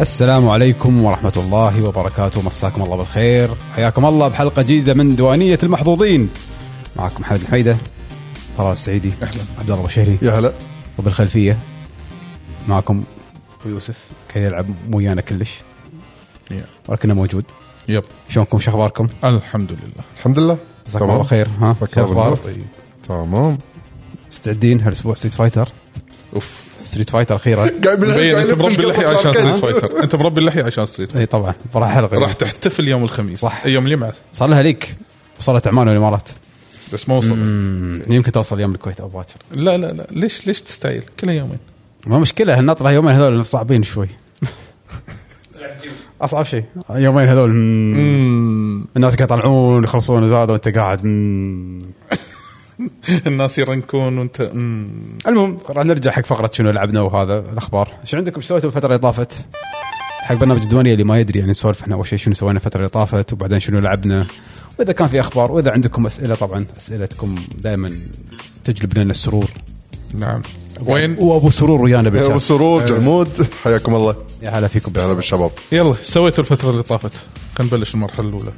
السلام عليكم ورحمة الله وبركاته مساكم الله بالخير حياكم الله بحلقة جديدة من دوانية المحظوظين معكم محمد الحميدة طلال السعيدي أهلا. عبد الله البشيري يا هلا وبالخلفية معكم يوسف كي يلعب مو ويانا كلش يا. ولكنه موجود يب شلونكم شو اخباركم؟ الحمد لله الحمد لله مساكم الله بالخير ها شو فكرنا اخبارك؟ طيب. تمام مستعدين هالاسبوع ستريت فايتر اوف ستريت فايتر اخيرا قاعد من مبين انت مربي اللحيه عشان ستريت فايتر فايتر انت مربي اللحيه عشان ستريت فايتر اي طبعا راح حلقه راح تحتفل يوم الخميس طيب. صح. يوم الجمعه صار لها ليك وصلت عمان والامارات بس ما وصل يمكن توصل يوم الكويت او باكر لا لا لا ليش ليش تستعيل كل يومين ما مشكله هالنطره يومين هذول صعبين شوي اصعب شيء يومين هذول مم. الناس قاعد يطلعون يخلصون وزاد وانت قاعد مم. الناس يرنكون وانت مم. المهم راح نرجع حق فقره شنو لعبنا وهذا الاخبار ايش عندكم ايش سويتوا الفتره اللي طافت حق برنامج الديوانيه اللي ما يدري يعني نسولف احنا اول شيء شنو سوينا الفتره اللي طافت وبعدين شنو لعبنا واذا كان في اخبار واذا عندكم اسئله طبعا اسئلتكم دائما تجلب لنا السرور نعم وين وابو سرور ويانا ابو بالشات سرور جعمود حياكم الله يا هلا فيكم يا هلا بالشباب يلا إيش سويتوا الفتره اللي طافت خلينا نبلش المرحله الاولى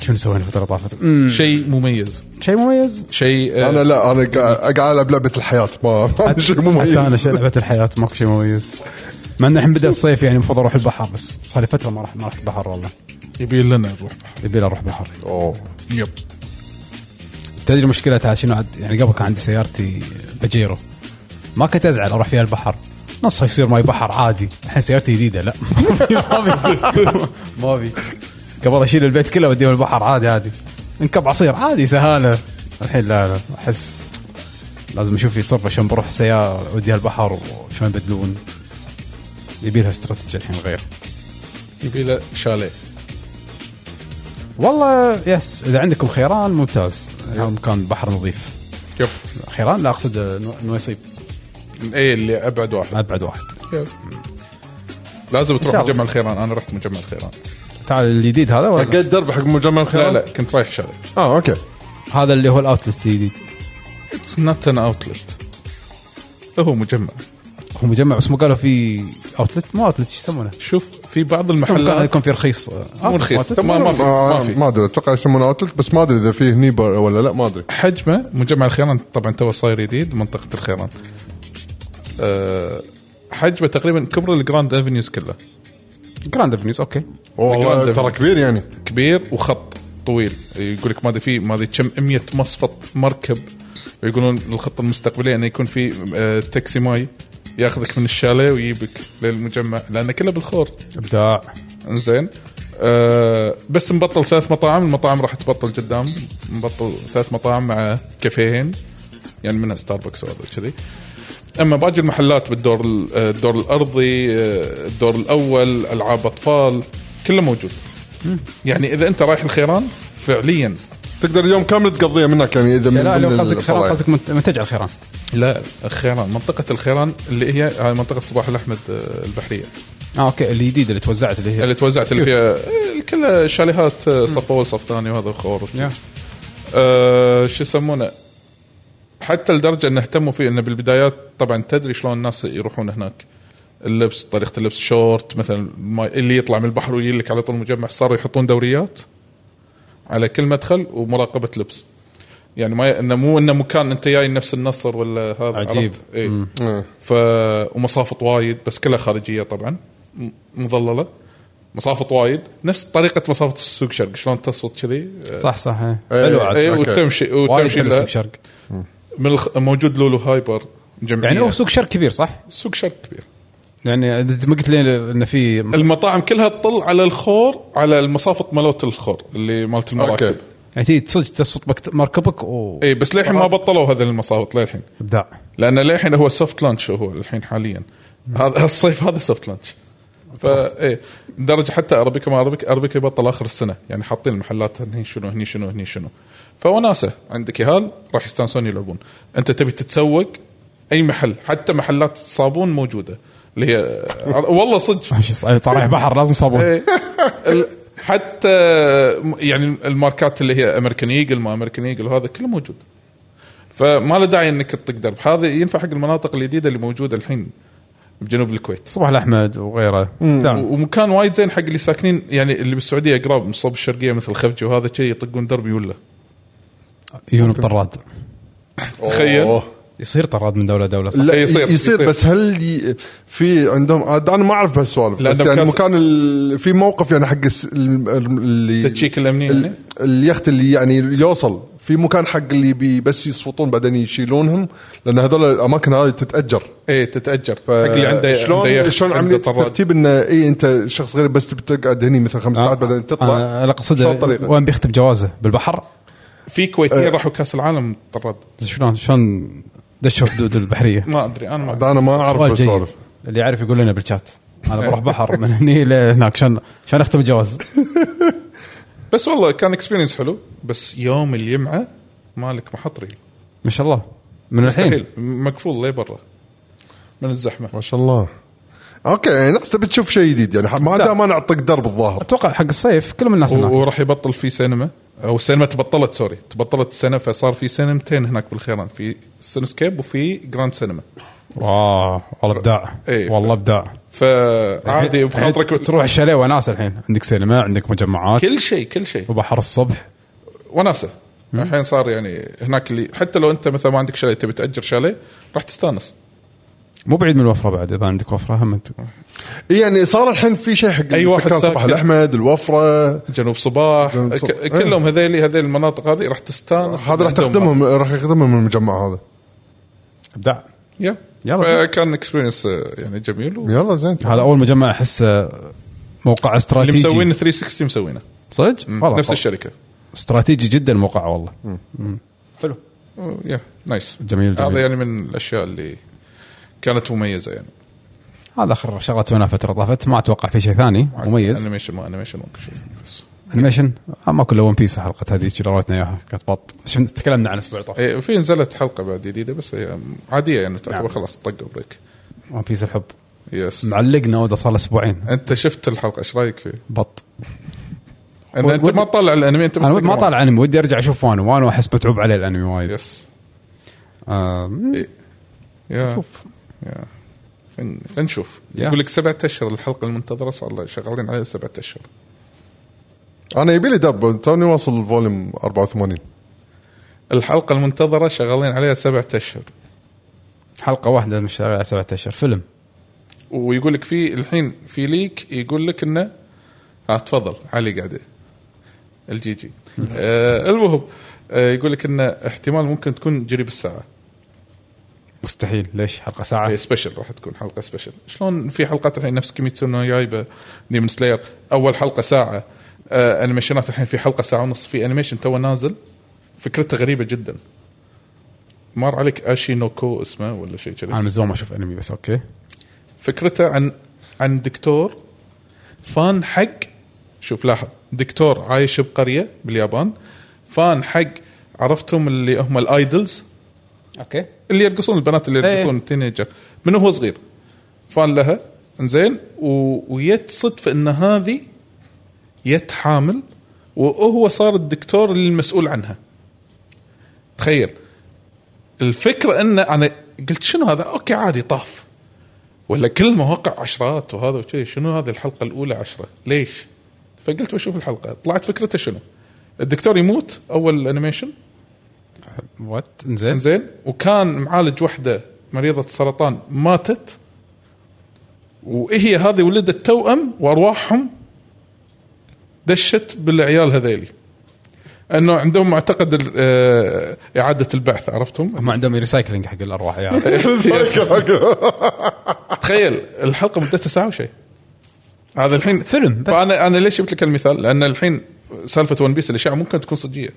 شنو سوينا الفتره اللي طافت مم. شيء مميز شيء مميز شيء آه، انا لا انا قاعد قاعد العب لعبه الحياه ما ما عندي شيء مميز حتى انا شيء لعبه الحياه ماكو شيء مميز مع انه الحين بدا الصيف يعني المفروض اروح البحر بس صار لي فتره ما رحت ما رحت بحر والله يبي لنا نروح بحر. يبي لي اروح بحر اوه يب تدري المشكله تعال شنو عاد يعني قبل كان عندي سيارتي بجيرو ما كنت ازعل اروح فيها البحر نصها يصير ماي بحر عادي الحين سيارتي جديده لا ما بي ما بي قبل اشيل البيت كله وديه البحر عادي عادي انكب عصير عادي سهاله الحين لا لا احس لازم اشوف لي صرف عشان بروح سياره وديها البحر وشلون يبدلون يبي لها استراتيجي الحين غير يبي له شاليه والله يس اذا عندكم خيران ممتاز مكان بحر نظيف يب خيران لا اقصد نو- نويصيب اي اللي ابعد واحد ابعد واحد يب. لازم إن شاء تروح الله. مجمع الخيران انا رحت مجمع الخيران تعال الجديد هذا ولا قد درب حق مجمع لا الخيران لا كنت رايح شارع اه اوكي هذا اللي هو الاوتلت الجديد اتس نوت ان اوتلت هو مجمع هو مجمع بس مو قالوا في اوتلت مو اوتلت ايش يسمونه؟ شوف في بعض كان المحلات يكون في رخيص آه، مو رخيص. outlet؟ ما- ما في. ما في. آه، ما ادري اتوقع يسمونه اوتلت بس ما ادري اذا فيه هني بر- ولا لا ما ادري حجمه مجمع الخيران طبعا تو صاير جديد منطقه الخيران أه حجمه تقريبا كبر الجراند افنيوز كله جراند افنيوز اوكي والله ترى كبير يعني كبير وخط طويل يقول لك ما ادري في ما ادري كم 100 مصفط مركب يقولون الخطه المستقبليه انه يكون في آه، تاكسي ماي ياخذك من الشاليه ويجيبك للمجمع لانه كله بالخور ابداع انزين أه بس مبطل ثلاث مطاعم المطاعم راح تبطل قدام مبطل ثلاث مطاعم مع كافيهين يعني منها ستاربكس وهذا كذي اما باقي المحلات بالدور ال- آه، الدور الارضي آه، الدور الاول العاب اطفال كله موجود يعني اذا انت رايح الخيران فعليا تقدر اليوم كامل تقضيه منك يعني اذا من لا لو ضمن قصدك خيران الفضايح. قصدك منت- منتجع الخيران لا الخيران منطقه الخيران اللي هي هاي منطقه صباح الاحمد آه، البحريه اه اوكي الجديده اللي توزعت اللي هي اللي توزعت اللي فيها آه، كلها شاليهات آه، صف اول صف ثاني وهذا الخوار يا. أه، شو يسمونه حتى لدرجه ان اهتموا فيه انه بالبدايات طبعا تدري شلون الناس يروحون هناك اللبس طريقه اللبس شورت مثلا ما- اللي يطلع من البحر ويجي لك على طول المجمع صاروا يحطون دوريات على كل مدخل ومراقبه لبس يعني ما ي- انه مو انه مكان انت جاي نفس النصر ولا هذا عجيب. عرفت؟ إيه. آه. ف ومصافط وايد بس كلها خارجيه طبعا م- مظلله مصافط وايد نفس طريقه مصافط السوق شرق شلون تصفط كذي أه، صح صح إيه. إيه، حلو عاد اي أوكي. وتمشي وايد وتمشي حلو لها. سوق شرق من الخ... موجود لولو هايبر جمعيه يعني هو سوق شرق كبير صح؟ سوق شرق كبير يعني انت ما قلت لي انه في المطاعم كلها تطل على الخور على المصافط مالت الخور اللي مالت المراكب أوكي. يعني تي- صدق تصط مكت- مركبك و اي بس للحين ما بطلوا هذا المصافط للحين ابداع لان للحين هو سوفت لانش هو الحين حاليا هذا الصيف هذا سوفت لانش فا ايه درجه حتى اربيكا ما اربيكا اربيكا يبطل اخر السنه يعني حاطين المحلات هني شنو هني شنو هني شنو فوناسه عندك يهال راح يستانسون يلعبون انت تبي تتسوق اي محل حتى محلات الصابون موجوده اللي هي والله صدق طالع بحر لازم صابون إيه. ال- حتى يعني الماركات اللي هي امريكان ايجل ما امريكان ايجل هذا كله موجود فما له داعي انك تطق درب هذا ينفع حق المناطق الجديده اللي موجوده الحين بجنوب الكويت صباح الاحمد وغيره و- آه. نعم ومكان وايد زين حق اللي ساكنين يعني اللي بالسعوديه قراب من الصوب الشرقيه مثل خفجه وهذا شيء يطقون درب يولا يونب طراد تخيل أوه. يصير طراد من دوله لدوله صح؟ لا إيه، يصير, يصير- يصير, يصير. بس هل ي... في عندهم عاد انا ما اعرف بهالسوالف لا، بس عندهم يعني كاس- مكان ال... في موقف يعني حق الس... ال- اللي التشيك الامني ال- يعني؟ اليخت اللي يعني يوصل في مكان حق اللي بي بس يصفطون بعدين يشيلونهم لان هذول الاماكن هذه تتاجر ايه تتاجر ف... حق اللي عنده شلون عنده يخت، شلون عنده عمليه طراد. الترتيب انه اي انت شخص غير بس بتقعد هني مثل خمس آه، ساعات بعدين تطلع انا أنا اقصد شلون طريقة؟ آه، وين بيختم جوازه بالبحر في آه. كويتيين راحوا كاس العالم طراد شلون شلون دشوا حدود البحريه ما ادري انا ما عاد انا ما اعرف سؤال جيد. بهالسوالف اللي يعرف يقول لنا بالشات انا بروح بحر من هني لهناك عشان عشان اختم الجواز بس والله كان اكسبيرينس حلو بس يوم الجمعه مالك محط ريل ما شاء الله من الحين مستحيل مقفول لي برا من الزحمه ما شاء الله اوكي يعني ناقص تبي تشوف شيء جديد يعني ما لا. دام ما نعطيك درب الظاهر اتوقع حق الصيف كلهم الناس و- هناك وراح يبطل في سينما او السينما تبطلت سوري تبطلت السنه فصار في سينمتين هناك بالخيران في سينسكيب وفي جراند سينما واه والله ابداع إيه. والله ابداع فعادي الحين بخاطرك تروح الشاليه وناس الحين عندك سينما عندك مجمعات كل شيء كل شيء وبحر الصبح وناسه الحين صار يعني هناك اللي حتى لو انت مثلا ما عندك شاليه تبي تاجر شاليه راح تستانس مو بعيد من الوفره بعد اذا عندك وفره هم انت إيه يعني صار الحين في شيء حق أي واحد السكان صباح ساكن. الاحمد الوفره جنوب صباح جنوب صباح. إيه. ك- كلهم هذيلي هذيل المناطق هذه راح تستانس هذا راح تخدمهم راح يخدمهم من المجمع هذا ابداع يا يلا. فكان اكسبيرينس يعني جميل و... يلا زين هذا اول مجمع احس آه، موقع اللي مسوين استراتيجي 360 مسوينه صدق؟ والله نفس طب. الشركه استراتيجي جدا الموقع والله حلو أو- يا نايس جميل، جميل. Oh, هذا يعني من الاشياء اللي كانت مميزه يعني هذا اخر شغله سويناها فتره طافت ما اتوقع في شيء ثاني مميز انيميشن ما انيميشن ممكن شيء ثاني بس انيميشن اما كله ون بيس حلقه هذيك اللي رويتنا اياها كانت بط شن- تكلمنا عن اسبوع طاف إيه، في نزلت حلقه بعد جديده بس هي عاديه يعني تعتبر نعم. خلاص طق بريك ون بيس الحب يس معلقنا وده صار له اسبوعين انت شفت الحلقه ايش رايك فيه؟ بط أن انت ما تطلع الانمي انت بس انا تقرأ. ما طالع انمي ودي ارجع اشوف وانو وانو احس متعوب عليه الانمي وايد آه، يس آم، يا شوف. يا خلينا نشوف يا. يقول لك سبعة اشهر الحلقه المنتظره صار لها- شغالين عليها سبعة اشهر انا يبي لي درب توني واصل الفوليوم 84 الحلقه المنتظره شغالين عليها سبعة اشهر حلقه واحده مش شغالة على سبعة اشهر فيلم ويقول لك في الحين في ليك يقول لك انه آه تفضل علي قاعد الجي جي آه المهم آه يقول لك انه احتمال ممكن تكون جريب الساعه مستحيل ليش حلقه ساعه هي سبيشل راح تكون حلقه سبيشل شلون في حلقات الحين نفس كيميتسو نو يايبا ديمون سلاير اول حلقه ساعه آه انيميشنات الحين في حلقه ساعه ونص في انيميشن تو نازل فكرته غريبه جدا مر عليك اشي نوكو اسمه ولا شيء كذا انا من زمان ما اشوف انمي بس اوكي فكرته عن عن دكتور فان حق شوف لاحظ دكتور عايش بقريه باليابان فان حق عرفتهم اللي هم الايدلز اوكي اللي يرقصون البنات اللي إيه. يرقصون التينيجر من هو صغير فان لها انزين و... ويت صدفه ان هذه يت حامل وهو صار الدكتور المسؤول عنها تخيل الفكره انه انا قلت شنو هذا اوكي عادي طاف ولا كل مواقع عشرات وهذا وشي شنو هذه الحلقه الاولى عشرة ليش فقلت بشوف الحلقه طلعت فكرته شنو الدكتور يموت اول انيميشن وات انزين زين وكان معالج وحده مريضه سرطان ماتت وهي هذه ولدت توأم وارواحهم دشت بالعيال هذيلي انه عندهم معتقد ال- آه، اعاده البعث عرفتهم؟ هم عندهم ريسايكلينج حق الارواح يعني تخيل الحلقه مدتها ساعه وشيء هذا الحين فيلم بس. فانا انا ليش جبت لك المثال؟ لان الحين سالفه ون بيس الاشاعه ممكن تكون صجيه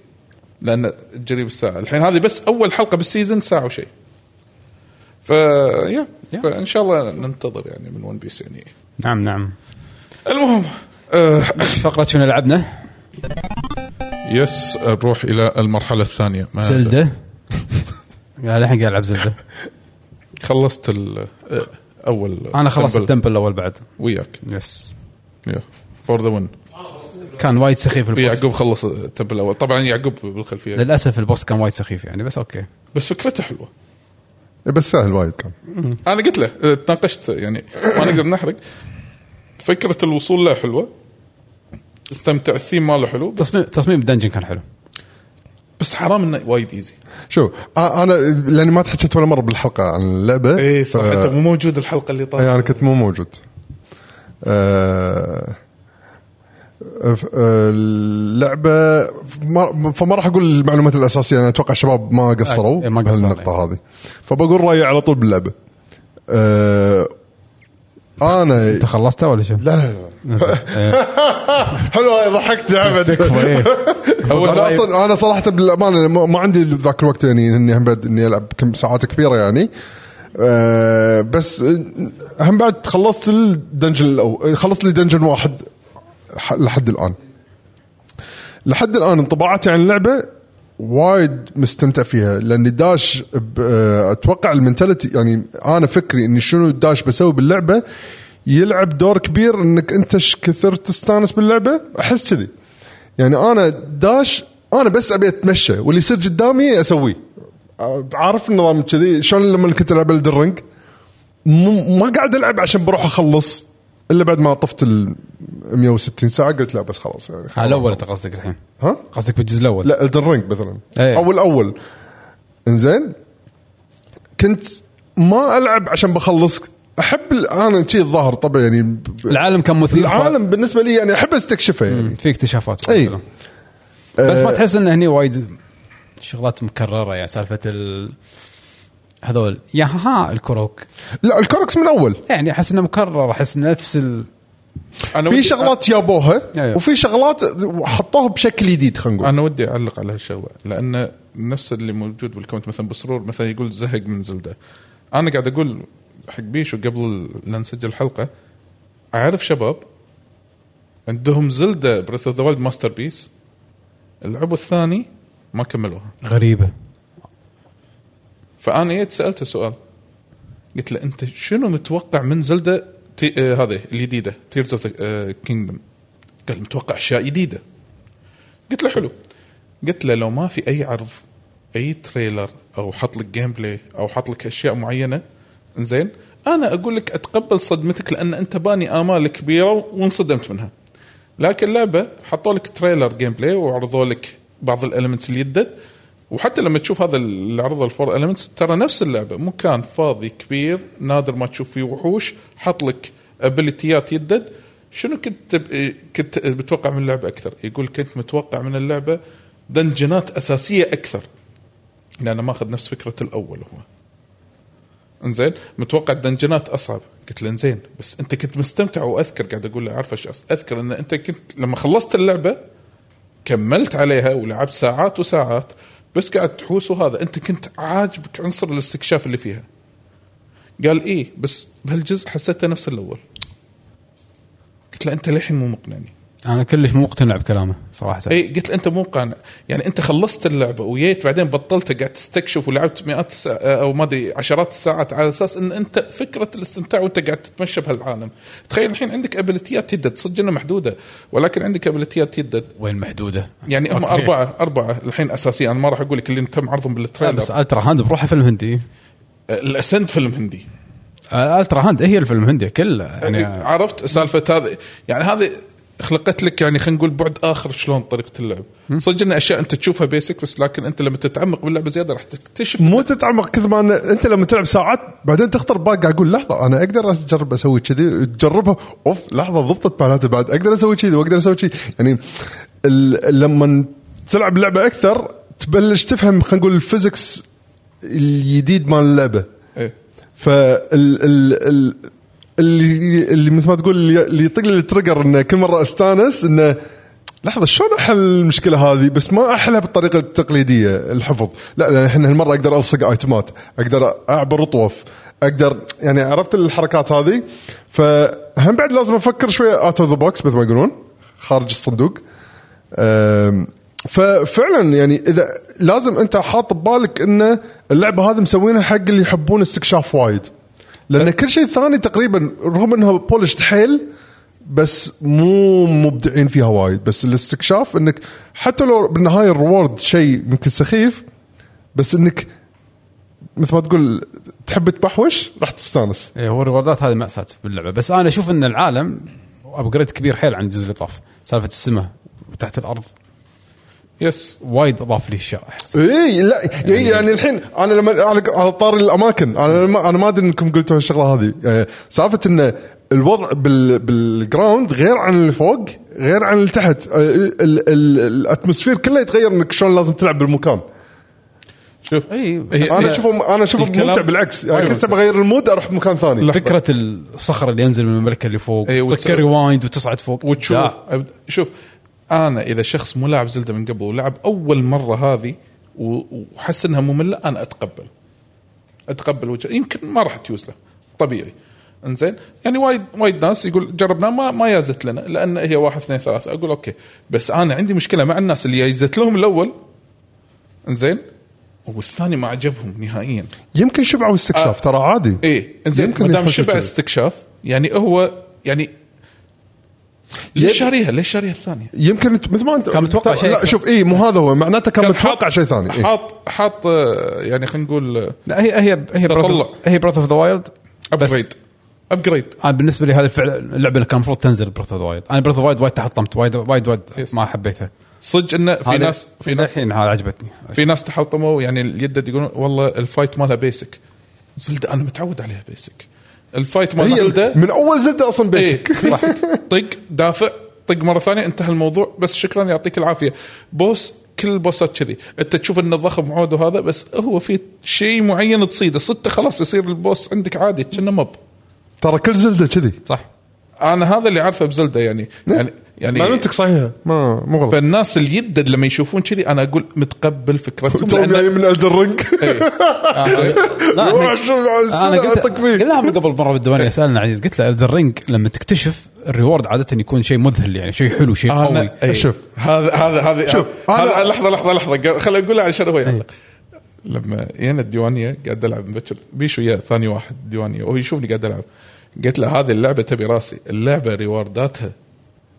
لان تجري بالساعه، الحين هذه بس اول حلقه بالسيزون ساعه وشيء. ف يا يا. فان شاء الله ننتظر يعني من ون بيس يعني نعم نعم المهم آه فقره شنو لعبنا يس نروح الى المرحله الثانيه ما زلده قال الحين قاعد العب زلده خلصت ال آه، اول انا خلصت تمبل التمبل الاول بعد وياك يس فور ذا ون كان وايد سخيف البوس يعقوب خلص التمبل الاول طبعا يعقوب بالخلفيه للاسف البوس كان وايد سخيف يعني بس اوكي بس فكرته حلوه إيه بس سهل وايد كان انا قلت له آه، تناقشت يعني ما نقدر نحرق فكره الوصول له حلوه استمتع الثيم ماله حلو بس- تصميم تصميم الدنجن كان حلو بس حرام انه وايد ايزي شوف آه، انا لاني ما تحكيت ولا مره بالحلقه عن اللعبه اي إيه، صح ف- انت مو موجود الحلقه اللي اي طافت انا كنت مو موجود آه، ف- آه، اللعبه ما- فما راح اقول المعلومات الاساسيه انا اتوقع الشباب ما قصروا أي، ما قصروا، بالنقطه هذه فبقول رايي على طول باللعبه آه، انا انت خلصتها ولا شو؟ لا لا لا حلو هاي ضحكت يا عبد تكفى إيه. اول انا رأي- اصلا انا صراحه بالامانه يعني ما- ما عندي ذاك الوقت يعني اني هم بعد اني العب كم ساعات كبيره يعني أه بس آه، هم بعد خلصت الدنجن الاول خلصت لي دنجن واحد ح- لحد الان لحد الان انطباعاتي عن اللعبه وايد مستمتع فيها لاني داش ب- آه، اتوقع المنتاليتي يعني انا فكري اني شنو داش بسوي باللعبه يلعب دور كبير انك انت ايش كثر تستانس باللعبه احس كذي يعني انا داش انا بس ابي اتمشى واللي يصير قدامي اسويه آه، عارف النظام كذي شلون لما كنت العب الدرنج م- ما قاعد العب عشان بروح اخلص الا بعد ما طفت ال 160 ساعه قلت لا بس خلاص يعني على الاول انت قصدك الحين ها؟ قصدك بالجزء الاول لا الدن رينج مثلا إيه. او الاول انزين كنت ما العب عشان بخلص احب ال- انا شيء الظاهر طبعا يعني ب- العالم كان مثير العالم بالنسبه لي يعني احب استكشفه يعني في اكتشافات إي. بس ما آه، تحس انه هني وايد شغلات مكرره يعني سالفه ال هذول يا ها ها الكروك لا الكوركس من اول يعني احس انه مكرر احس نفس ال انا في ودي- شغلات جابوها أيوة. وفي شغلات حطوها بشكل جديد خلينا نقول انا ودي اعلق على هالشغله لان نفس اللي موجود بالكومنت مثلا بسرور مثلا يقول زهق من زلده انا قاعد اقول حق بيشو قبل ال- لا نسجل الحلقه اعرف شباب عندهم زلده بريث اوف ذا وايلد ماستر بيس لعبوا الثاني ما كملوها غريبه فانا جيت سالته سؤال قلت له انت شنو متوقع من زلده تي... آه هذه الجديده تيرز اوف ذا كينجدم آه، قال متوقع اشياء جديده قلت له حلو قلت له لو ما في اي عرض اي تريلر او حط لك جيم بلاي او حط لك اشياء معينه زين انا اقول لك اتقبل صدمتك لان انت باني امال كبيره وانصدمت منها لكن لعبه حطوا لك تريلر جيم بلاي وعرضوا لك بعض الالمنتس اللي يدد وحتى لما تشوف هذا العرض الفور المنتس ترى نفس اللعبه مكان فاضي كبير نادر ما تشوف فيه وحوش حط لك ابيليتيات يدد شنو كنت تب- إيه، كنت متوقع من اللعبه اكثر؟ يقول كنت متوقع من اللعبه دنجنات اساسيه اكثر لانه ماخذ نفس فكره الاول هو انزين متوقع الدنجنات اصعب قلت له انزين بس انت كنت مستمتع واذكر قاعد اقول له اعرف ايش أص- اذكر ان انت كنت لما خلصت اللعبه كملت عليها ولعبت ساعات وساعات بس قاعد تحوس وهذا انت كنت عاجبك عنصر الاستكشاف اللي فيها قال ايه بس بهالجزء حسيته نفس الاول قلت له انت للحين مو مقنعني انا كلش مو مقتنع بكلامه صراحه اي قلت له انت مو قانع يعني انت خلصت اللعبه وجيت بعدين بطلتها قاعد تستكشف ولعبت مئات السا... او ما ادري عشرات الساعات على اساس ان انت فكره الاستمتاع وانت قاعد تتمشى بهالعالم تخيل الحين عندك ابيليتيات تدد صدق انها محدوده ولكن عندك ابيليتيات تدد وين محدوده يعني هم أوكي. اربعه اربعه الحين اساسيه انا ما راح اقول لك اللي تم عرضهم لا، بالتريلر بس الترا هاند بروحه فيلم هندي الاسند فيلم هندي آه، الترا هاند هي الفيلم الهندي كله يعني عرفت سالفه هذه يعني هذه خلقت لك يعني خلينا نقول بعد اخر شلون طريقه اللعب صدق ان اشياء انت تشوفها بيسك بس لكن انت لما تتعمق باللعبه زياده راح تكتشف مو تتعمق كثر ما أنا- انت لما تلعب ساعات بعدين تخطر بالك قاعد اقول لحظه انا اقدر اجرب اسوي كذي تجربها اوف لحظه ضبطت معناته بعد اقدر اسوي كذي واقدر اسوي كذي يعني ال- لما تلعب لعبه اكثر تبلش تفهم خلينا نقول الفيزكس الجديد مال اللعبه إيه. فال ال ال اللي اللي مثل ما تقول اللي اللي يطق لي التريجر انه كل مره استانس انه لحظه شلون احل المشكله هذه بس ما احلها بالطريقه التقليديه الحفظ لا لان الحين هالمره اقدر الصق ايتمات اقدر اعبر طوف اقدر يعني عرفت الحركات هذه فهم بعد لازم افكر شويه اوت اوف ذا بوكس مثل ما يقولون خارج الصندوق أم، ففعلا يعني اذا لازم انت حاط ببالك ان اللعبه هذه مسوينها حق اللي يحبون استكشاف وايد لان كل شيء ثاني تقريبا رغم انها بولشت حيل بس مو مبدعين فيها وايد بس الاستكشاف انك حتى لو بالنهايه الريورد شيء يمكن سخيف بس انك مثل ما تقول تحب تبحوش راح تستانس إيه، هو الريوردات هذه مأساة باللعبة بس أنا أشوف أن العالم أبجريد كبير حيل عن الجزء اللي طاف سالفة السماء وتحت الأرض يس وايد أضاف لي أشياء أحس اي لا يعني, يعني الحين انا لما على على طار الاماكن انا لما انا ما ادري انكم قلتوا هالشغله هذه آه، سالفه ان الوضع بال بالجراوند غير عن اللي فوق غير عن اللي تحت آه، ال- ال- ال- الاتموسفير كله يتغير انك شلون لازم تلعب بالمكان شوف إي، هي- انا هي- اشوفه انا اشوفه إيه، الكلام- ممتع بالعكس يعني انا أيوة. كنت بغير المود اروح مكان ثاني فكرة الصخر اللي ينزل من الملكة اللي فوق إيه، تسكر وتسوي- ريوايند وتصعد فوق وتشوف لا. أب- شوف انا اذا شخص مو لاعب زلده من قبل ولعب اول مره هذه و- وحس انها ممله انا اتقبل اتقبل وجه يمكن ما راح تيوز له طبيعي انزين يعني وايد وايد ناس يقول جربناه ما ما يازت لنا لان هي واحد اثنين ثلاثه اقول اوكي بس انا عندي مشكله مع الناس اللي يازت لهم الاول انزين والثاني ما عجبهم نهائيا يمكن شبع واستكشاف ترى عادي ايه انزين يمكن ما دام يحصل شبع كذا. استكشاف يعني هو يعني يب- ليش شاريها؟ ليش شاريها الثانيه؟ يمكن ت- مثل ما انت كان متوقع شيء لا ثاني. شوف اي مو هذا هو معناته كان كان متوقع حاط- شيء ثاني إيه. حاط حاط آه، يعني خلينا نقول آه، لا هي هي هي تطلع. Breath of- هي براث اوف ذا وايلد ابجريد ابجريد انا بالنسبه لي هذه فعلا اللعبه اللي كان المفروض تنزل براث اوف ذا وايلد انا براث اوف وايد وايد تحطمت وايد وايد وايد Yes. ما حبيتها صدق انه في هذه- ناس في ناس الحين هذا عجبتني في ناس تحطموا يعني اليد يقولون والله الفايت مالها بيسك زلدة انا متعود عليها بيسك الفايت مال إيه. هي زلدة من اول زلده اصلا إيه، بيسك راح طق دافع طق مره ثانيه انتهى الموضوع بس شكرا يعطيك العافيه بوس كل البوسات كذي انت تشوف انه ضخم وعود وهذا بس هو في شيء معين تصيده صدته خلاص يصير البوس عندك عادي كأنه مب ترى كل زلده كذي صح انا هذا اللي عارفه بزلدة يعني يعني يعني معلومتك صحيحه ما مو غلط فالناس اللي يدد لما يشوفون كذي انا اقول متقبل فكرتهم تو لأن- آه، جاي من الدر رينج إيه. لا، إحنا- انا آه، قلت اعطيك فيه قلناها من قبل مره إيه. بالدوانية سالنا عزيز قلت له الرينج لما تكتشف الريورد عاده يكون شيء مذهل يعني شيء حلو شيء قوي انا إيه. شوف. هذا هذا هذا شوف، هذا أنا- لحظه لحظه لحظه خل اقولها عشان هو يعلق لما جينا الديوانيه قاعد العب مبكر بيشو يا ثاني واحد ديوانيه وهو يشوفني قاعد العب قلت له هذه اللعبه تبي راسي اللعبه ريوارداتها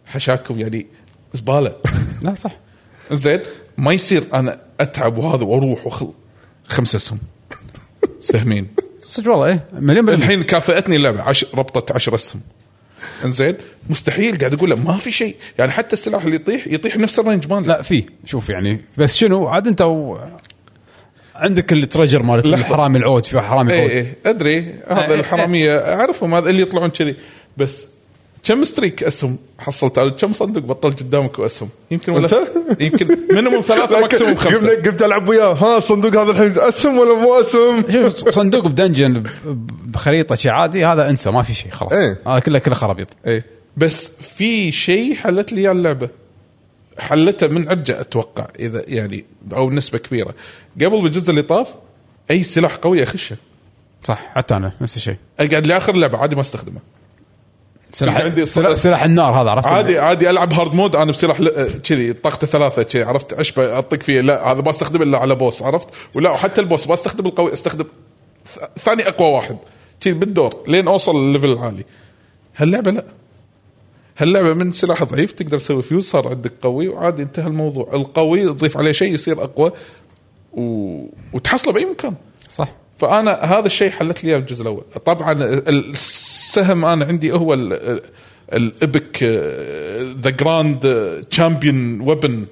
حشاكم يعني زباله لا صح زين ما يصير انا اتعب وهذا واروح وخل خمسه اسهم سهمين صدق والله ايه مليون بالمية الحين كافئتني اللعبه عش... ربطت 10 اسهم انزين مستحيل قاعد اقول له ما في شيء يعني حتى السلاح اللي يطيح يطيح نفس الرينج مالي لا في شوف يعني بس شنو عاد انت و... عندك الترجر مالت لحظة. الحرامي العود في حرامي اي العود اي ادري إيه، هذا إيه. الحراميه اعرفهم هذا اللي يطلعون كذي بس كم ستريك اسهم حصلت على كم صندوق بطلت قدامك اسهم يمكن ولا أنت؟ يمكن مينيموم ثلاثه ماكسيموم خمسه قمت قمت العب وياه ها الصندوق هذا الحين اسم ولا مو اسم شوف إيه، صندوق بدنجن ب- بخريطه شيء عادي هذا انسى ما في شيء خلاص إيه. هذا كله كله خرابيط اي إيه. بس في شيء حلت لي إياه اللعبه حلته من عرجه اتوقع اذا يعني او نسبه كبيره قبل بالجزء اللي طاف اي سلاح قوي اخشه صح حتى انا نفس الشيء اقعد لاخر لعبه عادي ما استخدمه سلاح عندي سلاح, صدق. سلاح النار هذا عرفت عادي عادي العب هارد مود انا بسلاح ل- آه، كذي طاقته ثلاثه كذي عرفت عشبه اطق فيه لا هذا ما استخدمه الا على بوس عرفت ولا حتى البوس ما استخدم القوي استخدم ث- ثاني اقوى واحد كذي بالدور لين اوصل للليفل العالي هاللعبه لا هاللعبه من سلاح ضعيف تقدر تسوي فيوز صار عندك قوي وعادي انتهى الموضوع القوي تضيف عليه شيء يصير اقوى و... وتحصله باي مكان صح فانا هذا الشيء حلت لي إياه بالجزء الاول طبعا السهم انا عندي هو ال- آه، الابك ذا جراند تشامبيون ويبن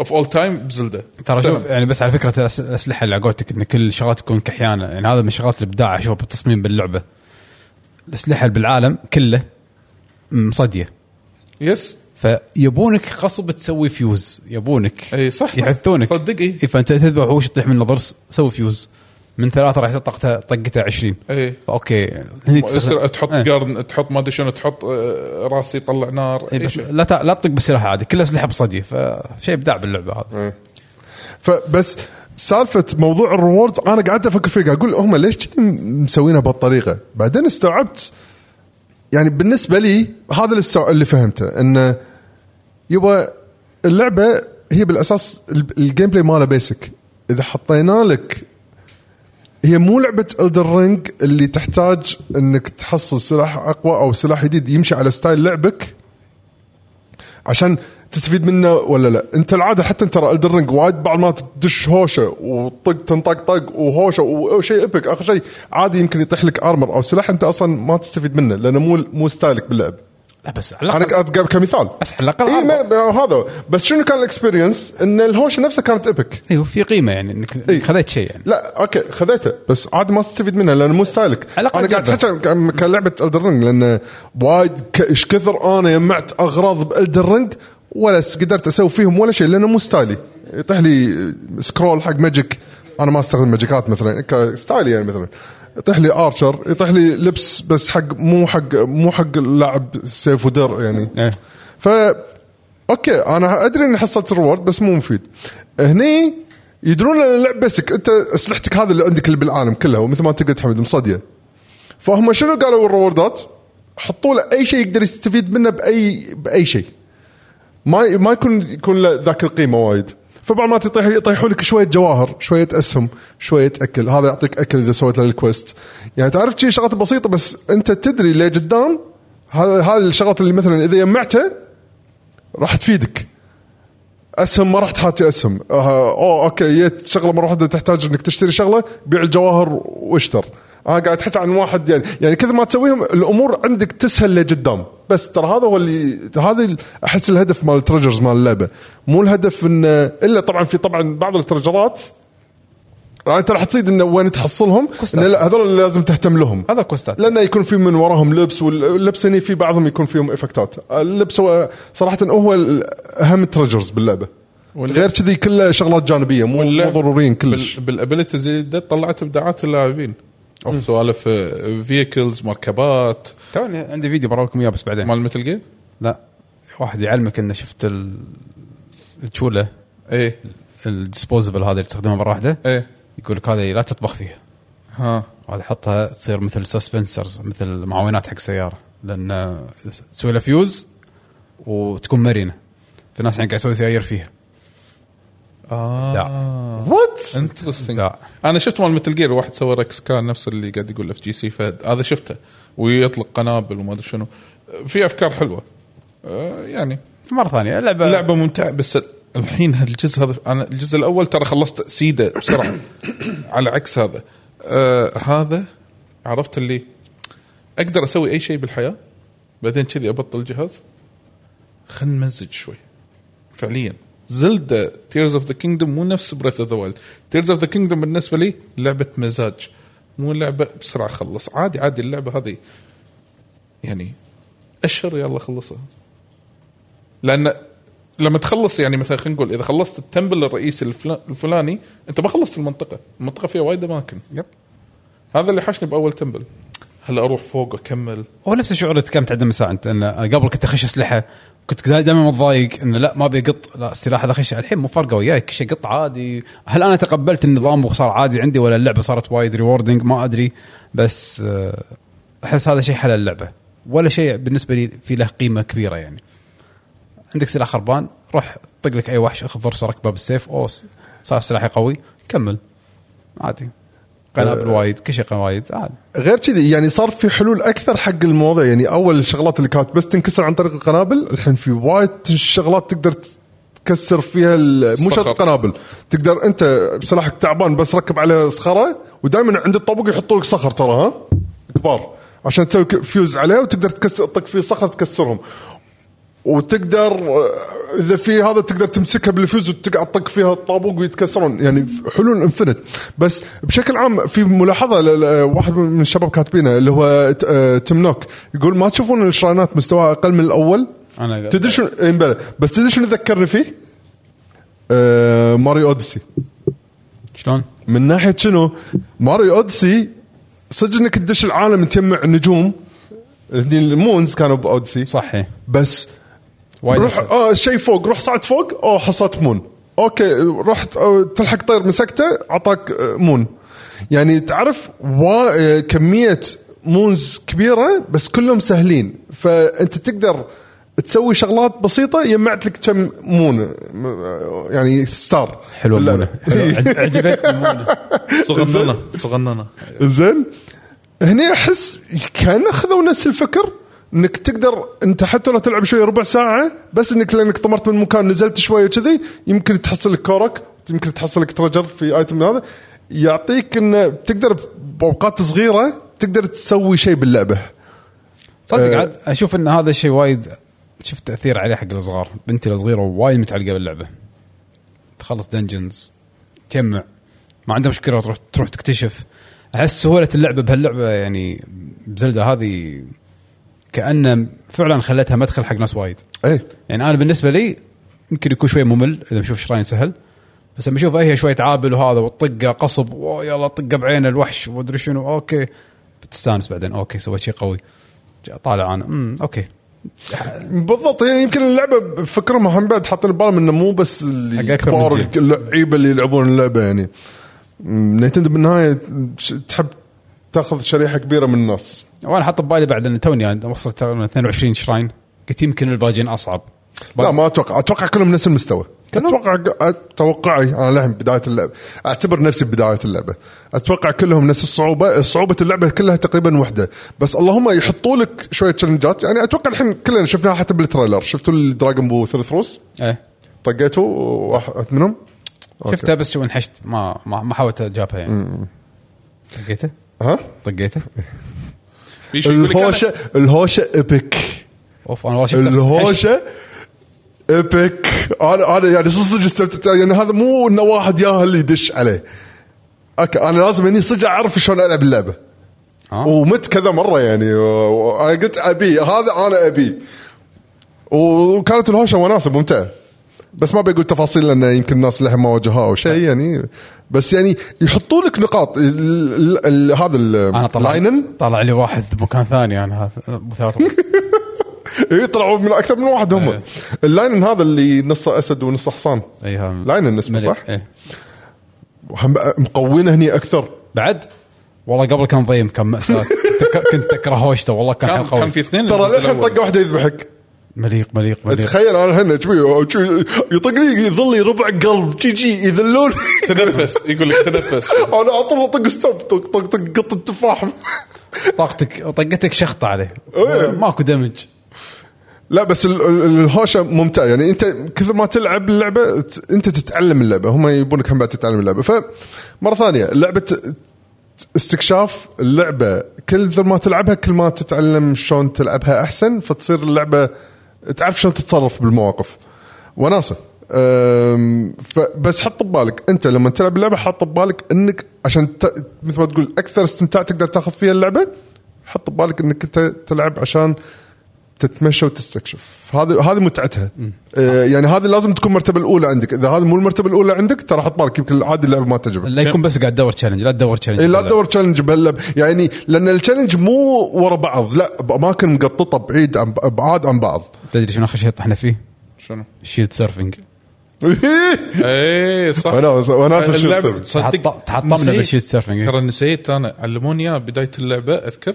اوف اول تايم بزلده ترى شوف يعني بس على فكره الأس- الاسلحه اللي على قولتك ان كل شغلات تكون كحيانه يعني هذا من شغلات الابداع اشوفه بالتصميم باللعبه الاسلحه اللي بالعالم كله مصديه يس فيبونك غصب تسوي فيوز يبونك اي صح, صح يحثونك صدق اي إيه، فانت تذبح وحوش تطيح من الضرس سوي فيوز من ثلاثه راح يصير طاقته طقته 20 اي اوكي هني يصير تحط إيه. قرن تحط ما ادري شنو تحط آه، راس يطلع نار إيه أي بس شيء. لا تع- لا تطق بالسلاح عادي كل اسلحه بصديه فشيء ابداع باللعبه هذا فبس سالفه موضوع الريوردز انا قعدت افكر فيه قاعد اقول هم ليش كذي مسوينها بهالطريقه؟ بعدين استوعبت يعني بالنسبه لي هذا اللي استوع- اللي فهمته انه يبا اللعبه هي بالاساس ال- الجيم بلاي مالها بيسك اذا حطينا لك هي مو لعبه الدر رينج اللي تحتاج انك تحصل سلاح اقوى او سلاح جديد يمشي على ستايل لعبك عشان تستفيد منه ولا لا انت العاده حتى ترى الدرنج وايد بعد ما تدش هوشه وطق تنطق طق وهوشه وشيء ايبك اخر شيء عادي يمكن يطيح لك ارمر او سلاح انت اصلا ما تستفيد منه لانه مو مو ستايلك باللعب لا بس على انا الأقل- قاعد أتكلم كمثال بس على الاقل اي أربعة. إيه، ما- هذا بس شنو كان الاكسبيرينس ان الهوشه نفسها كانت ايبك ايوه في قيمه يعني انك إيه. إنك خذيت شيء يعني لا اوكي خذيته بس عادي ما تستفيد منها لانه مو ستايلك على انا الأقل قاعد جربه. احكي عن- كلعبه الدرنج لان وايد ك- ايش كثر انا جمعت اغراض بالدرنج ولا س- قدرت اسوي فيهم ولا شيء لانه مو ستايلي يطيح لي سكرول حق ماجيك انا ما استخدم ماجيكات مثلا كستايلي يعني مثلا يطيح لي ارشر يطيح لي لبس بس حق مو حق مو حق لاعب سيف ودر يعني إيه. ف اوكي انا ادري اني حصلت الريورد بس مو مفيد هني يدرون ان اللعب بيسك انت اسلحتك هذا اللي عندك اللي بالعالم كلها ومثل ما انت قلت حمد مصديه فهم شنو قالوا الريوردات؟ حطوا له اي شيء يقدر يستفيد منه باي باي شيء ما ما يكون يكون له ذاك القيمه وايد فبعض ما تطيح يطيحوا لك شويه جواهر شويه اسهم شويه اكل هذا يعطيك اكل اذا سويت له الكويست يعني تعرف شي شغلات بسيطه بس انت تدري اللي قدام هذا هذه الشغلات اللي مثلا اذا جمعتها راح تفيدك اسهم ما راح تحاتي اسهم أه اوه اوكي جت شغله مره واحده تحتاج انك تشتري شغله بيع الجواهر واشتر انا قاعد احكي عن واحد يعني يعني كذا ما تسويهم الامور عندك تسهل لقدام بس ترى هذا هو اللي هذا ال- احس الهدف مال التريجرز مال اللعبه مو الهدف ان الا طبعا في طبعا بعض التريجرات يعني انت راح تصيد انه وين تحصلهم إن كوستات. لا هذول اللي لازم تهتم لهم هذا كوستات لانه يكون في من وراهم لبس واللبس هني في بعضهم يكون فيهم افكتات اللبس هو صراحه هو ال- اهم التريجرز باللعبه واللعب- غير كذي كله شغلات جانبيه مو مو ضروريين كلش بالابيلتيز اللي طلعت ابداعات اللاعبين سوالف فيكلز مركبات توني عندي فيديو براكم اياه بس بعدين مال مثل جيم لا واحد يعلمك انه شفت ال... الشوله ايه الديسبوزبل هذا اللي تستخدمها مره واحده ايه يقول لك هذه لا تطبخ فيها ها هذا حطها تصير مثل سسبنسرز مثل معاونات حق السياره لان تسوي لها فيوز وتكون مرنه في ناس يعني قاعد يسوي سيايير فيها اه لا. وات انترستنج لا. انا شفت مال مثل جير واحد سوى ركس كان نفس اللي قاعد يقول اف جي سي فهد هذا شفته ويطلق قنابل وما ادري شنو في افكار حلوه آه، يعني مره ثانيه اللعبه لعبه ممتعه بس الحين هالجزء هذا انا الجزء الاول ترى خلصت سيده بسرعه على عكس هذا آه هذا عرفت اللي اقدر اسوي اي شيء بالحياه بعدين كذي ابطل الجهاز خلينا نمزج شوي فعليا زلدا تيرز اوف ذا كينجدم مو نفس بريث اوف ذا وايلد تيرز اوف ذا كينجدم بالنسبه لي لعبه مزاج مو لعبه بسرعه خلص عادي عادي اللعبه هذه يعني اشهر يلا خلصها لان لما تخلص يعني مثلا خلينا نقول اذا خلصت التمبل الرئيسي الفلا- الفلاني انت ما خلصت المنطقه، المنطقه فيها وايد اماكن. يب هذا اللي حشني باول تمبل. هل اروح فوق اكمل؟ هو نفس الشعور اللي تكلمت عنه من ساعه انت ان قبل كنت اخش اسلحه كنت دائما متضايق انه لا ما ابي اقط لا السلاح هذا اخش الحين مو فارقه وياي كل شيء قط عادي هل انا تقبلت النظام وصار عادي عندي ولا اللعبه صارت وايد ريوردنج ما ادري بس آه، احس هذا شيء حل اللعبه ولا شيء بالنسبه لي في له قيمه كبيره يعني عندك سلاح خربان روح طق لك اي وحش اخذ فرصه ركبه بالسيف اوه صار سلاحي قوي كمل عادي آه، قنابل وايد كل شيء وايد عادي غير كذي يعني صار في حلول اكثر حق المواضيع يعني اول الشغلات اللي كانت بس تنكسر عن طريق القنابل الحين في وايد شغلات تقدر تكسر فيها ال- مو شرط صخر. قنابل تقدر انت سلاحك تعبان بس ركب عليه صخره ودائما عند الطابق يحطوا لك صخر ترى ها كبار عشان تسوي ك- فيوز عليه وتقدر تكسر تطق فيه صخر تكسرهم وتقدر آه، اذا في هذا تقدر تمسكها بالفيوز وتطق فيها الطابق ويتكسرون يعني حلول انفنت بس بشكل عام في ملاحظه ل- ل- واحد من الشباب كاتبينه اللي هو ت- آه، تمنوك يقول ما تشوفون الشراينات مستواها اقل من الاول؟ أنا- تدري شنو إيه، بلى. بس تدري شنو ذكرني فيه؟ آه، ماريو اوديسي شلون؟ من ناحيه شنو ماريو اوديسي صدق انك تدش العالم تجمع نجوم هني المونز كانوا باوديسي صح إيه. بس وايد روح أسهل. اه شيء فوق روح صعد فوق اوه حصلت مون اوكي رحت آه، تلحق طير مسكته عطاك آه، مون يعني تعرف وا... آه، كميه مونز كبيره بس كلهم سهلين فانت تقدر تسوي شغلات بسيطه جمعت لك كم مون آه، يعني ستار حلوه لا، المونه حلوة. عج- عجبتني المونه صغننه صغننه زين هني احس كان اخذوا نفس الفكر انك تقدر انت حتى لو تلعب شوي ربع ساعه بس انك لانك طمرت من مكان نزلت شوي وكذي يمكن تحصل لك كورك يمكن تحصل لك ترجر في ايتم هذا يعطيك انه تقدر باوقات صغيره تقدر تسوي شيء باللعبه تصدق آه. عاد اشوف ان هذا الشيء وايد شفت تاثير عليه حق الصغار بنتي الصغيره وايد متعلقه باللعبه تخلص دنجنز تجمع ما عندها مشكله تروح تروح تكتشف احس سهوله اللعبه بهاللعبه يعني بزلده هذه كانه فعلا خلتها مدخل حق ناس وايد اي يعني انا بالنسبه لي يمكن يكون شوي ممل اذا بشوف شراين سهل بس لما اشوف هي شوي تعابل وهذا والطقه قصب أوه يلا طقه بعين الوحش وادري شنو اوكي بتستانس بعدين اوكي سويت شيء قوي جا- طالع انا امم اوكي بالضبط هي يمكن اللعبه بفكرهم هم بعد حاطين ببالهم انه مو بس حق أكثر الكبار من والك- اللعيبه اللي يلعبون اللعبه يعني أمم، نينتندو بالنهايه ش- تحب تاخذ شريحه كبيره من الناس وانا حاط ببالي بعد ان توني أنا وصلت تقريباً 22 شراين قلت يمكن الباجين اصعب لا ما اتوقع اتوقع كلهم نفس المستوى كلهم؟ اتوقع توقعي انا لهم بدايه اللعبه اعتبر نفسي بدايه اللعبه اتوقع كلهم نفس الصعوبه صعوبه اللعبه كلها تقريبا وحده بس اللهم يحطوا لك شويه تشالنجات يعني اتوقع الحين كلنا شفناها حتى بالتريلر شفتوا الدراجون بو ثلاث روس ايه طقيته واحد منهم أوكي. أمم. شفتها بس شو انحشت ما ما, ما حاولت اجابها يعني طقيته ها طقيته بيشو يقول لك أنا- الهوشه الهوشه ابيك اوف انا والله شفتها حشت. الهوشه ابيك انا انا يعني صدق صدق استمتعت يعني هذا مو انه واحد ياهل يدش عليه اوكي انا لازم اني صدق اعرف شلون العب اللعبه ها؟ ومت كذا مره يعني و- و- انا قلت ابي هذا انا ابي وكانت الهوشه وناسه ممتعه بس ما بقول تفاصيل لان يمكن الناس لها ما واجهوها او شيء يعني بس يعني يحطوا لك نقاط ال- ال- ال- هذا ال- انا طلع لاينن طلع لي واحد بمكان ثاني انا هذا أبو ثلاث ونص. يطلعوا إيه، من اكثر من واحد هم إيه. اللاينن هذا اللي نصه اسد ونصه حصان اي هذا لاينن اسمه ملك. صح؟ إيه. هم مقوينه هني اكثر بعد والله قبل كان ضيم كان مأساة كنت- كنت اكره هوشته والله كان كان حيل قوي كان في اثنين ترى الجزء للحين الأول. طقه واحده يذبحك مليق مليق مليق تخيل انا هنا شبي- يطق لي يظل لي ربع قلب جي جي يذلون تنفس يقول لك تنفس انا على طول اطق ستوب طق طق طق قط التفاح طاقتك طقتك شخطه عليه إيه. ماكو دمج لا بس ال- ال- الهوشه ممتع يعني انت كثر ما تلعب اللعبه ت- انت تتعلم اللعبه هم يبونك هم بعد تتعلم اللعبه فمره ثانيه لعبه استكشاف اللعبه كل ذر ما تلعبها كل ما تتعلم شلون تلعبها احسن فتصير اللعبه تعرف شلون تتصرف بالمواقف وناسه أم، ف- بس حط ببالك انت لما تلعب اللعبه حط ببالك انك عشان ت... مثل ما تقول اكثر استمتاع تقدر تاخذ فيها اللعبه حط ببالك انك انت تلعب عشان تتمشى وتستكشف هذه هذه متعتها آه يعني هذه لازم تكون المرتبه الاولى عندك اذا هذه مو المرتبه الاولى عندك ترى حط بالك يمكن عادي اللعبه ما تعجبك لا يكون بس قاعد تدور تشالنج لا تدور تشالنج إيه لا تدور تشالنج بهاللعب يعني لان التشالنج مو ورا بعض لا باماكن مقططه بعيد عن ابعاد عن بعض تدري شنو اخر شيء طحنا فيه؟ شنو؟ الشيلد سيرفنج اي إيه، صح وانا وانا اللعبة أسف. تصدق تحط- تحطمنا إيه؟ نسيت. بالشيت سيرفنج. ترى نسيت انا علموني اياه بدايه اللعبه اذكر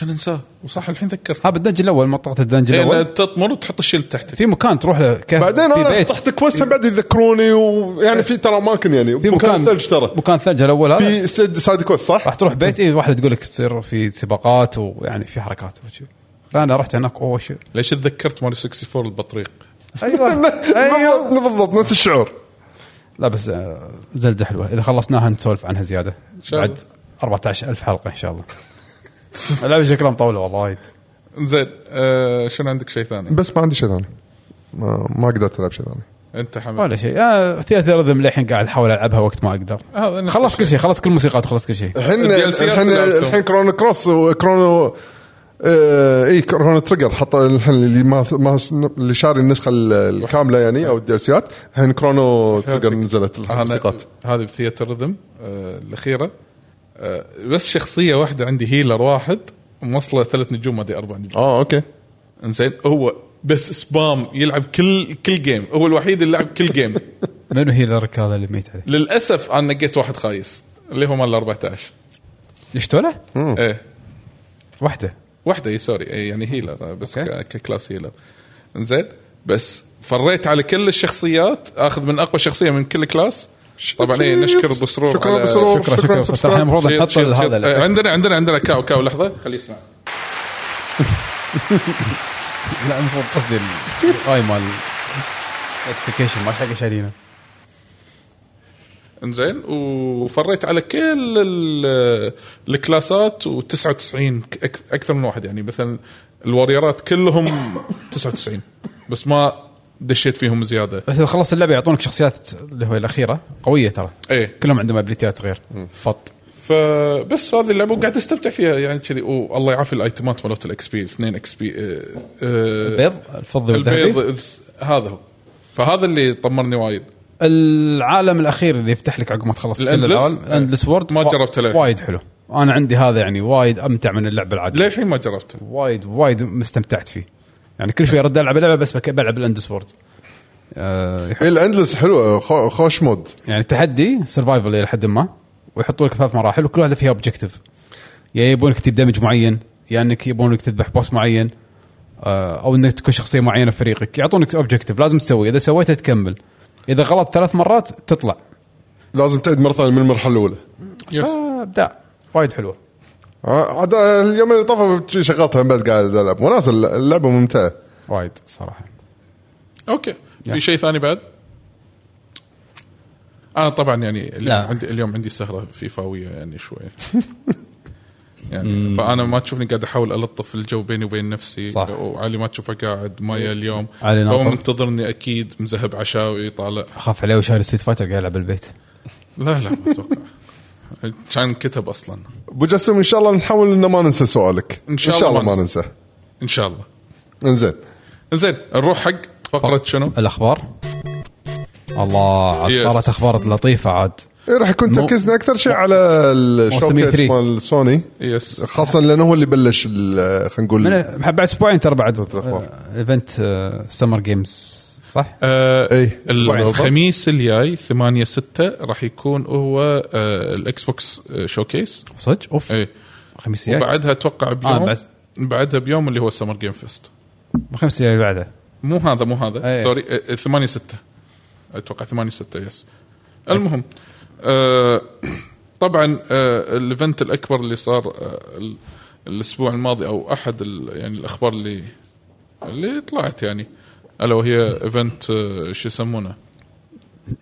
كان انساه وصح الحين ذكرت ها بالدنجن الاول منطقه الدنجن إيه، لا، الاول تطمر وتحط الشيل تحتك في مكان تروح له كهف بعدين في انا بيت طحت كويس بعد يذكروني ويعني في ترى اماكن يعني في مكان آه. ثلج ترى مكان ثلج الاول هذا في سيد- سايد كويست صح؟ راح تروح بيت اي واحده تقول لك تصير في سباقات ويعني في حركات وشي. فانا رحت هناك اوه شو ليش تذكرت ماري 64 البطريق ايوه بالضبط- بالضبط نفس الشعور لا بس آه، زلده حلوه اذا خلصناها نسولف عنها زياده شاء الله. بعد 14000 حلقه ان شاء الله اللعبه شكلها مطوله والله وايد زين آه شنو عندك شيء ثاني؟ بس ما عندي شيء ثاني ما ما قدرت العب شيء ثاني انت حمد ولا شيء آه، انا ثياتر رذم للحين قاعد احاول العبها وقت ما اقدر هذا نفس خلصت كل شيء خلصت كل الموسيقات خلصت كل شيء الحين DLC الحين لعبتهم. الحين كرونو كروس وكرونو آه، اي كرونو تريجر حط الحين اللي ما ما اللي شاري النسخه ال- الكامله يعني او الديرسيات الحين كرونو تريجر نزلت أنا- الموسيقات هذه بثياتر ريذم آه الاخيره آه بس شخصيه واحده عندي هيلر واحد موصله ثلاث نجوم ما ادري اربع نجوم اه اوكي انزين هو بس سبام يلعب كل كل جيم هو الوحيد اللي لعب كل جيم منو هيلرك هذا اللي ميت عليه؟ للاسف انا نقيت واحد خايس اللي هو مال 14 شتوله؟ ايه واحده واحده اي سوري إيه يعني هيلر بس أوكي. ك- ككلاس هيلر انزين بس فريت على كل الشخصيات اخذ من اقوى شخصيه من كل كلاس طبعا ايه نشكر بسرور شكرا على- بسرور. شكرا شكراً، شكرا شكراً. صراحة المفروض شيل- نحط شيل- شيل. هذا آه، عندنا عندنا عندنا كاو كاو لحظه خليه يسمع لا المفروض قصدي الاي مال نوتيفيكيشن ما حق شارينا انزين وفريت على كل ال- آه، الكلاسات و99 اكثر من واحد يعني مثلا الوريرات كلهم 99 بس ما دشيت فيهم زياده بس اذا خلصت اللعبه يعطونك شخصيات اللي هو الاخيره قويه ترى ايه كلهم عندهم ابيليتيات غير فط فبس هذه اللعبه وقاعد استمتع فيها يعني كذي والله يعافي الايتمات مالت الاكس بي 2 اكس بي البيض الفضي إيه، البيض والذهبي الث- هذا هو فهذا اللي طمرني وايد العالم الاخير اللي يفتح لك عقب ما تخلص كل الأندلس؟ العالم الاندلس وورد ما وا- جربته للحين. وايد حلو انا عندي هذا يعني وايد امتع من اللعبه العاديه للحين ما جربته وايد وايد مستمتعت فيه يعني كل شوي ارد العب لعبه بس بك- بلعب الاندس وورد آه، يح- هي الاندلس حلوه إيه، خو- خوش مود يعني تحدي سرفايفل الى حد ما ويحطوا لك ثلاث مراحل وكل واحده فيها اوبجيكتيف يا يبونك تجيب دمج معين يا انك يبونك تذبح بوس معين آه، او انك تكون شخصيه معينه في فريقك يعطونك اوبجيكتيف لازم تسويه اذا سويته تكمل اذا غلط ثلاث مرات تطلع لازم تعيد مره ثانيه من المرحله الاولى يس آه، ابداع وايد حلوه آه، عاد اليوم اللي طافوا شغلتها بعد قاعد العب وناس اللعبه ممتعه وايد صراحه اوكي يا. في شيء ثاني بعد؟ انا طبعا يعني اليوم لا. عندي اليوم عندي سهره فيفاويه يعني شوي يعني فانا ما تشوفني قاعد احاول الطف الجو بيني وبين نفسي صح. وعلي ما تشوفه قاعد مايا اليوم علي هو ناطر. منتظرني اكيد مذهب عشاوي طالع اخاف عليه وشاري ستيت فايتر قاعد يلعب بالبيت لا لا ما اتوقع كان كتب اصلا ابو جسم ان شاء الله نحاول ان ما ننسى سؤالك إن شاء الله ما ما ننسى ان شاء الله انزين زين نروح حق فقره شنو؟ الاخبار الله عاد Yes. صارت اخبار لطيفه عاد إيه، راح يكون مو- تركيزنا اكثر شيء على موسمية الشوكيس 3. مال سوني يس خاصه لانه هو اللي بلش ال- خلينا نقول من بعد اسبوعين ترى بعد الأخبار. آه، ايفنت سمر جيمز صح؟ آه إيه. الخميس الجاي 8 6 راح يكون هو آه الاكس بوكس آه، شوكيس صدق اوف ايه خميس الجاي وبعدها اتوقع آه، بيوم بعد- بعدها بيوم اللي هو سمر جيم فيست خميس الجاي اللي بعده مو هذا مو هذا إيه. سوري آه، 8 6 اتوقع 8 6 يس إيه. المهم آه طبعا آه الايفنت الاكبر اللي صار آه ال- الاسبوع الماضي او احد ال- يعني الاخبار اللي اللي طلعت يعني الا وهي ايفنت آه شو يسمونه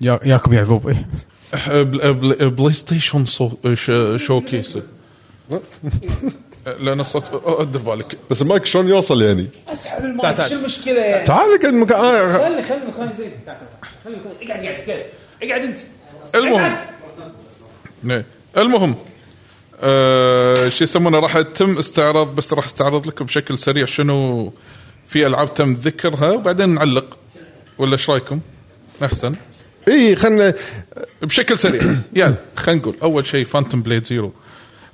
يا- ياكم يعقوب إيه. آه، بل- بل- بلاي ستيشن صو- ش- شوكيس لان الصوت أه، ادر بالك بس المايك شلون يوصل يعني اسحب المايك شو المشكله يعني تعال قاعد مكان آه، خلي خلي المكان زين تعال تعال تعال. خلي المكان اقعد اقعد اقعد اقعد انت المهم اقعد إيه. المهم آه، شو يسمونه راح يتم استعراض بس راح استعرض لكم بشكل سريع شنو في العاب تم ذكرها وبعدين نعلق ولا ايش رايكم؟ احسن اي إيه، خلينا بشكل سريع يلا خلينا نقول اول شيء فانتوم بليد زيرو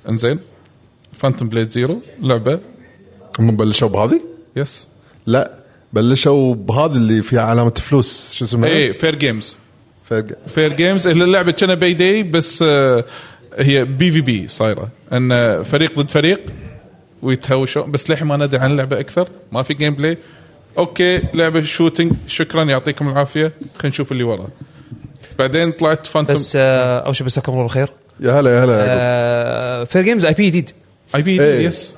انزين فانتوم بليد زيرو لعبه هم بلشوا بهذه؟ يس لا بلشوا بهذه اللي فيها علامه فلوس شو اسمها؟ ايه فير جيمز فرق. فير جيمز اللي اللعبه كنا باي داي بس آه، هي بي في بي صايره ان آه، فريق ضد فريق ويتهاوشون بس للحين ما ندري عن اللعبه اكثر ما في جيم بلاي اوكي لعبه شوتنج شكرا يعطيكم العافيه خلينا نشوف اللي وراه بعدين طلعت فانتوم بس آه، اول شيء مساكم الله بالخير يا هلا يا هلا يعقوب. آه، فير جيمز اي بي جديد اي بي إيه. يس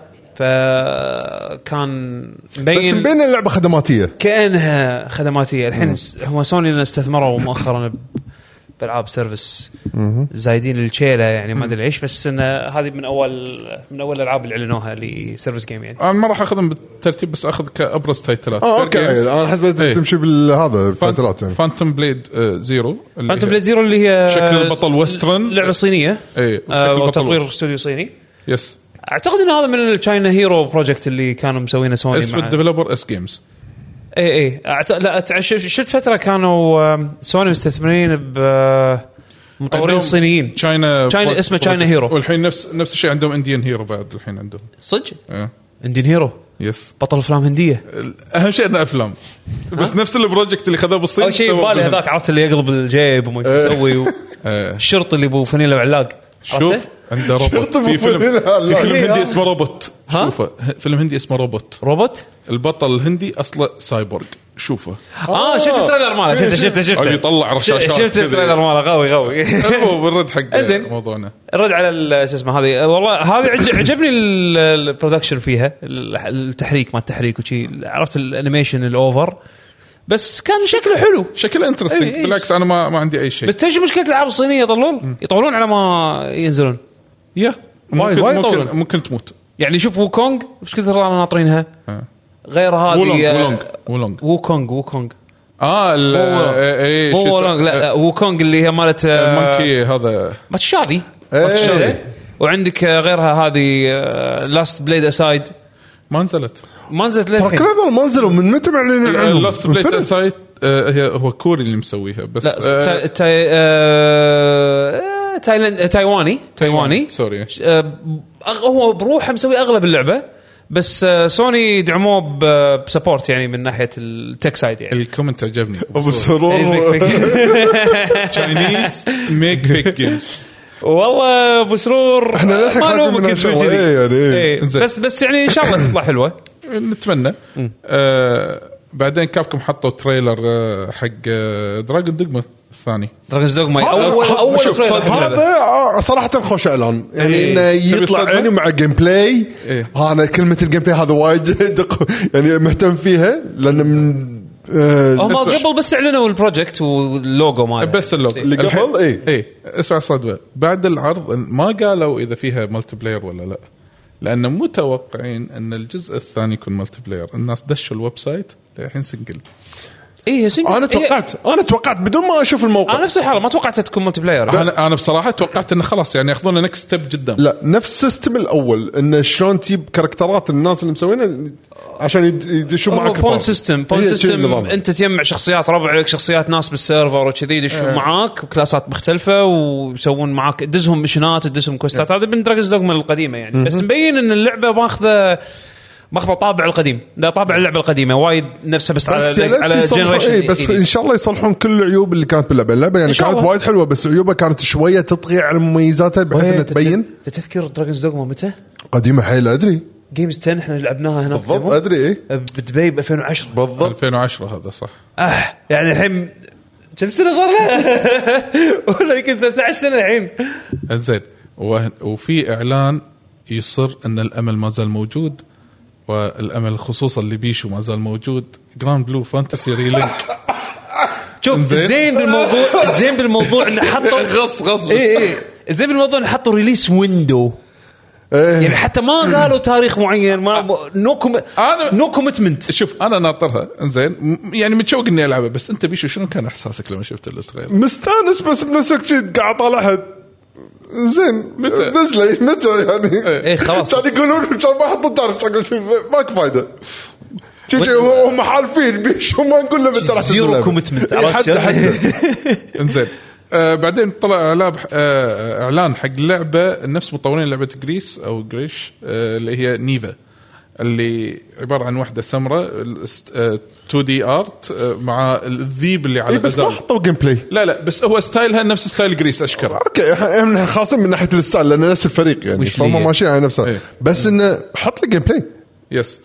فكان بس مبين مبين اللعبه خدماتيه كانها خدماتيه الحين س- هو سوني إنه استثمروا مؤخرا ب- بالعاب سيرفس زايدين الشيله يعني ما ادري ليش بس انه هذه من اول من اول الالعاب اللي اعلنوها لسيرفس جيم يعني انا ما راح اخذهم بالترتيب بس اخذ كابرز تايتلات اه Fair اوكي Games. انا حسبت إيه. تمشي بالهذا التايتلات يعني فانتوم بليد آه، زيرو اللي فانتوم هي- بليد زيرو اللي هي شكل البطل ويسترن. لعبه صينيه إيه، آه، شكل البطل وتطوير ويسترن. استوديو صيني يس اعتقد ان هذا من التشاينا هيرو بروجكت اللي كانوا مسوينه سوني اسم مع- الديفلوبر اس جيمز اي اي أعت... لا أت... شف- شفت فتره كانوا آم، سوني مستثمرين ب آه، مطورين صينيين تشاينا China- اسمه China Hero. والحين نفس نفس الشيء عندهم انديان هيرو بعد الحين عندهم صدق إيه. اندين هيرو يس بطل افلام هنديه اهم شيء انه افلام بس نفس البروجكت اللي خذوه بالصين اول شيء سووه ببالي بالهند. هذاك عرفت اللي يقلب الجيب وما يسوي و- إيه. الشرطي اللي ابو فنيله وعلاق شوف عرفته؟ عنده روبوت شرطي في فيلم مفيد. لا، لا. في فيلم إيه، هندي آه. اسمه روبوت ها؟ شوفه فيلم هندي اسمه روبوت روبوت البطل الهندي اصله سايبورغ شوفه اه شفت التريلر ماله شفته شفته شفته آه. إيه، أبي يطلع رشاشات شفت كذي. التريلر ماله قوي قوي المهم بنرد حق زين. موضوعنا رد على ال- شو اسمه هذه والله هذه عج- عجبني ال- ال- البرودكشن فيها ال- التحريك ما التحريك وشي عرفت الانيميشن الاوفر بس كان شكله حلو شكله إي، انترستنج إي. بالعكس انا ما ما عندي اي شيء إيه، بس تجي مشكله الالعاب الصينيه يطلون يطولون على ما ينزلون يا وايد- ممكن وايد ممكن, طولن. ممكن تموت يعني شوف ووكونغ ايش كثر رانا ناطرينها آه. غير هذه وولونج آه، وولونج وولونج ووكونغ ووكونغ اه ال وولونج. إي- إي، مو إيه، شو اسمه؟ وولونج لا آه، ووكونغ اللي هي مالت آه، المونكي هذا مالت الشاذي إيه. وعندك آه، غيرها هذه آه، لاست بليد اسايد ما نزلت ما نزلت ترى للحين كل هذول ما نزلوا من متى معلنين عنهم؟ لاست بليت انفنت. سايت آه، هي هو كوري اللي مسويها بس Uh, لا آه، تا- تا- آه، تايلاند تايواني تايواني سوري آه، أغ- هو بروحه مسوي اغلب اللعبه بس آه، سوني دعموه ب- بسبورت يعني من ناحيه التك سايد يعني الكومنت عجبني ابو إيه، سرور تشاينيز ميك فيك جيمز والله ابو سرور إحنا للحين ما خايفين لومك منها أنت شغلة، كذي. إيه يعني، إيه. إيه، زين. بس بس يعني ان شاء الله تطلع حلوه نتمنى آه بعدين كابكم حطوا تريلر آه حق آه دراجون دوجما الثاني دراجونز دوغ ماي هذا اول صدمة، اول شوف، trailer صدمة. باللعبة. هذا آه، صراحه خوش اعلان يعني إيه. انه تبي يطلع صدمة؟ يعني مع جيم بلاي إيه. انا كلمه الجيم بلاي هذا وايد دق يعني مهتم فيها لان من آه، هم نفس- قبل بس اعلنوا البروجكت واللوجو ماله بس اللوجو اللي قبل، الحين- إيه. اي اسمع الصدمه بعد العرض ما قالوا اذا فيها ملتي بلاير ولا لا لان متوقعين ان الجزء الثاني يكون ملتي بلاير الناس دشوا الويب سايت الحين سنجل اي سنجل انا إيه، توقعت انا توقعت بدون ما اشوف الموقع انا نفس الحاله ما توقعت تكون ملتي بلاير انا انا بصراحه توقعت انه خلاص يعني ياخذون نكست ستيب جدا لا نفس السيستم الاول انه شلون تجيب كاركترات الناس اللي مسوينها عشان يد- يدشون هو معك بون بعض. سيستم بون هي شي النظام. سيستم انت تجمع شخصيات ربعك شخصيات ناس بالسيرفر وكذي يدشون إيه. معاك وكلاسات مختلفه ويسوون معاك تدزهم مشنات تدزهم كوستات إيه. هذا من دراجونز دوغما القديمه يعني بس مبين ان اللعبه ماخذه ماخذه طابع القديم لا طابع اللعبه القديمه وايد نفسها بس, بس على يا على ريت يصلحون- generation إيه، بس جديد. ان شاء الله يصلحون كل العيوب اللي كانت باللعبه، اللعبه يعني إن شاء كانت الله. وايد حلوه بس عيوبها كانت شويه تطغي على مميزاتها بحيث انها تبين أنت إيه، تذكر دراجونز دوغما متى؟ قديمه حيل ادري جيمز 10 احنا لعبناها هناك بالضبط ديمو. ادري ايه بدبي ب 2010 بالضبط 2010 هذا صح اه يعني الحين كم سنه صار له؟ ولا يمكن 13 سنه الحين زين وه- وفي اعلان يصر ان الامل ما زال موجود والامل خصوصا اللي بيشو ما زال موجود جراند بلو فانتسي ريلينك شوف زين. الزين بالموضوع الزين بالموضوع انه حطوا غص غص اي اي الزين بالموضوع انه حطوا ريليس ويندو يعني إيه. حتى ما قالوا تاريخ معين آه. ما نو أنا- نو كومتمنت شوف انا ناطرها انزين م- يعني متشوق اني العبها بس انت بيشو شنو كان احساسك لما شفت التريلر؟ مستانس بس بنفس الوقت شي قاعد اطالعها زين متى؟ نزله متى يعني إيه، خلاص. كان يقولون كان ما حطوا تاريخ أقول ماك فايده شي شي هم حالفين بيشو ما نقول له متى راح زيرو تنزل. commitment، إيه، عرفت حتى شلون؟ حتى انزين آه بعدين طلع إعلان- آه، اعلان حق لعبه نفس مطورين لعبه جريس او جريش آه اللي هي نيفا اللي عباره عن واحده سمراء آه، 2 دي ارت آه، مع الذيب اللي على إيه، بس ما البزال حطوا جيم بلاي لا لا بس هو ستايلها نفس ستايل جريس اشكره اوكي إحنا- احنا خاصين من ناحيه الستايل لان نفس الفريق يعني وش فهم ليه؟ ماشيين على نفسها إيه. بس انه حط لي جيم بلاي يس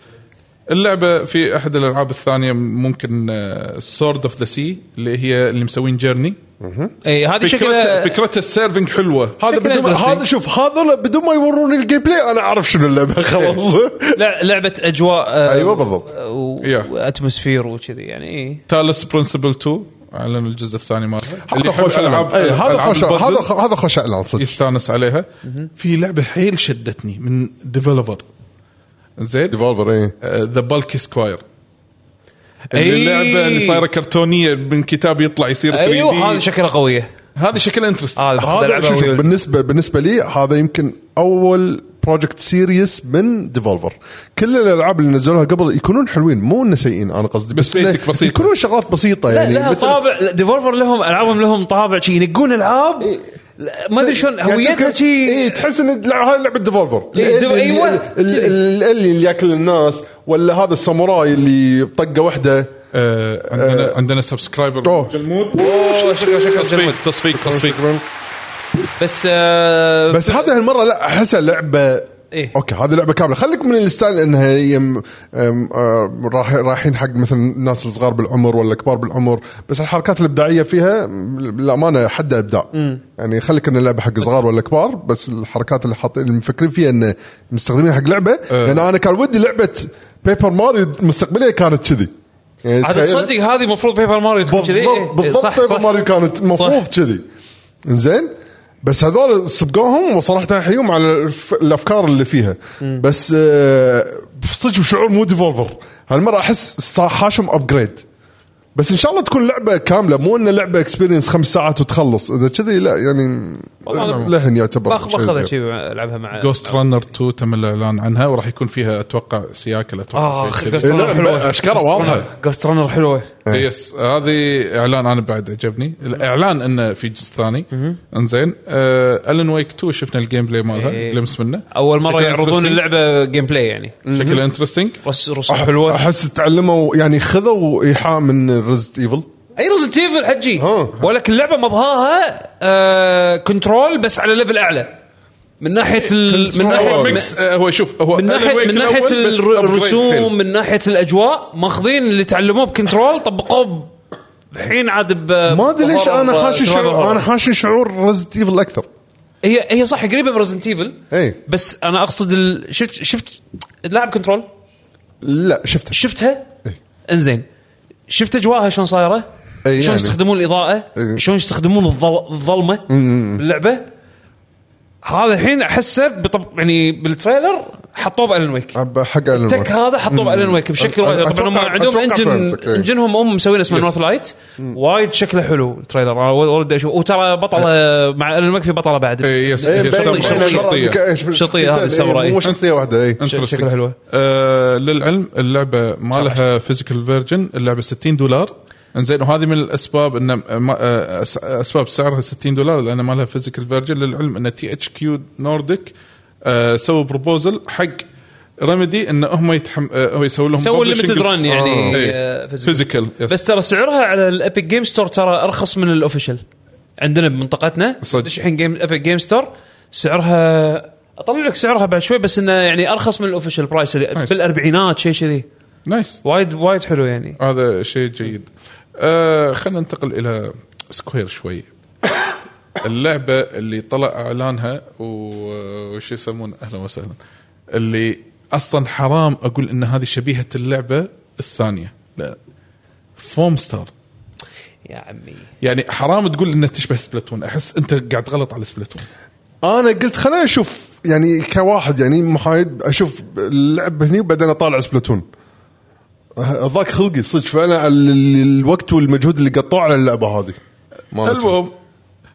اللعبه في احد الالعاب الثانيه ممكن آه، سورد اوف ذا سي اللي هي اللي مسوين جيرني اي إيه، هذه فكرتها شكلها فكرتها السيرفنج حلوه هذا شكله بدون ما- interesting. هذا شوف هذا بدون ما يوروني الجيم بلاي انا اعرف شنو إيه. اللعبه خلاص لع- لعبه اجواء آه، أيوة، بالضبط. و- Yeah. واتموسفير وكذي يعني اي تالس برنسبل 2 اعلنوا الجزء الثاني مالها هذا خوش العاب إيه، هذا خوش هذا خ- هذا خوش اعلان صدق يستانس عليها في لعبه حيل شدتني من ديفلوبر زين آه، ديفولفر ايه ذا بالكي سكواير إيه. أي. اللعبه اللي صايره كرتونيه من كتاب يطلع يصير 3 أيوة، ايوه أيوه هذه شكلها قويه هذه شكلها انترست هذا باخذ آه، هذا ألعبها شوف ويقول- بالنسبه بالنسبه لي هذا يمكن اول بروجكت سيريس من ديفولفر كل الالعاب اللي نزلوها قبل يكونون حلوين مو انه سيئين انا قصدي بس إنه basic بسيطة. يكونون شغلات بسيطه لا يعني لها مثل- طابع ديفولفر لهم العابهم لهم طابع شي ينقون العاب لا، ما ادري شلون إيه. يعني هويتها تذكر- إيه، شي تحس ان اللع- هاي يعني لعبه ديفولفر إيه، ديف- أيوة. اللي اللي ياكل الناس ولا هذا الساموراي اللي طقه واحده آه عندنا آه عندنا سبسكرايبر أوه. شكرا شكرا تصفيق تصفيق تصفيق بس آه بس هذا هالمره لا احسها لعبه أه، إيه. اوكي هذه لعبه كامله خليك من الستايل انها هي م- أم- آه، راح رايحين حق مثلا الناس الصغار بالعمر ولا كبار بالعمر بس الحركات الابداعيه فيها م- للامانه حدها ابداع يعني خليك ان اللعبه حق صغار ولا كبار بس الحركات اللي حاطين اللي مفكرين فيها ان مستخدمين حق لعبه أه. لان انا كان ودي لعبه بيبر ماريو مستقبليه كانت كذي يعني عاد تخيل- تصدق هذه المفروض بيبر ماريو تكون كذي إيه، بالضبط بالضبط بيبر ماريو كانت المفروض كذي زين بس هذول صبقوهم وصراحه احييهم على الف- الافكار اللي فيها بس آه، صدق بشعور مو ديفولفر هالمره احس صار حاشم ابجريد بس ان شاء الله تكون لعبه كامله مو انه لعبه اكسبيرينس خمس ساعات وتخلص اذا كذي لا يعني والله أنا- لحن يعتبر باخ- شيء باخذها زين. شي العبها مع جوست رانر 2 تم الاعلان عنها وراح يكون فيها اتوقع سياكل اتوقع آه، إيه، شيء Ghost كذا. Runner لا، حلوة. اشكره واضحه جوست رانر حلوه يس هذه اعلان انا بعد عجبني الاعلان انه في جزء ثاني انزين آه، الن ويك 2 شفنا الجيم بلاي مالها إيه. جلمس منه اول مره شكلها يعرضون إيه، interesting. اللعبه جيم بلاي يعني شكله انترستنج رس رسوم أح- حلوه احس تعلموا يعني خذوا ايحاء من ريزد ايفل اي ريزنت ايفل حجي ها. ولكن اللعبه مضاها آه كنترول بس على ليفل اعلى من ناحيه ال... من هو ناحيه ميكس آه، هو شوف هو من Alan ناحيه Wake من الأول ناحيه بس الر- upgrade حيل. الرسوم من ناحيه الاجواء ماخذين اللي تعلموه بكنترول طبقوه ب- الحين عاد ب ما ادري ليش بهورر- انا حاشي بسرعة شعور بهورر. انا حاشي شعور ريزد ايفل اكثر هي هي صح قريبه من ريزنت ايفل إي. بس انا اقصد ال... شفت شفت لاعب كنترول لا شفته شفتها إيه. انزين شفت اجواءها شلون صايره؟ إيه شلون يعني. يستخدمون الاضاءه؟ إيه. شلون يستخدمون الظل- الظلمه باللعبه؟ هذا الحين احسه بطب يعني بالتريلر حطوه بالن ويك أب- حق الون تك هذا حطوه بالن ويك بشكل أ- أ- وايد طبعا هم أتوقع- عندهم أتوقع انجن فهمتك، إيه. انجنهم هم مسوين اسمه نورث لايت وايد شكله حلو التريلر انا ولد اشوف وترى بطله مع الن ويك في بطله بعد إيه، يس إيه، هي بين- السمراء شرطية. الشرطية. شرطية إيه، هذه السمراء، مو إيه. شخصيه واحده اي Interesting. شكلها حلوة. آه للعلم اللعبه ما لها فيزيكال فيرجن اللعبه 60 دولار انزين وهذه من الاسباب ان ما- آه، أس- اسباب سعرها 60 دولار لان ما لها فيزيكال فيرجن للعلم ان تي اتش كيو نورديك آه سووا بروبوزل حق رمدي ان هم يتحم... آه، هو يسوي لهم سووا publishing الليمتد بال- ران يعني آه، إيه. physical. فيزيكال يس. بس ترى سعرها على الابيك جيم ستور ترى ارخص من الاوفيشال عندنا بمنطقتنا صدق. دش الحين جيم ابيك جيم ستور سعرها اطلع لك سعرها بعد شوي بس انه يعني ارخص من الاوفيشال برايس اللي نايس. بالاربعينات شيء كذي نايس وايد وايد حلو يعني هذا شيء جيد آه خلينا ننتقل الى سكوير شوي اللعبه اللي طلع اعلانها و- وش يسمون اهلا وسهلا اللي اصلا حرام اقول ان هذه شبيهه اللعبه الثانيه لا فوم ستار يا عمي يعني حرام تقول انها تشبه سبلاتون احس انت قاعد غلط على سبلاتون انا قلت خليني اشوف يعني كواحد يعني محايد اشوف اللعب هني وبعدين اطالع سبلاتون ضاق خلقي صدق فعلا على ال- الوقت والمجهود اللي قطوه على اللعبه هذه ما المهم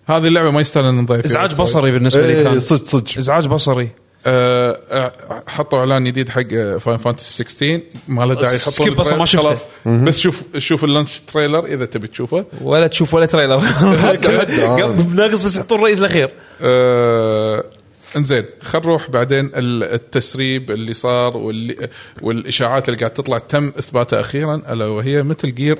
هذه اللعبه ما يستاهل ان نضيع فيها ازعاج وقت بصري بالنسبه لي اي كان إيه، صدق صدق ازعاج بصري آه، آه، حطوا اعلان جديد حق آه، فاين فانتسي 16 ما له داعي يحطون سكيب أصلاً ما التريلر، شفته. خلاص. بس شوف شوف اللانش تريلر اذا تبي تشوفه ولا تشوف ولا تريلر حتى، آه. ناقص بس يحطون الرئيس الاخير آه، انزين خلينا نروح بعدين ال- التسريب اللي صار واللي والاشاعات اللي قاعد تطلع تم اثباتها اخيرا الا وهي مثل جير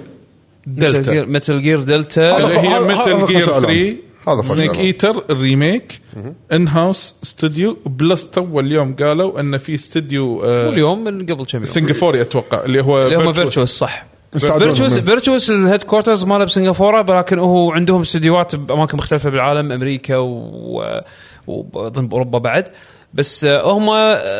دلتا متل جير دلتا هذا اللي هي هذا- هذا مثل خش جير إعلان. 3 هذا خش سنيك إعلان. ايتر الريميك ان هاوس استوديو بلس تو اليوم قالوا ان في استوديو آه، اليوم من قبل كم يوم سنغافوري اتوقع اللي هو اللي هم Virtuous. فيرتشوس صح يساعدونهم. فيرتشوس فيرتشوس الهيد كوارترز ماله بسنغافوره ولكن هو عندهم استديوهات باماكن مختلفه بالعالم امريكا و- واظن باوروبا بعد بس آه، هم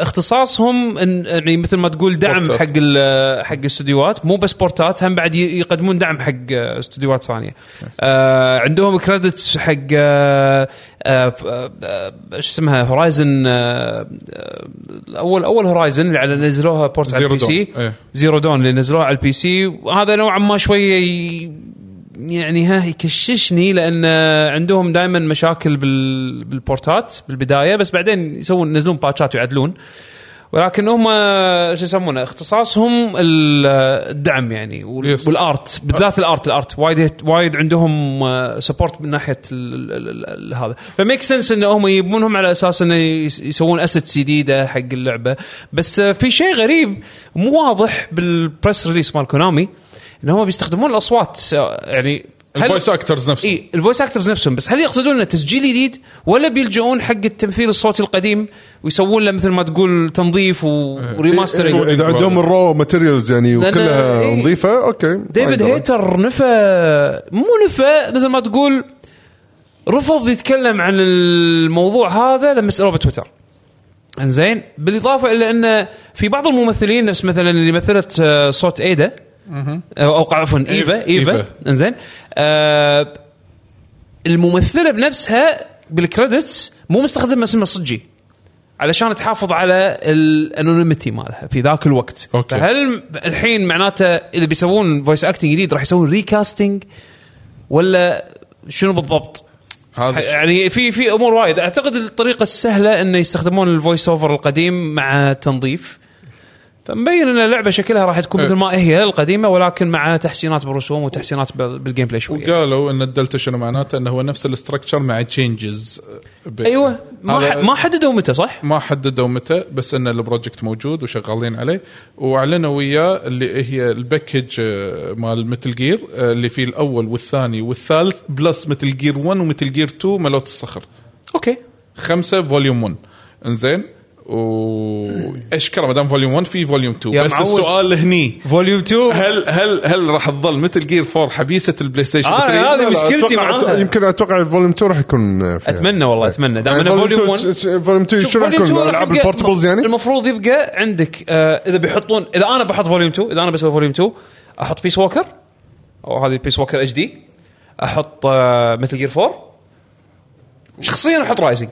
اختصاصهم إن- يعني مثل ما تقول دعم بورتات. حق ال- حق الاستديوهات مو بس بورتات هم بعد ي- يقدمون دعم حق آه، استديوهات ثانيه آه عندهم كريدتس حق آه، آه، ف- آه، آه، ايش اسمها آه، هورايزن اول اول هورايزن اللي على نزلوها بورت على Zero البي سي Dawn، إيه. زيرو دون اللي نزلوه على البي سي وهذا نوعا ما شويه ي- يعني ها يكششني لان عندهم دائما مشاكل بال... بالبورتات بالبدايه بس بعدين يسوون ينزلون باتشات ويعدلون ولكن هم شو يسمونه اختصاصهم ال- الدعم يعني وال- Yes. والارت بالذات الارت الارت وايد وايد عندهم سبورت من ناحيه ال- ال- ال- هذا فميك سنس ان هم يبونهم على اساس انه يس- يسوون اسيتس جديده حق اللعبه بس آه، في شيء غريب مو واضح بالبريس ريليس مال كونامي ان هم بيستخدمون الاصوات آه، يعني الفويس اكترز نفسهم اي الفويس اكترز نفسهم بس هل يقصدون انه تسجيل جديد ولا بيلجؤون حق التمثيل الصوتي القديم ويسوون له مثل ما تقول تنظيف و- وريماسترنج إذا- اذا عندهم الرو ماتيريالز يعني لأن- وكلها إيه. نظيفه اوكي ديفيد ما يندرى. هيتر نفى مو نفى مثل ما تقول رفض يتكلم عن الموضوع هذا لما سالوه بتويتر انزين بالاضافه الى انه في بعض الممثلين نفس مثلا اللي مثلت آه، صوت ايدا او أو عفوا ايفا ايفا إيفا. انزين آه، الممثله بنفسها بالكريدتس مو مستخدمه اسمها الصجي علشان تحافظ على الانونيمتي مالها في ذاك الوقت أوكي. فهل الحين معناته اللي بيسوون فويس اكتنج جديد راح يسوون ريكاستنج ولا شنو بالضبط؟ هذا الشيء. يعني في في امور وايد اعتقد الطريقه السهله انه يستخدمون الفويس اوفر القديم مع تنظيف فمبين ان اللعبه شكلها راح تكون إيه. مثل ما هي القديمه ولكن مع تحسينات بالرسوم وتحسينات بال- بالجيم بلاي شويه وقالوا ان الدلتا شنو معناته انه هو نفس الاستراكشر مع تشينجز ايوه ما ح- ما حددوا متى صح؟ ما حددوا متى بس ان البروجكت موجود وشغالين عليه واعلنوا وياه اللي هي الباكج آه، مال متل جير آه، اللي فيه الاول والثاني والثالث بلس متل جير 1 ومتل جير 2 ملوت الصخر اوكي خمسه فوليوم 1 انزين واشكره ما دام فوليوم 1 في فوليوم 2 يا بس معود. السؤال هني فوليوم 2 هل هل هل راح تظل متل جير 4 حبيسه البلاي ستيشن آه، 3 هذه لا، لا، مشكلتي أتوقع- معاها. يمكن اتوقع الفوليوم 2 راح يكون فيها. يعني اتمنى أه. والله اتمنى دام انه فوليوم 1 فوليوم 2 شو راح فوليوم يكون 2 العاب يبقى- البورتبلز يعني المفروض يبقى عندك آه اذا بيحطون اذا انا بحط فوليوم 2 اذا انا بسوي فوليوم 2 احط بيس ووكر او هذه بيس ووكر اتش دي احط آه مثل جير 4 شخصيا احط رايزنج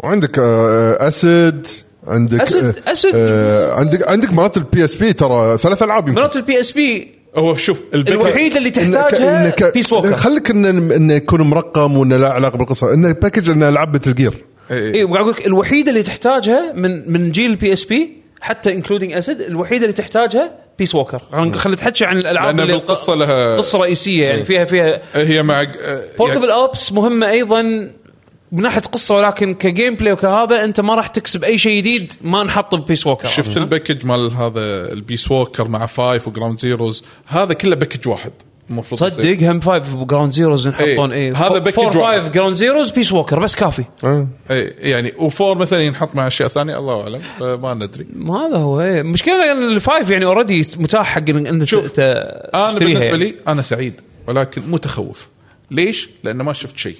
وعندك آه، اسد عندك أسد- آه، أسد. آه، عندك عندك مرات البي اس بي ترى ثلاث العاب يمكن مرات البي اس بي هو شوف الباكج- الوحيده اللي إنه تحتاجها ك- بيس ووكر خليك انه انه يكون مرقم وانه لا علاقه بالقصه انه باكج انه العاب مثل جير اي إيه، وقاعد اقول لك الوحيده اللي تحتاجها من من جيل البي اس بي حتى انكلودينج اسد الوحيده اللي تحتاجها بيس ووكر خلينا خلينا نتحكي عن الالعاب لأن اللي بالقصة لها- قصه رئيسيه يعني فيها فيها هي مع آه، بورتبل اوبس مهمه ايضا من ناحيه قصه ولكن كجيم بلاي وكهذا انت ما راح تكسب اي شيء جديد ما نحط ببيس ووكر شفت الباكج مال هذا البيس ووكر مع فايف وجراوند زيروز هذا كله باكج واحد المفروض يصير. تصدق هم فايف جراوند زيروز ينحطون إيه، اي هذا باكج فور واحد. فايف جراوند زيروز بيس ووكر بس كافي آه. اي يعني وفور مثلا ينحط مع اشياء ثانيه الله اعلم فما ندري ما هذا هو ايه المشكله إن الفايف يعني اوريدي متاح حق إن- ان شوف، ت- انا تشتريها بالنسبه يعني. لي انا سعيد ولكن متخوف ليش؟ لانه ما شفت شيء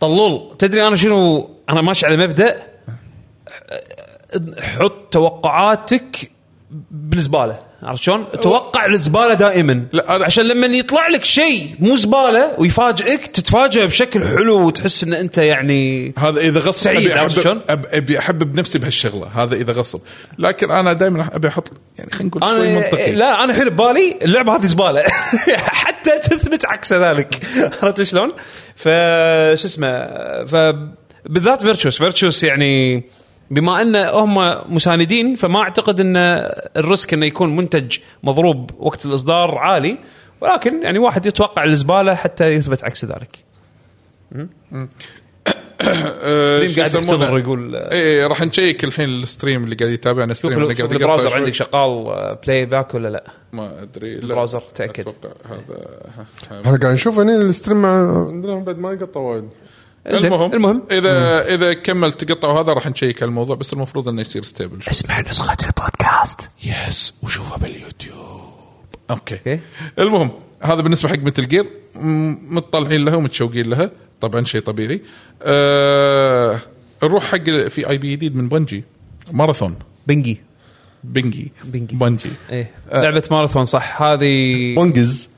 طلول تدري انا شنو انا ماشي على مبدا حط توقعاتك بالزباله عرفت شلون؟ توقع الزباله دائما لا، أنا- عشان لما يطلع لك شيء مو زباله ويفاجئك تتفاجئ بشكل حلو وتحس ان انت يعني هذا اذا غصب سعيد، ابي عرفت شلون؟ احبب أب- ابي احبب نفسي بهالشغله هذا اذا غصب لكن انا دائما ابي احط يعني خلينا نقول شوي انا منطقي إيه، لا انا الحين ببالي اللعبه هذه زباله حتى تثبت عكس ذلك عرفت شلون؟ ف شو اسمه ف بالذات فيرتشوس فيرتشوس يعني بما ان هم مساندين فما اعتقد ان الريسك انه يكون منتج مضروب وقت الاصدار عالي ولكن يعني واحد يتوقع الزباله حتى يثبت عكس ذلك. أه، ريم شو قاعد يسمونه؟ يحتضر يقول آه، اي إي، راح نشيك الحين الستريم اللي قاعد يتابعنا شوف ستريم اللي شوف طيب، قاعد يقطع البراوزر شوي. عندك شغال آه، بلاي باك ولا لا؟ ما ادري لا البراوزر، تأكد. اتوقع هذا احنا قاعد نشوف هنا الستريم مع- عندنا بعد ما يقطع وايد زين، المهم المهم اذا اذا كمل تقطع وهذا راح نشيك على الموضوع بس المفروض انه يصير ستيبل اسمع نسخه البودكاست يس وشوفها باليوتيوب اوكي أوكي. المهم هذا بالنسبه حق مثل جير متطلعين لها ومتشوقين لها طبعا شيء طبيعي أه نروح حق ال- في اي بي جديد من بنجي ماراثون بنجي بنجي بنجي. بنجي ايه آه. لعبه ماراثون صح هذه بونجز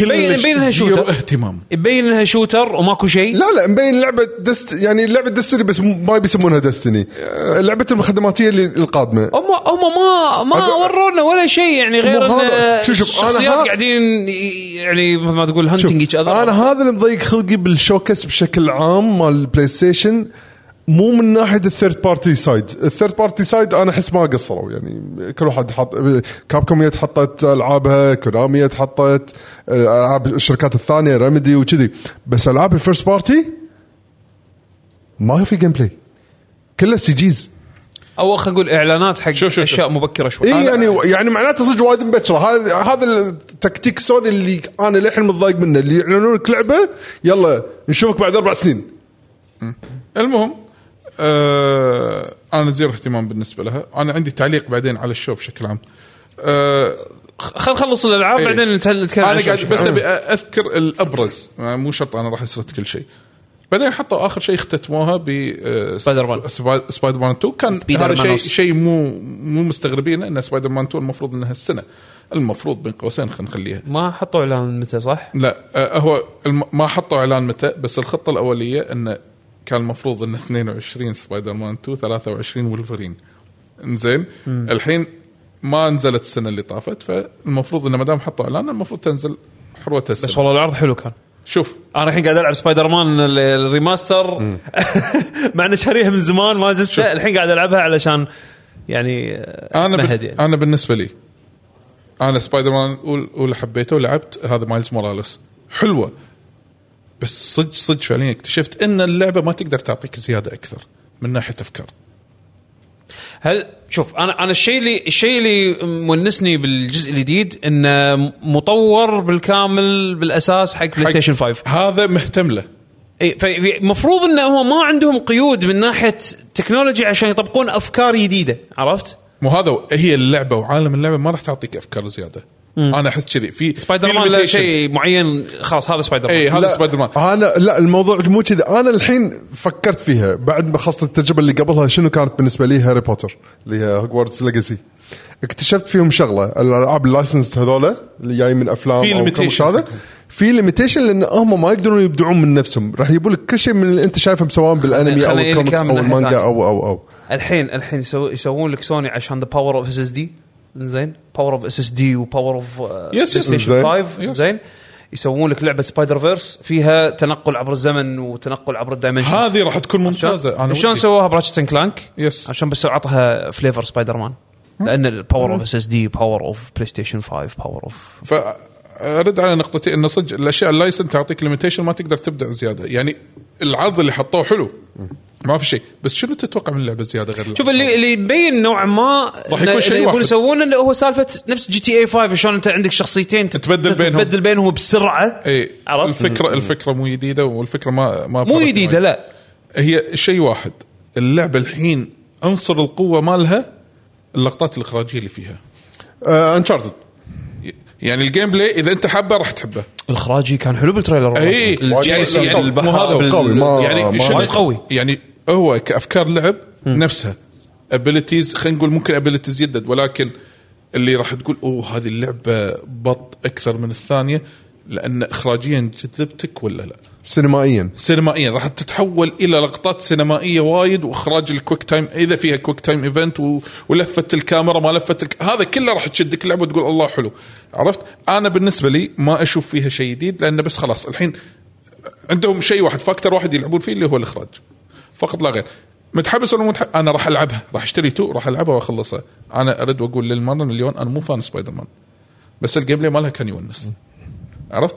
مبين- مبين إنها زيرو شوتر. اهتمام يبين انها شوتر وماكو شيء لا لا مبين لعبه دست يعني لعبه دستني بس ما بيسمونها دستني لعبه المخدماتيه اللي القادمه هم هم ما ما هذا- ورونا ولا شيء يعني غير مو هذا. ان شوف- شوف، أنا الشخصيات ها- قاعدين ي- يعني مثل ما تقول شوف، هانتنج ايتش انا اذر هذا اللي مضيق خلقي بالشوكس بشكل عام مال البلاي ستيشن مو من ناحيه الثيرد بارتي سايد، الثيرد بارتي سايد انا احس ما قصروا يعني كل واحد حط كابكوم هي تحطت العابها، كونامي هي تحطت العاب الشركات الثانيه ريميدي وكذي، بس العاب الفيرست بارتي ما في جيم بلاي كلها سي جيز او خلينا نقول اعلانات حق شوف شوف شوف. اشياء مبكره شوي اي أنا- يعني يعني معناته صدق وايد مبكره هذا هذا التكتيك سوني اللي انا للحين متضايق منه اللي يعلنون لك لعبه يلا نشوفك بعد اربع سنين المهم آه انا زيرو اهتمام بالنسبه لها انا عندي تعليق بعدين على الشو بشكل عام آه خل نخلص الالعاب إيه. بعدين نت- نتكلم عن انا الأشياء قاعد بس بشكل عام. ابي اذكر الابرز ما- آه، مو شرط انا راح اسرد كل شيء بعدين حطوا اخر شيء اختتموها ب آه، سبايدر مان. سبا- سبايدر مان 2 كان سبايدر هذا شيء مانوس. شيء مو مو مستغربينه ان سبايدر مان 2 المفروض انها السنه المفروض بين قوسين خلينا نخليها ما حطوا اعلان متى صح؟ لا آه، هو الم- ما حطوا اعلان متى بس الخطه الاوليه انه كان المفروض انه 22 سبايدر مان 2 23 ولفرين انزين الحين ما نزلت السنه اللي طافت فالمفروض انه ما دام حطوا اعلان المفروض تنزل حروتها السنه بس والله العرض حلو كان شوف انا الحين قاعد العب سبايدر مان ال- الريماستر مع اني شاريها من زمان ما جسته الحين قاعد العبها علشان يعني انا اتمهد بال... يعني انا بالنسبه لي انا سبايدر مان الأول- الاولى حبيته ولعبت هذا مايلز موراليس حلوه بس صدق صدق فعليا اكتشفت ان اللعبه ما تقدر تعطيك زياده اكثر من ناحيه افكار هل شوف انا انا الشيء اللي الشيء اللي مونسني بالجزء الجديد انه مطور بالكامل بالاساس حق بلاي ستيشن 5 هذا مهتم له إي، في- في- المفروض انه هو ما عندهم قيود من ناحيه تكنولوجي عشان يطبقون افكار جديده عرفت؟ مو هذا هي اللعبه وعالم اللعبه ما راح تعطيك افكار زياده انا احس كذي في سبايدر في مان له limitation. شيء معين خلاص هذا سبايدر مان اي إيه، هذا لا، سبايدر مان انا لا الموضوع مو كذا انا الحين فكرت فيها بعد ما خلصت التجربه اللي قبلها شنو كانت بالنسبه لي هاري بوتر اللي هي هوجوارتس ليجاسي اكتشفت فيهم شغله الالعاب اللايسنس هذولا اللي جاي من افلام في او limitation. كم هذا في ليميتيشن لان هم ما يقدرون يبدعون من نفسهم راح يجيبوا لك كل شيء من اللي انت شايفهم سواء بالانمي او خلينا نقول الكوميكس لك إياها من او ناحية المانجا ثانية. او او او الحين الحين يسو- يسوون لك سوني عشان ذا باور اوف اس اس دي زين باور اوف اس اس دي وباور اوف Yes, yes. زين. 5 Yes. آه، زين يسوون لك لعبه سبايدر فيرس فيها تنقل عبر الزمن وتنقل عبر الدايمنشن هذه راح تكون ممتازه انا شلون ودي. سووها براتشت اند كلانك Yes. Hmm. عشان بس عطها فليفر سبايدر مان لان الباور اوف اس اس دي باور اوف بلاي ستيشن 5 باور اوف فارد على نقطتي انه صدق الاشياء اللايسن تعطيك ليميتيشن ما تقدر تبدع زياده يعني العرض اللي حطوه حلو ما في شيء بس شنو تتوقع من اللعبه زياده غير شوف اللي اللي يبين نوعا ما راح يكون إنه- شيء إنه واحد. يبون يسوون انه هو سالفه نفس جي تي اي 5 شلون انت عندك شخصيتين تتبدل بينهم. تتبدل بينهم بسرعه اي عرفت؟ الفكره الفكره إيه، مو جديده والفكره ما ما مو جديده لا هي شيء واحد اللعبه الحين عنصر القوه مالها اللقطات الاخراجيه اللي فيها انشارتد يعني الجيم بلاي اذا انت حبه راح تحبه الاخراجي كان حلو بالتريلر والله. اي الجيش يعني- يعني البحر مو هذا بال- قوي، ما- ما- يعني شنو- وايد قوي. يعني هو كافكار لعب نفسها ابيلتيز خلينا نقول ممكن ابيلتيز يدد ولكن اللي راح تقول اوه هذه اللعبه بط اكثر من الثانيه لان اخراجيا جذبتك ولا لا؟ سينمائيا سينمائيا راح تتحول الى لقطات سينمائيه وايد واخراج الكويك تايم اذا فيها كويك تايم ايفنت و- ولفه الكاميرا ما لفت الك... هذا كله راح تشدك لعبه وتقول الله حلو عرفت انا بالنسبه لي ما اشوف فيها شيء جديد لانه بس خلاص الحين عندهم شيء واحد فاكتور واحد يلعبون فيه اللي هو الاخراج فقط لا غير متحمس ولا متحمس انا راح العبها راح اشتري تو راح العبها واخلصها انا ارد واقول للمره المليون انا مو فان سبايدر مان بس الجيم بلاي مالها كان يونس عرفت؟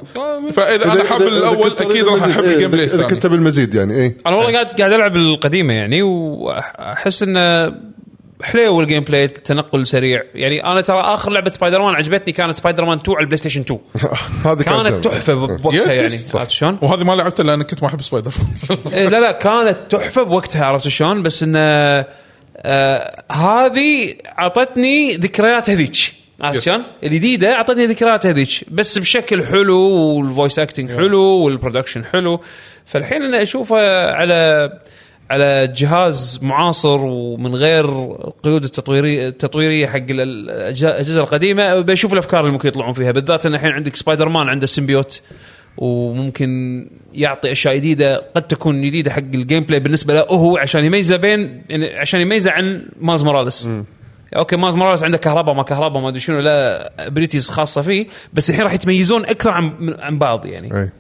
فاذا انا حاب الاول كنت اكيد راح بالمزيد، احب إيه، الجيم بلاي اذا الثاني كنت بالمزيد يعني ايه انا والله قاعد قاعد العب القديمه يعني واحس انه حلو الجيم بلاي التنقل سريع يعني انا ترى اخر لعبه سبايدر مان عجبتني كانت سبايدر مان 2 على البلاي ستيشن 2 هذه كانت تحفه بوقتها يس، يعني يس، عرفت شلون؟ وهذه ما لعبتها لان كنت ما احب سبايدر إيه لا لا كانت تحفه بوقتها عرفت شلون بس انه آه هذه اعطتني ذكريات هذيك عرفت Yes. شلون؟ الجديده اعطتني ذكريات هذيك بس بشكل حلو والفويس اكتنج حلو والبرودكشن حلو فالحين انا اشوفه على على جهاز معاصر ومن غير القيود التطويريه التطويريه حق ال- الأج- الاجهزه القديمه بشوف الافكار اللي ممكن يطلعون فيها بالذات ان الحين عندك سبايدر مان عنده سيمبيوت وممكن يعطي اشياء جديده قد تكون جديده حق الجيم بلاي بالنسبه له هو عشان يميزه بين يعني عشان يميزه عن ماز موراليس اوكي ماز موراليس عنده كهرباء ما كهرباء ما ادري شنو لا ابيلتيز خاصه فيه بس الحين راح يتميزون اكثر عن من- عن بعض يعني ايه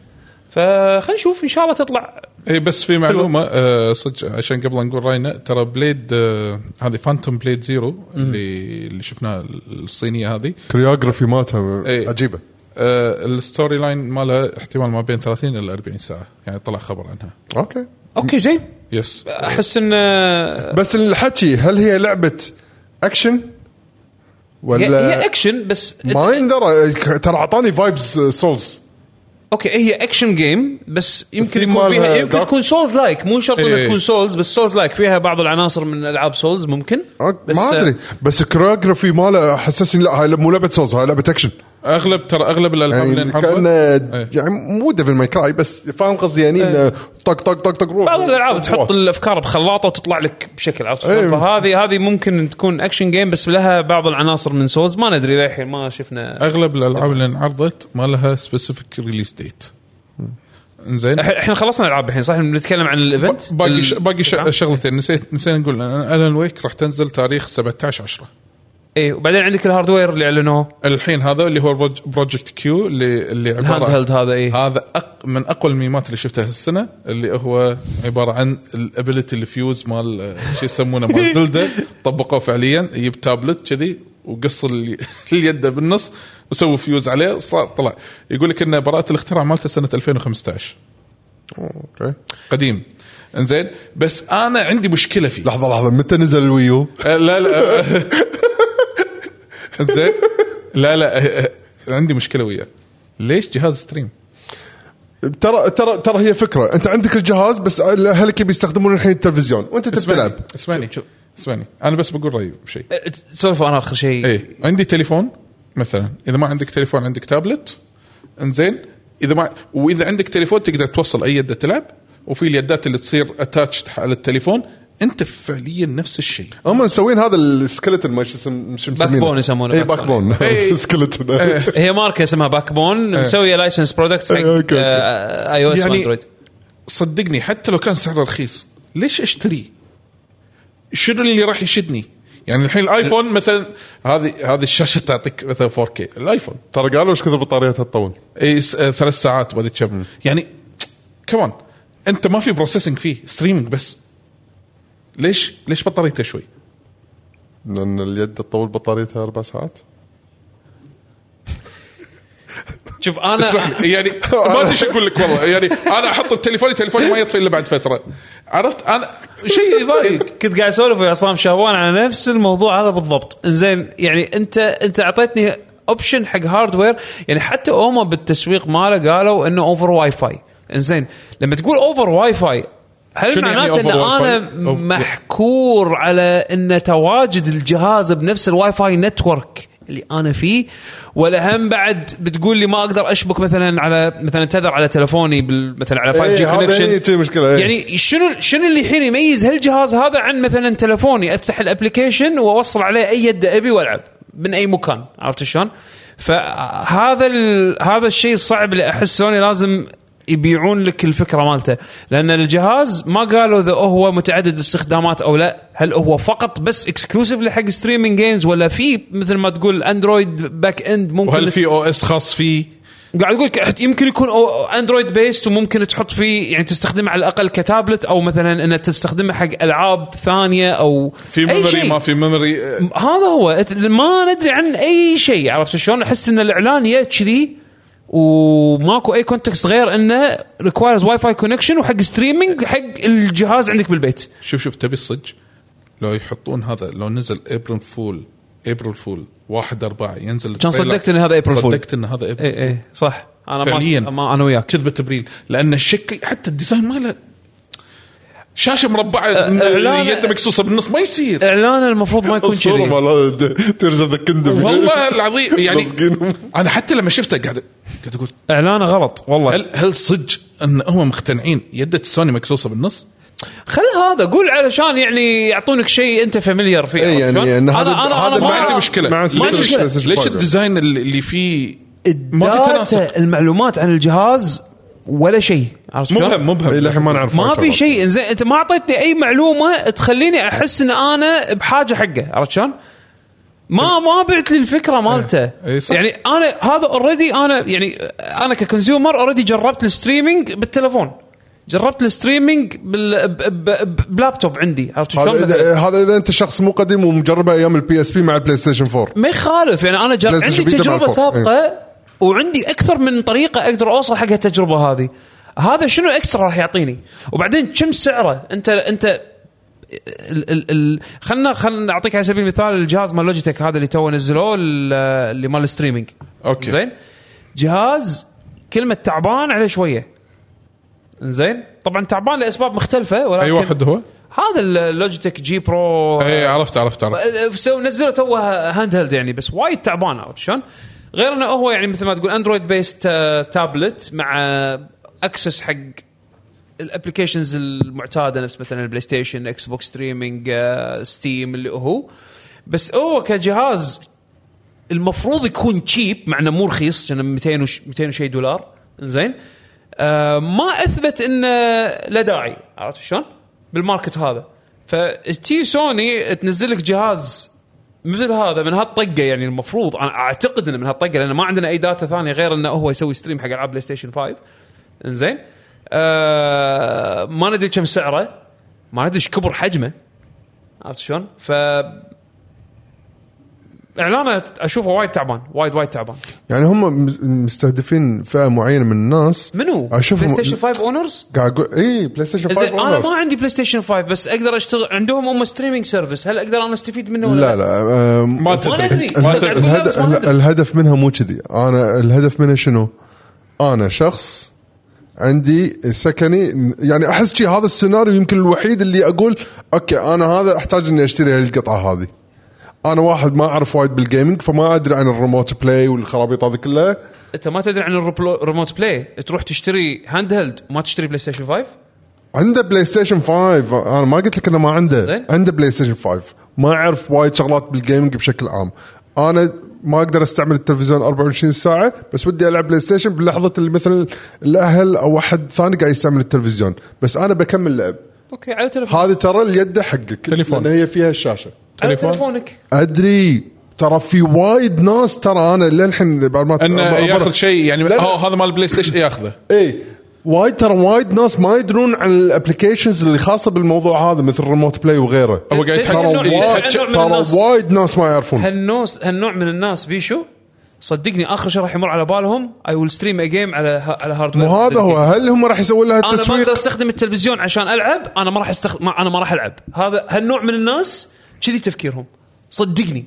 فخلينا نشوف ان شاء الله تطلع اي إيه، بس في معلومه آه صدق عشان قبل لا نقول راينا ترى بليد آه هذه فانتوم بليد زيرو اللي اللي شفناها الصينيه هذه كريوغرافي مالتها إيه. عجيبه آه الستوري لاين مالها احتمال ما بين 30 الى 40 ساعه يعني طلع خبر عنها اوكي اوكي زين يس احس ان بس الحكي هل هي لعبه اكشن هي, هي ولا اكشن بس ما يندرى ترى آه، اعطاني فايبز سولز اوكي هي اكشن جيم بس يمكن الثيم يكون فيها مالها يمكن Dark- تكون سولز لايك مو شرط انها إيه. تكون سولز بس سولز لايك فيها بعض العناصر من العاب سولز ممكن بس آه، ما ادري بس الكوريوغرافي ماله حسسني لا هاي مو لعبه سولز هاي لعبه اكشن اغلب ترى اغلب الالعاب اللي يعني انحرفت- كانه إيه. يعني مو ديفل ماي كراي بس فاهم قصدي يعني انه طق طق طق طق إيه. بعض الالعاب تحط الافكار بخلاطه وتطلع لك بشكل عرفت إيه. فهذه هذه ممكن تكون اكشن جيم بس لها بعض العناصر من سولز ما ندري للحين ما شفنا اغلب الالعاب اللي انعرضت ما لها سبيسيفيك ريليس ديت زين إح- احنا خلصنا العاب الحين صح بنتكلم عن الايفنت باقي ال- ش... باقي ش... نعم. شغلتين نسيت نسينا نقول الان ويك راح تنزل تاريخ 17 10 اي إيه، وبعدين عندك الهاردوير اللي اعلنوه الحين هذا اللي هو البروج- بروجكت كيو اللي اللي الهاند عباره هيلد هذا إيه. اي هذا أق... من اقوى الميمات اللي شفتها هالسنه اللي هو عباره عن الابيلتي الفيوز مال آه، شو يسمونه مال زلده طبقوه فعليا يجيب تابلت كذي وقص ال- اليد بالنص وسوي فيوز عليه وصار طلع يقول لك ان براءه الاختراع مالته سنه 2015 اوكي قديم انزين بس انا عندي مشكله فيه لحظه لحظه متى نزل الويو؟ آه، لا لا آه، انزين لا لا آه، آه، عندي مشكله وياه ليش جهاز ستريم؟ ترى ترى ترى هي فكره انت عندك الجهاز بس اهلك بيستخدمون الحين التلفزيون وانت تبي اسمعني تلعب اسمعني اسمعني انا بس بقول رايي بشيء إيه، سولف انا اخر شيء ايه عندي تليفون مثلا اذا ما عندك تليفون عندك تابلت انزين اذا ما واذا عندك تليفون تقدر توصل اي يده تلعب وفي اليدات اللي تصير اتاتشد على التليفون انت فعليا نفس الشيء هم مسوين هذا السكلتن ما شو اسم- شو مسمينه بون يسمونه، اي باك باك بون إي. سكلتن هي ماركه اسمها باك بون مسويه لايسنس برودكتس حق إيه، أوكي، أوكي. آه، اي او اس يعني- واندرويد صدقني حتى لو كان سعره رخيص ليش اشتري شنو اللي راح يشدني يعني الحين الايفون مثلا هذه هذه الشاشه تعطيك مثلا 4K الايفون ترى قالوا ايش كثر بطاريتها تطول اي س- آه، ثلاث ساعات بعد كم يعني كمان انت ما في بروسيسنج فيه ستريمينج بس ليش ليش بطاريته شوي؟ لان اليد تطول بطاريتها اربع ساعات شوف انا اسمح لي يعني ما ادري ايش اقول لك والله يعني انا احط بتليفوني تليفوني ما يطفي الا بعد فتره عرفت انا شيء يضايق كنت قاعد اسولف ويا عصام شهوان على نفس الموضوع هذا بالضبط زين يعني انت انت اعطيتني اوبشن حق هاردوير يعني حتى اوما بالتسويق ماله قالوا انه اوفر واي فاي زين لما تقول اوفر واي فاي هل شنو يعني معناته ان over انا Wi-Fi؟ Over- محكور على ان تواجد الجهاز بنفس الواي فاي نتورك اللي انا فيه ولا هم بعد بتقول لي ما اقدر اشبك مثلا على مثلا تذر على تلفوني بال- مثلا على 5 جي إيه، هذا هي كونكشن شي مشكلة، إيه. يعني شنو شنو اللي الحين يميز هالجهاز هذا عن مثلا تلفوني افتح الابلكيشن واوصل عليه اي يد ابي والعب من اي مكان عرفت شلون؟ فهذا ال- هذا الشيء الصعب اللي احس سوني لازم يبيعون لك الفكره مالته لان الجهاز ما قالوا اذا هو متعدد استخدامات او لا هل هو فقط بس اكسكلوسيف لحق ستريمينج جيمز ولا في مثل ما تقول اندرويد باك اند ممكن وهل في او اس خاص فيه؟ قاعد اقول لك يمكن يكون أو- اندرويد بيست وممكن تحط فيه يعني تستخدمه على الاقل كتابلت او مثلا انه تستخدمه حق العاب ثانيه او في أي ميموري شيء. ما في ميموري آه، هذا هو أت- ما ندري عن اي شيء عرفت شلون احس ان الاعلان يا كذي وماكو اي كونتكست غير انه ريكوايرز واي فاي كونكشن وحق ستريمينج حق الجهاز عندك بالبيت شوف شوف تبي الصج لو يحطون هذا لو نزل ابريل فول ابريل فول 1 4 ينزل كان التريلر. صدقت إن هذا April Fool. صدقت ان هذا ابريل اي اي إيه، صح انا فعلياً. ما, ما انا وياك كذبه تبريل لان الشكل حتى الديزاين ماله شاشه مربعه إيه، لا، إيه. يد مقصوصه بالنص ما يصير اعلانه المفروض ما يكون الصوره كذي مال تيرز اوف ذا كندم والله العظيم يعني مسكينهم. انا حتى لما شفته قاعد قاعد اقول اعلانه غلط والله هل هل صدق ان هم مقتنعين يدة سوني مقصوصه بالنص؟ خل هذا قول علشان يعني يعطونك شيء انت فاميليار فيه إيه يعني عرفت إن شلون؟ هذا- ما هذا ما عندي أعرف. مشكله مع ما عندي سلسلة مشكله سلسلة ليش بايدر. الديزاين اللي اللي فيه ما في داتا تناسق المعلومات عن الجهاز ولا شيء عرفت شلون؟ مبهم مبهم الحين ما نعرف ما في شيء انزين انت ما اعطيتني اي معلومه تخليني احس ان انا بحاجه حقه عرفت شلون؟ ما ما بعت لي الفكره مالته إي صح. يعني انا هذا اوريدي انا يعني انا ككونسيومر اوريدي جربت الستريمينج بالتلفون جربت الستريمينج بال- ب- ب- ب- بلابتوب عندي عرفت شلون؟ هذا مثلاً؟ اذا هذا اذا انت شخص مو قديم ومجربه ايام البي اس بي مع البلاي ستيشن 4 ما يخالف يعني انا جر... لازم عندي تبيده مع تجربه الفوق. إيه. سابقه وعندي اكثر من طريقه اقدر اوصل حق التجربه هذه هذا شنو اكسترا راح يعطيني وبعدين كم سعره انت انت ال ال ال خلنا خلنا اعطيك على سبيل المثال الجهاز مال لوجيتك هذا اللي تو نزلوه ال- اللي مال الستريمينج أوكي. زين جهاز كلمه تعبان عليه شويه زين طبعا تعبان لاسباب مختلفه ولكن اي أيوة، واحد هو؟ هذا اللوجيتك جي برو اي إيه، عرفت عرفت عرفت سو نزلوا تو هاند هيلد يعني بس وايد تعبان عرفت شلون؟ غير انه هو يعني مثل ما تقول اندرويد بيست تابلت مع اكسس حق الابلكيشنز المعتاده نفس مثلا البلاي ستيشن اكس بوكس ستريمينج ستيم آه، اللي هو بس هو كجهاز المفروض يكون تشيب مع انه مو رخيص كان 200 وش 200 وشي دولار زين آه ما اثبت انه له داعي عرفت شلون؟ بالماركت هذا فتي سوني تنزل لك جهاز مثل هذا من هالطقه يعني المفروض انا اعتقد انه من هالطقه لان ما عندنا اي داتا ثانيه غير انه هو يسوي ستريم حق العاب بلاي ستيشن 5 انزين آه ما ندري كم سعره ما ندري ايش كبر حجمه عرفت شلون؟ ف اعلانه اشوفه وايد تعبان وايد وايد تعبان يعني هم مس- مستهدفين فئه معينه من الناس منو؟ اشوفهم بلاي ستيشن 5 اونرز؟ قاعد إيه، اقول اي بلاي ستيشن 5 زين انا owners. ما عندي بلاي ستيشن 5 بس اقدر اشتغل عندهم هم ستريمينج سيرفيس هل اقدر انا استفيد منه ولا لا لا أم، ما ما ندري تدري ما الهد- تدري. الهد- ما أدري. الهدف منها مو كذي انا الهدف منها شنو؟ انا شخص عندي سكني يعني احس شي هذا السيناريو يمكن الوحيد اللي اقول اوكي انا هذا احتاج اني اشتري هالقطعه هذه انا واحد ما اعرف وايد بالجيمنج فما ادري عن الريموت بلاي والخرابيط هذه كلها انت ما تدري عن الريموت بلاي تروح تشتري هاند هيلد ما تشتري بلاي ستيشن 5 عنده بلاي ستيشن 5 انا ما قلت لك انه ما عنده زين. عنده بلاي ستيشن 5 ما اعرف وايد شغلات بالجيمنج بشكل عام انا ما اقدر استعمل التلفزيون 24 ساعه بس ودي العب بلاي ستيشن بلحظه اللي مثل الاهل او احد ثاني قاعد يستعمل التلفزيون بس انا بكمل لعب اوكي على تلفون هذه ترى اليد حقك تليفون. لان هي فيها الشاشه على تليفون؟ تلفونك ادري ترى في وايد ناس ترى انا للحين بعد ما انه أبر- ياخذ شيء يعني لا، لا. أوه، هذا مال بلاي ستيشن ياخذه اي إيه. وايد ترى وايد ناس ما يدرون عن الابلكيشنز اللي خاصه بالموضوع هذا مثل الريموت بلاي وغيره هو قاعد تدري شلون- ترى يتحكم تدري وايد شلون نوع من الناس؟ ترى وايد ناس ما يعرفون هالنوس هالنوع من الناس بيشو صدقني اخر شيء راح يمر على بالهم اي ويل ستريم ا جيم على ه- على هاردوير وهذا هو هل هم راح يسوون لها انا ما التسويق اقدر استخدم التلفزيون عشان العب انا ما راح استخدم ما- انا ما راح العب هذا هالنوع من الناس كذي تفكيرهم صدقني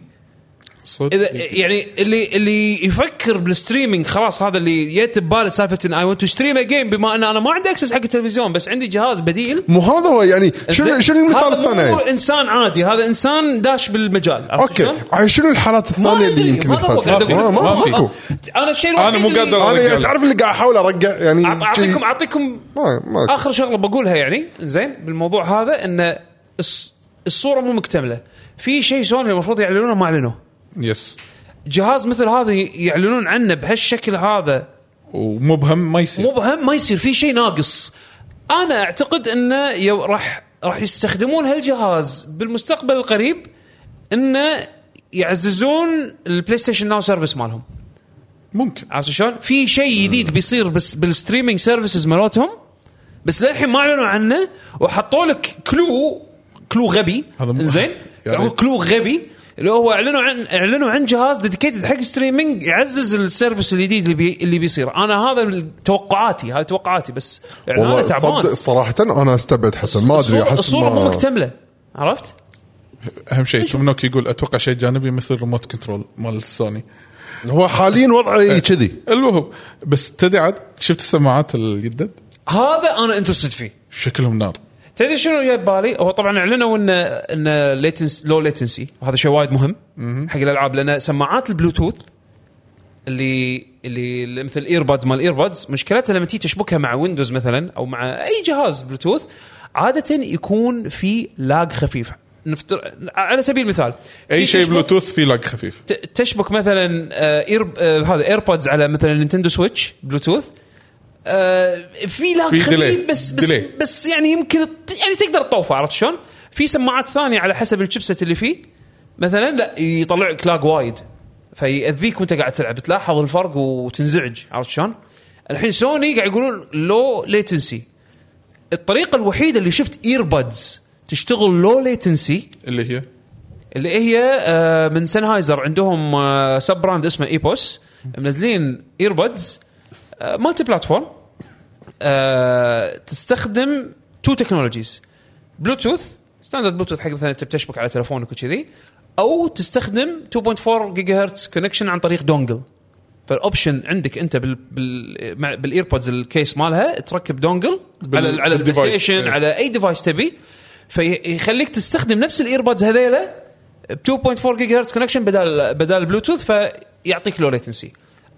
صدق. اذا يعني اللي اللي يفكر بالستريمينج خلاص هذا اللي جت بباله سالفه ان اي ونت تو ستريم ا جيم بما ان انا ما عندي اكسس حق التلفزيون بس عندي جهاز بديل مو هذا هو يعني شنو شنو المثال هذا مو الثاني؟ انسان عادي هذا انسان داش بالمجال عرفت اوكي شلون؟ عشان شنو الحالات ما الثانيه اللي ندري يمكن هذا هو قاعد يختلف؟ أقول ما لك. ما ما- اكو انا الشيء أنا مو الوحيد قادر اللي- أقول. انا يعني تعرف اللي قاعد احاول ارجع يعني أعط- اعطيكم اعطيكم ما ما اخر شغله بقولها يعني زين بالموضوع هذا ان الص- الصوره مو مكتمله في شيء سوني المفروض يعلنونه ما اعلنوه يس جهاز مثل هذا يعلنون عنه بهالشكل هذا ومبهم ما يصير مبهم ما يصير في شيء ناقص انا اعتقد انه يو- راح راح يستخدمون هالجهاز بالمستقبل القريب انه يعززون البلاي ستيشن ناو سيرفيس مالهم ممكن عرفت شلون؟ في شيء جديد بيصير بس بالستريمينج سيرفيسز مالتهم بس للحين ما اعلنوا عنه وحطوا لك كلو كلو غبي هذا مو- زين يعني- كلو غبي اللي هو اعلنوا عن اعلنوا عن جهاز ديديكيتد حق ستريمينج يعزز السيرفيس الجديد اللي بي اللي بيصير انا هذا ال- توقعاتي هذه توقعاتي بس اعلانه والله تعبان صدق صراحه انا استبعد حسن ما ادري الصورة- احس الصوره ما- مو مكتمله عرفت؟ اهم شيء تومنوك يقول اتوقع شيء جانبي مثل الريموت كنترول مال سوني هو حاليا إيه. وضعه كذي المهم بس تدري عاد شفت السماعات الجدد هذا انا انترستد فيه شكلهم نار تدري شنو جاي ببالي؟ هو طبعا اعلنوا ان ان ليتنس لو ليتنسي وهذا شيء وايد مهم حق الالعاب لان سماعات البلوتوث اللي اللي اللي مثل الايربادز مال الايربادز مشكلتها لما تيجي تشبكها مع ويندوز مثلا او مع اي جهاز بلوتوث عاده يكون في لاج خفيف نفتر... على سبيل المثال اي تيجي شيء تشبك- بلوتوث فيه لاج خفيف ت- تشبك مثلا آه، إير... آه، هذا ايربودز على مثلا نينتندو سويتش بلوتوث آه، في لاج في خفيف delay. بس بس, delay. بس يعني يمكن الط- يعني تقدر تطوفه عرفت شلون؟ في سماعات ثانيه على حسب الشيبسيت اللي فيه مثلا لا يطلع لك لاج وايد فيأذيك وانت قاعد تلعب تلاحظ الفرق وتنزعج عرفت شلون؟ الحين سوني قاعد يقولون لو ليتنسي الطريقه الوحيده اللي شفت ايربادز تشتغل لو ليتنسي اللي هي اللي هي آه، من سنهايزر عندهم آه، سب براند اسمه ايبوس منزلين ايربودز مالتي بلاتفورم آه، تستخدم تو تكنولوجيز بلوتوث ستاندرد بلوتوث حق مثلا انت بتشبك على تلفونك وكذي او تستخدم 2.4 جيجا هرتز كونكشن عن طريق دونجل فالاوبشن عندك انت بال بال مع- بالايربودز الكيس مالها تركب دونجل على ال- على البلاي بالديفايس. ستيشن إيه. على اي ديفايس تبي فيخليك تستخدم نفس الايربودز هذيلا ب 2.4 جيجا هرتز كونكشن بدل بدل البلوتوث فيعطيك لو ليتنسي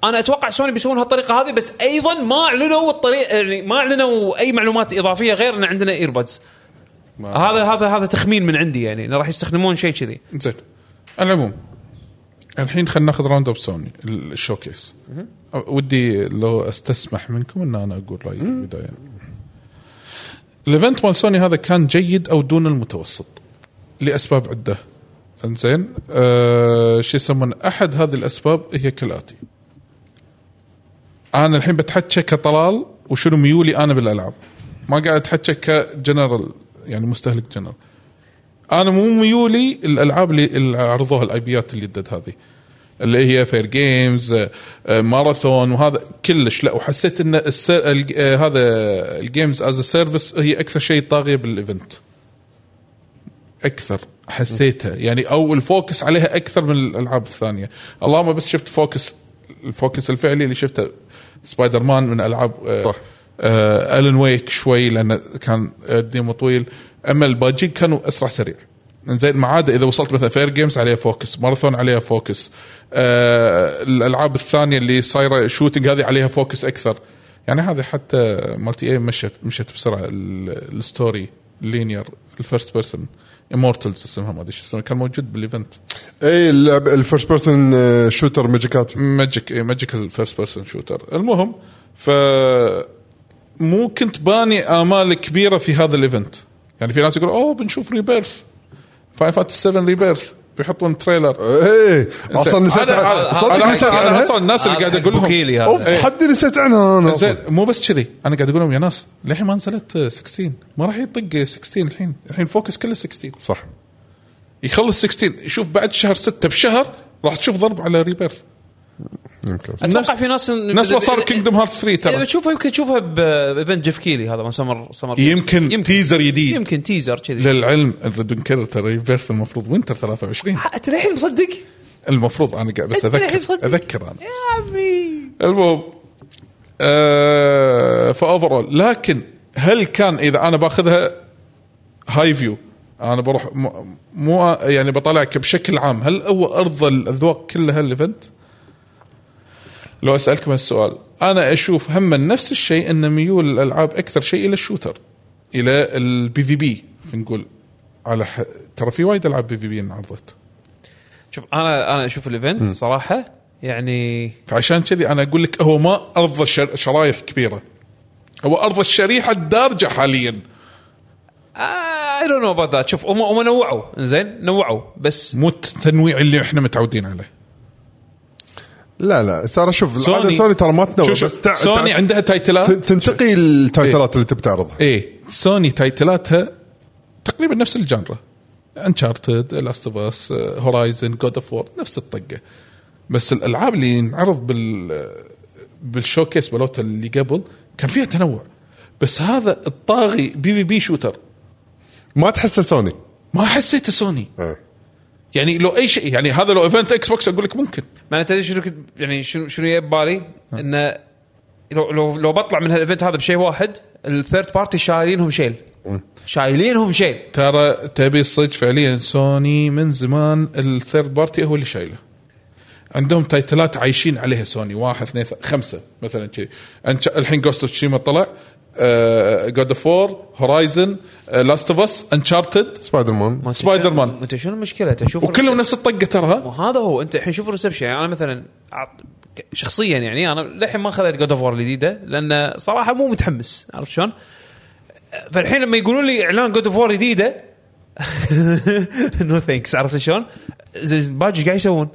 انا اتوقع سوني بيسوون هالطريقه هذه بس ايضا ما اعلنوا الطريقه يعني ما اعلنوا اي معلومات اضافيه غير ان عندنا ايربودز آه. هذا هذا هذا تخمين من عندي يعني إنه راح يستخدمون شيء كذي زين على العموم الحين خلينا ناخذ راوند اب سوني ال- الشوكيس أ- ودي لو استسمح منكم ان انا اقول رايي بالبدايه الايفنت مال سوني هذا كان جيد او دون المتوسط لاسباب عده انزين أه شو يسمون احد هذه الاسباب هي كالاتي انا الحين بتحكى كطلال وشنو ميولي انا بالالعاب ما قاعد اتحكى كجنرال يعني مستهلك جنرال انا مو ميولي الالعاب اللي اللي عرضوها الايبيات اللي ضد هذه اللي هي فير جيمز ماراثون آه، وهذا كلش لا وحسيت ان السر... ال- آه، هذا الجيمز از سيرفيس هي اكثر شيء طاغيه بالايفنت اكثر حسيتها يعني او الفوكس عليها اكثر من الالعاب الثانيه اللهم بس شفت فوكس الفوكس الفعلي اللي شفته سبايدر مان من العاب آه، صح. آه الن ويك شوي لان كان آه، الديمو طويل اما الباجي كانوا اسرع سريع زين ما عاد اذا وصلت مثلا فير جيمز عليها فوكس ماراثون عليها فوكس آه الالعاب الثانيه اللي صايره شوتنج هذه عليها فوكس اكثر يعني هذه حتى مالتي اي مشت مشت بسرعه ال- الستوري لينير الفيرست بيرسون امورتلز اسمها ما ادري شو اسمها كان موجود بالايفنت اي اللعب- الفيرست بيرسون آه، شوتر ماجيكات ماجيك ماجيكال فيرست بيرسون شوتر المهم ف مو كنت باني امال كبيره في هذا الايفنت يعني في ناس يقول اوه بنشوف ريبيرث فاين فانتسي 7 ريبيرث بيحطون تريلر اي اصلا إيه. نسيت أنا- أنا- عنها. صدق أنا- نسيت أنا عنها اصلا الناس اللي هذا قاعد حق اقول لهم بوكيلي هذا. اوف إيه. حد نسيت عنها انا زين أصلاً. مو بس كذي انا قاعد اقول لهم يا ناس للحين ما نزلت آه، 16 ما راح يطق 16 الحين الحين فوكس كله 16 صح يخلص 16 شوف بعد شهر 6 بشهر راح تشوف ضرب على ريبيرث يمكن اتوقع في ناس نفس ما صار كينجدم هارت 3 اذا ترى بتشوفها يمكن تشوفها بايفنت جيف كيلي هذا ما سمر سمر يمكن, يمكن تيزر جديد يمكن تيزر كذي للعلم الريد كيلر ترى ريفيرث المفروض وينتر 23 انت للحين مصدق؟ المفروض انا قاعد بس أنت الحين اذكر مصدق. اذكر انا يا عمي المهم آه فاوفرول لكن هل كان اذا انا باخذها هاي فيو انا بروح م- مو يعني بطلع بشكل عام هل هو ارضى الاذواق كلها الايفنت؟ لو اسالكم هالسؤال انا اشوف هم نفس الشيء ان ميول الالعاب اكثر شيء الى الشوتر الى البي في بي نقول على ح... ترى في وايد العاب بي في بي انعرضت شوف انا انا اشوف الايفنت صراحه يعني فعشان كذي انا اقول لك هو ما ارضى شر- شرايح كبيره هو ارضى الشريحه الدارجه حاليا اي دونت نو اباوت ذات شوف هم هم نوعوا زين نوعوا بس مو التنويع اللي احنا متعودين عليه لا لا ترى شوف سوني سوني ترى ما تنوع شوف شوف، بس تع- سوني تع- عندها تايتلات ت- تنتقي التايتلات اللي تبي تعرضها ايه سوني تايتلاتها تقريبا نفس الجانرا انشارتد لاست اوف اس هورايزن جود اوف وور نفس الطقه بس الالعاب اللي انعرض بال بالشوكيس مالته اللي قبل كان فيها تنوع بس هذا الطاغي بي في بي شوتر ما تحسه سوني ما حسيته سوني إيه. يعني لو اي شيء يعني هذا لو ايفنت اكس بوكس اقول لك ممكن ما انا تدري شنو كنت يعني شنو شنو جاي ببالي نعم. انه لو لو لو بطلع من هالايفنت هذا بشيء واحد الثيرد بارتي شايلينهم شيل شايلينهم شيل ترى تبي الصج فعليا سوني من زمان الثيرد بارتي هو اللي شايله عندهم تايتلات عايشين عليها سوني واحد اثنين ثلاثة، خمسه مثلا كذي أنش- الحين جوست اوف تشيما طلع آه، جود اوف وور هورايزن لاست اوف اس انشارتد سبايدر مان سبايدر مان. انت شنو المشكله تشوف وكلهم نفس الطقه ترى وهذا هو انت الحين شوف الريسبشن يعني انا مثلا أعط- ك- شخصيا يعني انا للحين ما خذيت جود اوف وور الجديده لان صراحه مو متحمس عرفت شلون؟ فالحين لما يقولون لي اعلان جود اوف وور جديده نو ثانكس عرفت شلون؟ زين باجي إيش قاعد يسوون؟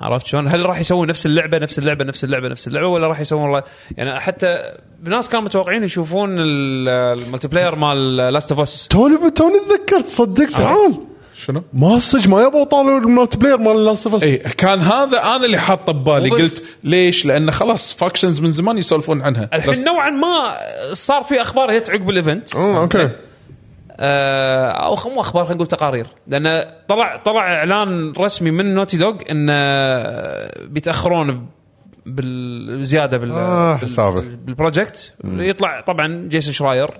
عرفت شلون؟ هل راح يسوون نفس اللعبه نفس اللعبه نفس اللعبه نفس اللعبه ولا راح يسوون والله يعني حتى الناس كانوا متوقعين يشوفون ال- الملتي بلاير مال لاست اوف اس توني توني تذكرت صدق تعال شنو؟ ما صدق ما يبغوا طالوا المالتي بلاير مال لاست اوف اي كان هذا انا اللي حاطه ببالي وبس. قلت ليش؟ لان خلاص فاكشنز من زمان يسولفون عنها الحين بس- نوعا ما صار في اخبار جت عقب الايفنت اوكي آه، او خ- مو اخبار خلينا نقول تقارير لان طلع طلع اعلان رسمي من نوتي دوغ ان آه، بيتاخرون ب- بالزياده بال آه، بال- حسابه. بالبروجكت يطلع طبعا جيسون شراير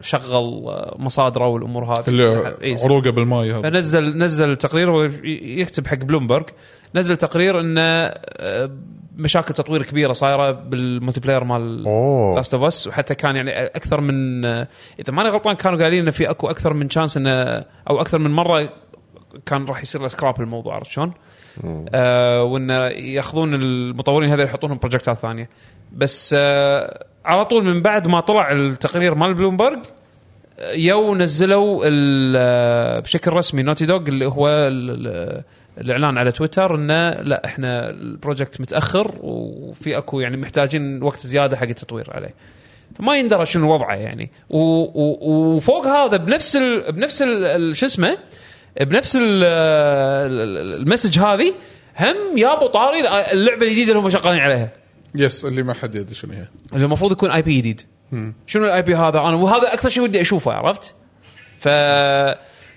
شغل آه، مصادره والامور هذه اللي إيه، عروقه بالماي هذا فنزل نزل تقرير هو ي- يكتب حق بلومبرج نزل تقرير انه آه، مشاكل تطوير كبيره صايره بالملتي بلاير مال أوه. لاست اوف اس وحتى كان يعني اكثر من آه، اذا ماني غلطان كانوا قايلين انه في اكو اكثر من شانس انه او اكثر من مره كان راح يصير له سكراب الموضوع عرفت شلون؟ آه وانه ياخذون المطورين هذول يحطونهم بروجكتات ثانيه بس آه على طول من بعد ما طلع التقرير مال بلومبرج يو نزلوا ال- بشكل رسمي نوتي دوغ اللي هو ال- ال- الاعلان على تويتر انه لا احنا البروجكت متاخر وفي اكو يعني محتاجين وقت زياده حق التطوير عليه. فما يندرى شنو وضعه يعني و و وفوق هذا بنفس ال بنفس ال- ال- شو اسمه بنفس ال- ال- ال- المسج هذه هم يابوا طاري اللعبه الجديده اللي هم شغالين عليها. يس اللي ما حد يدري شنو هي اللي المفروض يكون اي بي جديد شنو الاي بي هذا انا وهذا اكثر شيء ودي اشوفه عرفت ف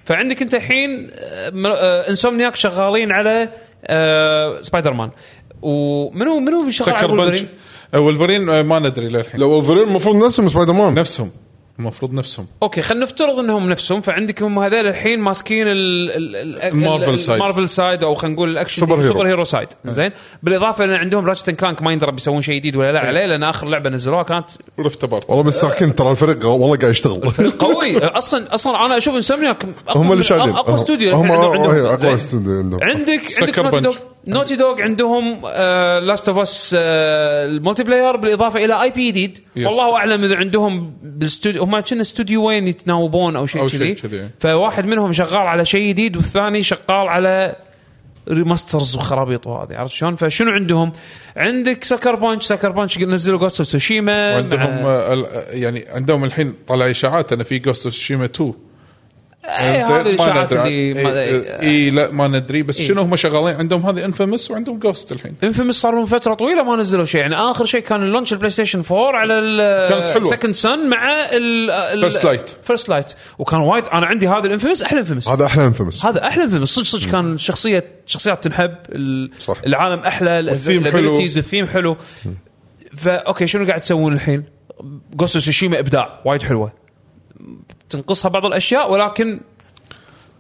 فعندك انت الحين آه، مر- آه، انسومنياك شغالين على آه، سبايدر مان ومنو منو شغال على سكر بنش وولفرين؟ ولفرين آه، ما ندري للحين لو ولفرين المفروض نفسهم سبايدر مان نفسهم المفروض نفسهم اوكي خلينا نفترض انهم نفسهم فعندك هم هذول الحين ماسكين ال ال- ال المارفل ال- سايد. المارفل سايد او خلينا نقول الاكشن سوبر هيرو. سوبر هيرو سايد زين بالاضافه ان عندهم راتشت كلانك ما يندرى بيسوون شيء جديد ولا لا عليه لان اخر لعبه نزلوها كانت رفت ابارت والله مستحكين ترى الفريق والله قاعد يشتغل قوي اصلا اصلا انا اشوف انسومنياك هم اللي شايلين اقوى استوديو هم الحين عندهم- أه، عندهم اقوى زين. استوديو عندهم عندك عندك سكر نوتي بنش. دوغ نوتي دوغ عندهم آه، لاست اوف اس الملتي بلاير بالاضافه الى اي بي جديد والله اعلم اذا عندهم بالاستوديو هم كنا استوديو وين يتناوبون او شيء أو شيء كذي كذي. فواحد منهم شغال على شيء جديد والثاني شغال على ريماسترز وخرابيط وهذه عرفت شلون؟ فشنو عندهم؟ عندك سكر بانش سكر بانش نزلوا جوست اوف سوشيما عندهم آه، ال- آه، يعني عندهم الحين طلع اشاعات انا في جوست اوف شيما 2 آه، اي إيه، هذه الاشاعات اللي ما- إيه. اي إي، إيه، آه، لا ما ندري بس شنو هم شغالين عندهم هذه انفيمس وعندهم جوست الحين انفيمس صار لهم فتره طويله ما نزلوا شيء يعني اخر شيء كان اللونش البلاي ستيشن 4 على كانت حلوة. سكند سن مع ال First Light. فيرست لايت وكان وايد انا عندي هذا الانفيمس احلى انفيمس هذا احلى انفيمس هذا احلى انفيمس صدق صدق كان شخصيه شخصيات تنحب ال- صح. العالم احلى والثيم ال- حلو. abilities، الثيم حلو فا اوكي شنو قاعد تسوون الحين؟ جوست سوشيما ابداع وايد حلوه تنقصها بعض الاشياء ولكن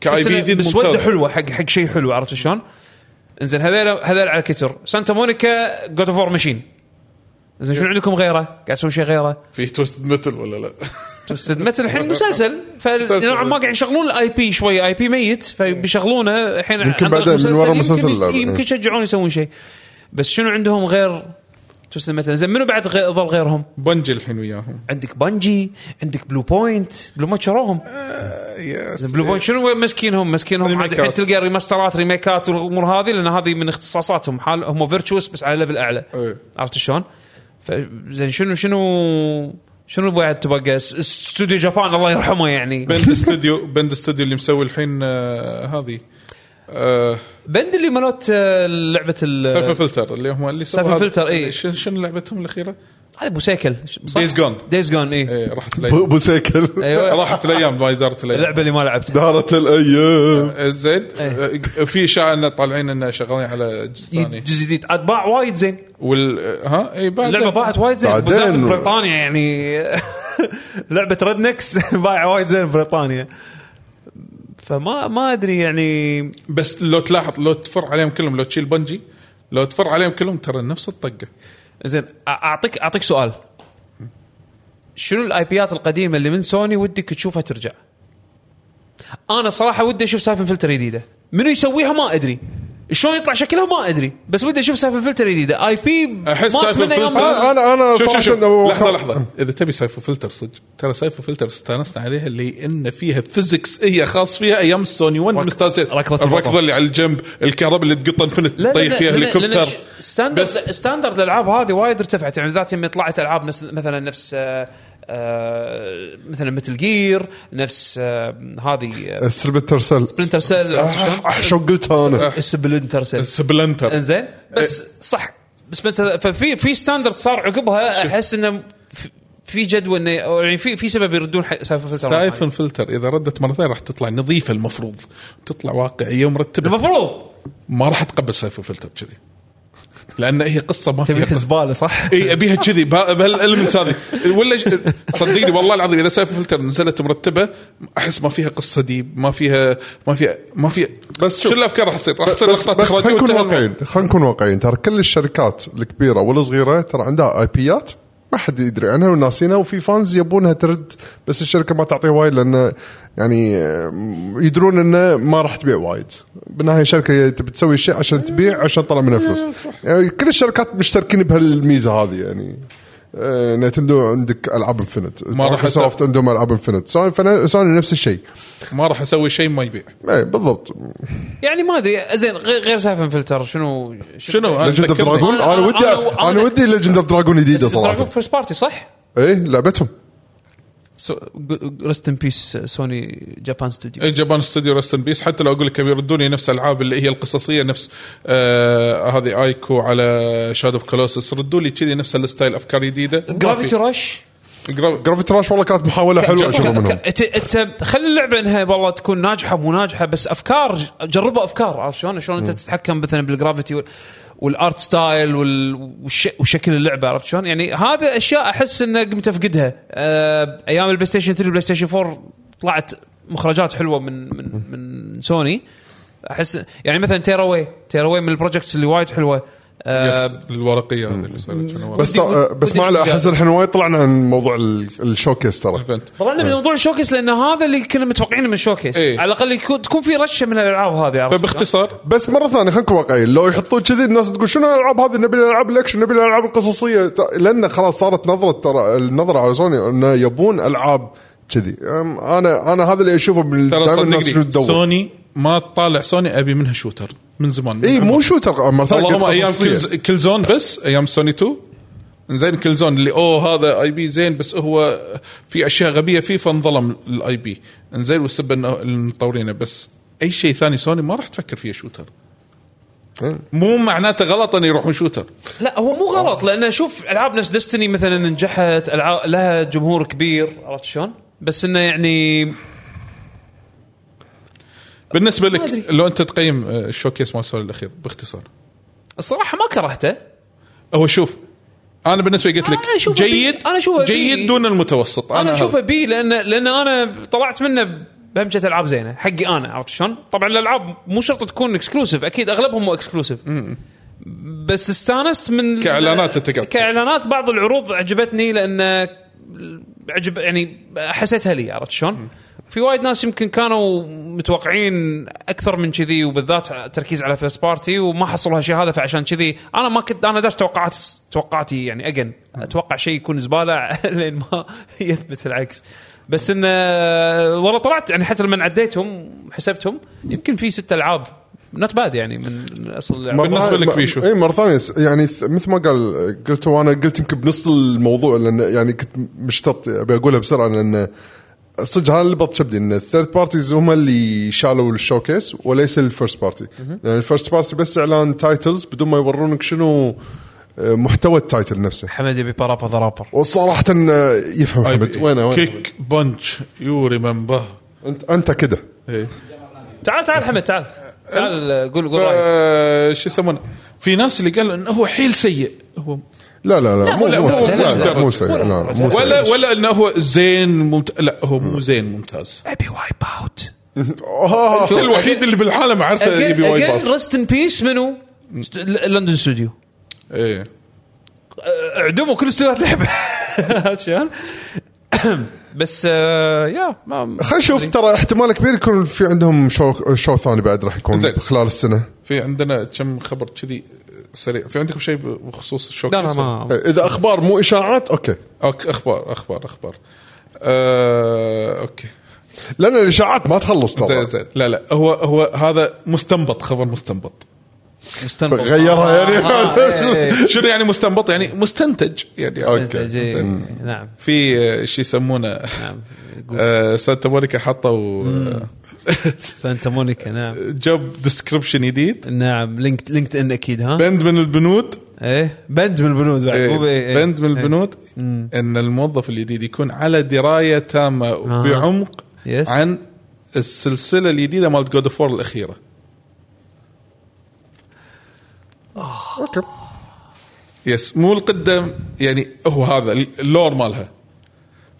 كاي بس طيب، بي دي إنه مسوده ممتاز حلوه حق حق شيء حلو عرفت شلون؟ انزين هذول هذول على كتر سانتا مونيكا جود اوف وور ماشين زين شنو عندكم غيره؟ قاعد تسوون شيء غيره؟ في توست متل ولا لا توستد متل الحين مسلسل مسلسل. فنوعا ما قاعد يشغلون الاي بي شوي اي بي ميت فبيشغلونه الحين يمكن عن طريق بعدين من ورا المسلسل المسلسل يمكن, لا- إيه. يمكن يشجعون يسوون شيء بس شنو عندهم غير توستد متل زين منو بعد غي- ظل غيرهم؟ بنجي الحين وياهم عندك بنجي عندك بلو بوينت بلو بوينت شروهم بلو إيه. بوينت شنو مسكينهم مسكينهم عاد ريميكات. الحين تلقى ريماسترات ريميكات والامور هذه لان هذه من اختصاصاتهم حال هم فيرتشوس بس على ليفل اعلى إيه. عرفت شلون؟ فزين شنو شنو شنو بعد تبقى اس- استوديو جابان الله يرحمه يعني بند استوديو بند استوديو اللي مسوي الحين آه، هذه آه، بند اللي مالت آه، لعبه سالفه ال فلتر اللي هم اللي سووا سالفة هذا- فلتر، إيه. إي. شن- شنو لعبتهم الاخيره؟ هذه بوسيكل Days Gone. دايز جون اي إيه، راحت بو- الايام ابو سيكل ايوه راحت الايام ما دارت الايام اللعبه اللي ما لعبتها دارت الايام آه، زين إيه. آه، في اشاعه انه طالعين انه شغالين على جزء ثاني جزء جديد عاد باع وايد زين وال ها اي بعد اللعبه باعت وايد زين بعدين- بالذات بريطانيا يعني لعبه ريد نكس باع وايد زين بريطانيا فما ما ادري يعني بس لو تلاحظ لو تفر عليهم كلهم لو تشيل بنجي لو تفر عليهم كلهم ترى نفس الطقه زين أ- اعطيك اعطيك سؤال شنو الاي بيات القديمه اللي من سوني ودك تشوفها ترجع؟ انا صراحه ودي اشوف سايفن فلتر جديده منو يسويها ما ادري شلون يطلع شكلها ما ادري بس ودي اشوف سايفن فلتر جديده اي بي احس سايفن فلتر أنا- أنا- أنا شوف- شوف- صراحة شوف. لو- لحظه لحظه اذا تبي سايفو فلتر صدق ترى سايفو فلتر استانسنا عليها لان فيها فيزكس هي خاص فيها ايام السوني 1 مستانسين ركضة الركضه البطل. اللي على الجنب الكهرباء اللي تقط انفنت لا تطيح فيها هليكوبتر ستاندرد بس ستاندرد الالعاب هذه وايد ارتفعت يعني بالذات لما طلعت العاب نفس مثلا نفس آه، مثلا مثل جير نفس آه، هذه سبلنتر سيل سبلنتر سيل آه، شو قلتها انا سبلنتر آه، سيل سبلنتر انزين آه. بس صح بس مثلا ففي في ستاندرد صار عقبها احس انه في- في جدوى انه أو يعني في في سبب يردون حق سالفه الفلتر مرة سايفن ثانية. فلتر اذا ردت مره ثانيه راح تطلع نظيفه المفروض تطلع واقعيه ومرتبه المفروض ما راح تقبل سايفن فلتر كذي لان هي قصه ما فيها تبي قصة. زباله صح؟ اي ابيها كذي بها- بهالالمنتس هذه ولا ش- صدقني والله العظيم اذا سالفه فلتر نزلت مرتبه احس ما فيها قصه ديب ما فيها ما فيها ما فيها بس شو الافكار راح تصير راح تصير بس لقطات بس اخراجيه خلينا وانتهى نكون الموضوع. واقعيين خلينا نكون واقعيين ترى كل الشركات الكبيره والصغيره ترى عندها اي بيات ما حد يدري عنها وناسينها وفي فانز يبونها ترد بس الشركه ما تعطيها وايد لان يعني آم، يدرون انه ما راح تبيع وايد بالنهايه الشركه تبي تسوي شيء عشان تبيع عشان تطلع منها فلوس يعني كل الشركات مشتركين بهالميزه هذه يعني آه، نتندو عندك العاب انفنت ما راح مايكروسوفت عندهم العاب انفنت سوني فن- سوني نفس الشيء ما راح اسوي شيء ما يبيع إيه، بالضبط يعني ما ادري زين غير غير سايفن فلتر شنو شنو انا ليجند اوف ذكرني. دراجون انا أنا- ودي آه، أنا- انا أنا- ودي ليجند اوف دراجون جديده صراحه دراجون فيرست بارتي صح؟ ايه لعبتهم رست ان بيس سوني جابان ستوديو إيه، جابان استوديو رستن بيس حتى لو اقول لك يبي يردوني نفس الالعاب اللي هي القصصيه نفس آه هذه ايكو على شاد اوف كولوسس ردوا لي كذي نفس الستايل افكار جديده جرافيتي رش جرافيت راش والله كانت محاوله حلوه اشوفها منهم انت انت um, خلي اللعبه انها والله تكون ناجحه مو ناجحه بس افكار جربوا افكار عرفت شلون؟ شلون انت تتحكم مثلا بالجرافيتي وال- والارت ستايل وال- والش- وشكل اللعبه عرفت شلون؟ يعني هذا اشياء احس انه قمت افقدها أه ايام البلاي ستيشن 3 البلاي ستيشن 4 طلعت مخرجات حلوه من من من سوني احس يعني مثلا تيراوي تيراوي من البروجكتس اللي وايد حلوه أه يس، الورقيه هذه اللي صارت شنو بس تا- بس ما على احس الحين وايد طلعنا عن موضوع ال- الشوكيس ترى الفنت. طلعنا من موضوع الشوكيس لان هذا اللي كنا متوقعينه من الشوكيس طيب. إيه. على الاقل يكون تكون في رشه من الالعاب هذه عرفت؟ فباختصار بس مره ثانيه خلينا نكون واقعيين لو يحطون كذي الناس تقول شنو الالعاب هذه نبي الالعاب الاكشن نبي الالعاب القصصيه ت- لان خلاص صارت نظره ترى النظره على سوني انه يبون العاب كذي أم، انا انا هذا اللي اشوفه بال- ترى دايما الناس شنو صدقني تدور سوني ما تطالع سوني ابي منها شوتر من زمان من اي عمر. إيه، مو شوتر مره ثانيه اللهم قلت ايام قصصية. كل- كل زون بس ايام سوني 2 زين كل زون اللي اوه هذا اي بي زين بس هو في اشياء غبيه فيه فانظلم الاي بي انزين والسب انه المطورينه بس اي شيء ثاني سوني ما راح تفكر فيه شوتر إيه. مو معناته غلط ان يروحون شوتر لا هو آه. مو غلط لان شوف العاب نفس ديستني مثلا نجحت العاب لها جمهور كبير عرفت شلون؟ بس انه يعني بالنسبه ما أدري. لك لو انت تقيم آه، الشوكيس مال سوني الاخير باختصار الصراحه ما كرهته هو شوف انا بالنسبه لي قلت لك أنا أشوفه جيد بي- أنا أشوفه بي. جيد دون المتوسط انا هذا. اشوفه بي لان لان انا طلعت منه بهمجه العاب زينه حقي انا عرفت شلون؟ طبعا الالعاب مو شرط تكون اكسكلوسيف اكيد اغلبهم مو اكسكلوسيف بس استانست من كإعلانات أنت قاعد تقول. كاعلانات بعض العروض عجبتني لان عجب يعني حسيتها لي عرفت شلون؟ في وايد ناس يمكن كانوا متوقعين اكثر من كذي وبالذات تركيز على فيرست بارتي وما حصلوا هالشيء هذا فعشان كذي انا ما كنت انا داش توقعات توقعاتي يعني اجن اتوقع شيء يكون زباله لين ما يثبت العكس بس انه والله طلعت يعني حتى لما عديتهم حسبتهم يمكن في ست العاب نوت باد يعني من اصل الألعاب. بالنسبة لك بيشو. اي مره ثانيه س- يعني ث- مثل ما قال قلت وانا قلت يمكن بنص الموضوع لان يعني كنت مشتط ابي اقولها بسرعه لان صدق هذا اللي بط شبدي ان الثيرد بارتيز هم اللي شالوا الشوكيس وليس الفيرست بارتي يعني الفيرست بارتي بس اعلان تايتلز بدون ما يورونك شنو آه، محتوى التايتل نفسه حمد يبي بارابا ذا رابر وصراحه آه، يفهم أي بي. حمد وينه وينه كيك بنش يو ريمبر انت انت كده إيه. تعال تعال حمد تعال تعال قول قول رايك آه، شو يسمونه في ناس اللي قالوا انه هو حيل سيء هو لا لا لا مو لا، مو مو- سيء. لا، لا، مو- مو سيء لا، لا، مو سيء. ولا ولا انه هو زين ممتاز لا هو مو زين ممتاز ابي وايب اوت آه. انت الوحيد اللي بالعالم عارفه يبي وايب اوت رست ان بيس منو؟ ست- ل- لندن ستوديو إيه. أه، اعدموا كل استوديوهات لعبه عرفت شلون؟ بس آه، يا ما خلينا نشوف ترى احتمال كبير يكون في عندهم شو شو ثاني بعد راح يكون زين. خلال السنه في عندنا كم خبر كذي سريع في عندكم شيء بخصوص الشوك لا لا ما اذا اخبار مو اشاعات اوكي اوكي اخبار اخبار اخبار آه، اوكي لان الاشاعات ما تخلص زين ترى زين لا لا هو هو هذا مستنبط خبر مستنبط مستنبط آه، غيرها يعني شنو يعني مستنبط يعني مستنتج يعني إيه، اوكي نعم في آه، شيء يسمونه نعم آه، سانتا مونيكا حطوا آه، سانتا مونيكا نعم جوب ديسكربشن جديد نعم لينكد لينكد ان اكيد ها بند من البنود ايه بند من البنود بعد مو بي- إيه، إيه. بند من إيه. البنود ان الموظف الجديد يكون على درايه تامه آه. بعمق يس. عن السلسله الجديده مالت جود اوف الاخيره اوكي يس مو القده يعني هو هذا اللور مالها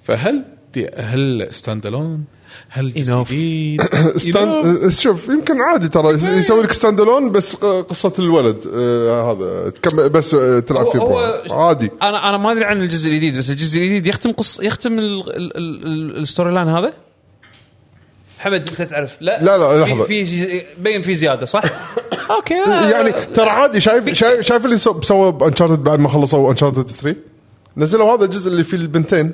فهل دي- هل ستاند الون؟ هل جزء Enough. جديد؟ Enough. ستاند شوف يمكن عادي ترى يس- يسوي لك ستاند الون بس ق- قصه الولد آه، هذا تكمل بس آه، تلعب هو- فيه هو- بروحك. عادي انا انا ما ادري عن الجزء الجديد بس الجزء الجديد يختم قص يختم ال- ال- ال- ال- الستوري لاين هذا حمد انت تعرف لا لا، لا، في- لحظة. في شي- بين في زياده صح؟ اوكي يعني ترى عادي شايف شايف, شايف اللي سو- سوى بانشارتد بعد ما خلصوا انشارتد 3 نزلوا هذا الجزء اللي فيه البنتين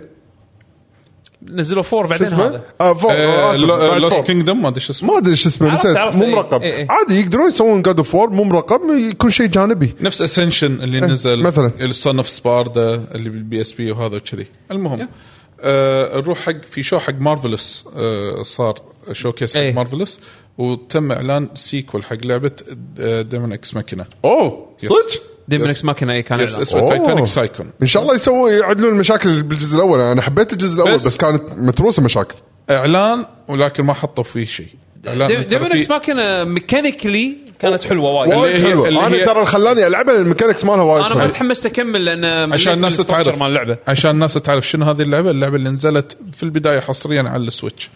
نزلوا فور بعدين هذا آه فوق آه، آسف، بعد لوست فوق. كينجدم ما ادري شو اسمه ما ادري شو اسمه عرفت- نسيت عرفت، مو إيه، مرقم إيه، إيه. عادي يقدرون يسوون جاد اوف وور مو مرقم يكون شيء جانبي نفس اسنشن اللي نزل إيه، مثلاً. السون اوف سباردا اللي بالبي اس بي وهذا وكذي إيه. المهم آه نروح حق في شو حق مارفلس آه صار شو كيس حق إيه. مارفلس وتم اعلان سيكول حق آه، لعبه ديمون اكس ماكينه اوه يس. صدق ديمون اكس ماكينه اي إيه، كان يس إعلان. اسمه أوه. تايتانيك سايكون ان شاء الله يسووا يعدلون المشاكل بالجزء الاول انا حبيت الجزء الاول بس- بس, بس كانت متروسه مشاكل اعلان ولكن ما حطوا فيه شيء إعلان ديم- ترى ديمون في- اكس ماكينه ميكانيكلي كانت حلوه وايد اللي وايد هي- حلوه اللي هي- انا ترى اللي خلاني العبها الميكانكس مالها وايد انا ما حلوه تحمست اكمل عشان لان مليت من الناس الستراكشر تتعرف مال اللعبه عشان الناس تعرف شنو هذه اللعبه اللعبه اللي نزلت في البدايه حصريا على السويتش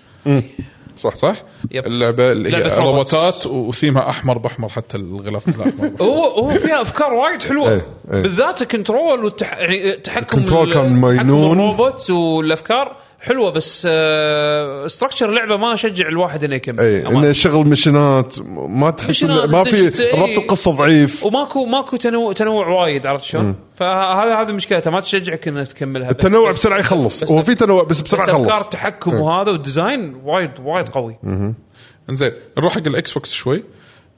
صح صح يب. اللعبه اللي هي لعبة روبوتس. روبوتات وثيمها احمر باحمر حتى الغلاف ماله احمر هو هو فيها افكار وايد حلوه إيه، إيه. بالذات الكنترول والتح... يعني تحكم الكنترول كان تحكم مجنون. الروبوت والافكار حلوه بس آه... ستراكشر اللعبه ما اشجع الواحد انه يكمل اي أمان. انه إيه، شغل مشنات ما تحس إنه- مشنات، ما في دش- إيه. ربط القصه ضعيف وماكو ماكو تنوع تنوع وايد عرفت شلون؟ فهذا هذه مشكلتها ما تشجعك انك تكملها بس- التنوع إيه. بس- بسرعه يخلص بس- هو في تنوع بس بس بسرعه افكار يخلص التحكم وهذا والديزاين وايد وايد قوي انزين نروح حق الاكس بوكس شوي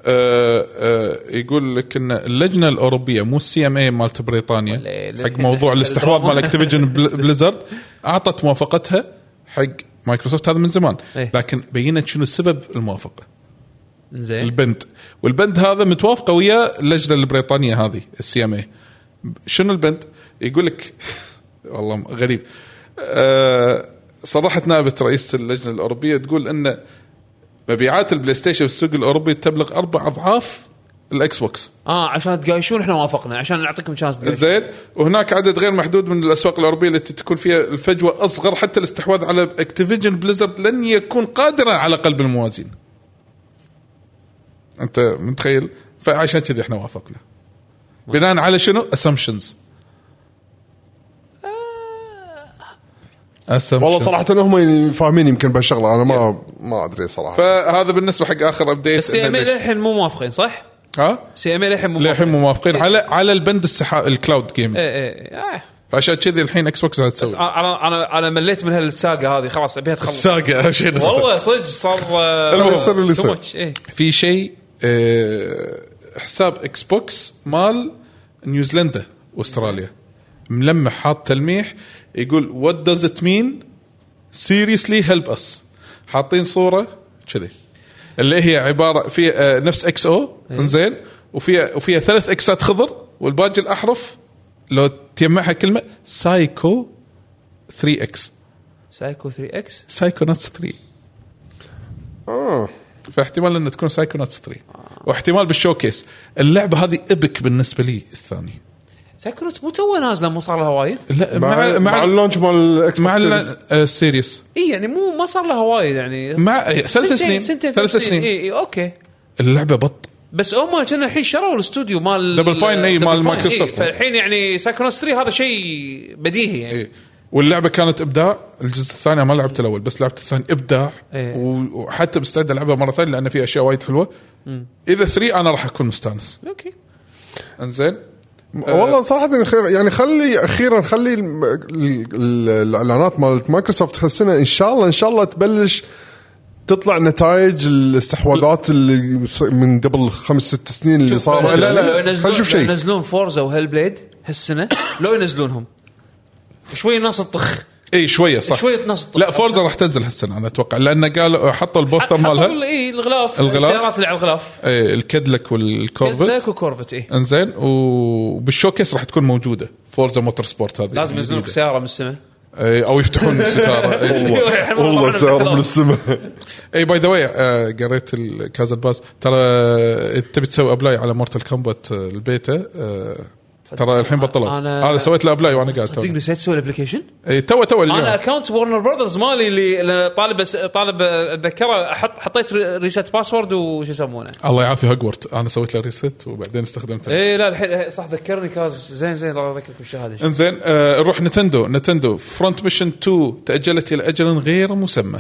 آه آه يقول لك ان اللجنه الاوروبيه مو السي ام اي مالت بريطانيا ولا- حق موضوع الاستحواذ مال اكتيفيجن بليزرد اعطت موافقتها حق مايكروسوفت هذا من زمان إيه. لكن بينت شنو سبب الموافقه زين البند والبند هذا متوافقه ويا اللجنه البريطانيه هذه السي ام اي شنو البند؟ يقول لك والله م- غريب أه صرحت نائبه رئيسه اللجنه الاوروبيه تقول ان مبيعات البلاي ستيشن في السوق الاوروبي تبلغ اربع اضعاف الاكس بوكس اه عشان تقايشون احنا وافقنا عشان نعطيكم شانس تقايشون. زين وهناك عدد غير محدود من الاسواق الاوروبيه التي تكون فيها الفجوه اصغر حتى الاستحواذ على اكتيفيجن بليزرد لن يكون قادرا على قلب الموازين انت متخيل فعشان كذي احنا وافقنا بناء على شنو اسامبشنز والله صراحه هم فاهمين يمكن بهالشغله انا ما ما ادري صراحه فهذا بالنسبه حق اخر ابديت بس يعني سي ام اي إن- للحين مو موافقين صح؟ ها سي ام اي للحين مو للحين موافقين. مو موافقين على على البند السحاب الكلاود جيم ايه ايه آه. فعشان كذي الحين اكس بوكس قاعد تسوي انا انا انا مليت من هالساقه هذه خلاص ابيها تخلص ساقه أهم شيء والله صدق صار آه، اللي يصير اللي يصير. ايه في شيء آه، حساب اكس بوكس مال نيوزيلندا واستراليا ملمح حاط تلميح يقول وات داز ات مين سيريسلي هيلب اس حاطين صوره كذي اللي هي عباره في آه، نفس اكس او انزين وفيها وفيها ثلاث اكسات خضر والباقي الاحرف لو تجمعها كلمه سايكو 3 اكس سايكو 3 اكس سايكوناتس 3 آه. فاحتمال انها تكون سايكوناتس 3 واحتمال بالشوكيس اللعبه هذه ابك بالنسبه لي الثاني سايكو نوت مو تو نازله مو صار لها وايد لا مع مع اللونش مال الاكس مع بوكس ال- آه، سيريس اي يعني مو ما صار لها وايد يعني مع إيه، ثلاث سنتين- سنين سنتين إيه. ثلاث سنين اي اي اوكي اللعبه بط بس هم كنا الحين شروا الاستوديو مال دبل فاين، إي، دبل مال فاين، مايكروسوفت. إي، فالحين يعني سايكو نوت 3 هذا شيء بديهي يعني إيه. واللعبه كانت ابداع الجزء الثاني ما لعبت الاول بس لعبت الثاني ابداع إيه. و- وحتى مستعد العبها مره ثانيه لان في اشياء وايد حلوه اذا 3 انا راح اكون مستانس اوكي انزين والله صراحه خير- يعني خلي اخيرا خلي الم- ال- ال- الاعلانات مالت مايكروسوفت حسنا ان شاء الله ان شاء الله تبلش تطلع نتائج الاستحواذات اللي ص- من قبل خمس ست سنين اللي صارت لا، لا، لو يعني. خلينا ينزلون نشوف شيء شيء ينزلون فورزا وهيل بليد هالسنه لو ينزلونهم شوي ناس تطخ اي شويه إيه، صح شوية ناس تطلع. لا فورزا راح تنزل هالسنه انا اتوقع لان قالوا حطوا البوستر مالها اي إيه، الغلاف الغلاف؟ السيارات اللي على الغلاف إيه، الكدلك والكورفت كورفت إيه. وكورفت اي انزين وبالشوكيس راح تكون موجوده فورزا موتور سبورت هذه لازم ينزلون لك الجديدة. سياره من السماء إيه، او يفتحون الستاره إيه. والله يعني والله سيارة من السماء اي باي ذا واي آه، قريت الكازا باس ترى آه، تبي تسوي ابلاي على مورتال كومبات البيتا آه، ترى الحين بطلوا أنا- انا, أنا سويت له ابلاي وانا قاعد تو صدق نسيت اسوي الابلكيشن اي تو تو اليوم انا اكونت ورنر براذرز مالي اللي اللي طالب أس- طالب اتذكره احط حطيت ريست باسورد وشو يسمونه الله يعافي هوجورت انا سويت له ريست وبعدين استخدمته اي إيه، لا الحين آه، صح ذكرني كاز زين زين الله يذكرك بالشهاده انزين آه، نروح نتندو نتندو فرونت ميشن 2 تاجلت الى اجل غير مسمى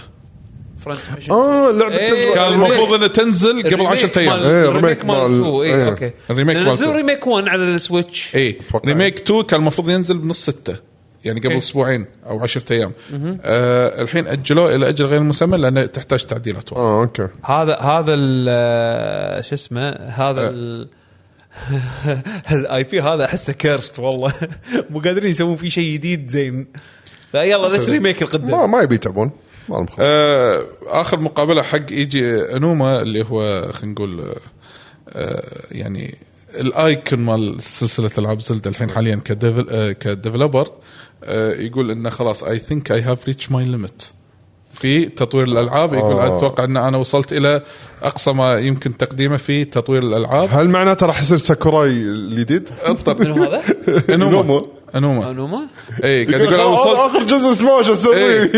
فرونت ميشن اه لعبة إيه. تنزل. كان الريميك. المفروض انها تنزل أه. قبل 10 ايام إيه، الريميك الريميك مال مال- 2 اي إيه. اوكي الريميك مال نزلوا 2. ريميك 1 على السويتش اي أتوقع. ريميك 2 إيه. كان المفروض ينزل بنص 6 يعني قبل أوكي. اسبوعين او 10 ايام آه الحين اجلوه الى اجل غير مسمى لانه تحتاج تعديلات وايد. اه اوكي هذا هذا ال- شو اسمه هذا آه. ال- الاي بي هذا احسه كيرست والله مو قادرين يسوون فيه شيء جديد زين لا يلا ليش ريميك ما القدم ما يبي يتعبون ما لهم خلق آه اخر مقابله حق ايجي انوما اللي هو خلينا نقول آه يعني الايكون مال سلسله العاب زلدا الحين حاليا كديفل آه كديفلوبر آه يقول انه خلاص اي ثينك اي هاف ريتش ماي ليميت في تطوير الالعاب يقول آه. اتوقع ان انا وصلت الى اقصى ما يمكن تقديمه في تطوير الالعاب هل معناته راح يصير ساكوراي الجديد؟ انطر منو هذا؟ انوما إنوما. انوما انوما؟ اي إيه، قاعد يقول انا آه، وصلت اخر جزء سماش اسوي إيه،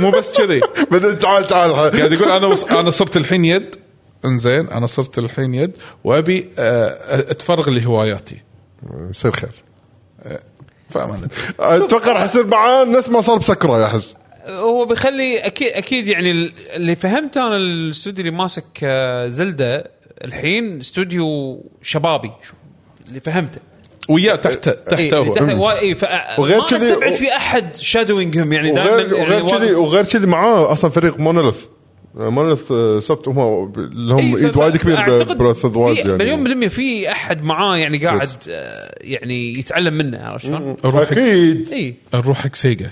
مو بس كذي بعدين تعال تعال قاعد يقول انا وص... انا صرت الحين يد انزين انا صرت الحين يد وابي آه، اتفرغ لهواياتي يصير خير فامان اتوقع راح يصير معاه نفس ما صار بساكوراي احس هو بيخلي اكيد اكيد يعني ال- اللي فهمت انا الاستوديو اللي ماسك آه، زلدة الحين استوديو شبابي شو- اللي فهمته وياه تحت تحت إيه، هو تحت- وا- إيه، فأ- أمم. وغير ما كذي- استبعد في احد شادوينجهم يعني دائما وغير وغير كذي وغير كذي معاه اصلا فريق مونوليث مونوليث آه، سوفت هم اللي هم إيه، ايد ف- وايد ف- كبير أعتقد ببريث اوف وايلد في- مليون يعني بالمية في احد معاه يعني قاعد Yes. آه، يعني يتعلم منه عرفت شلون؟ إيه. نروح حق- اكيد اي نروح حق سيجا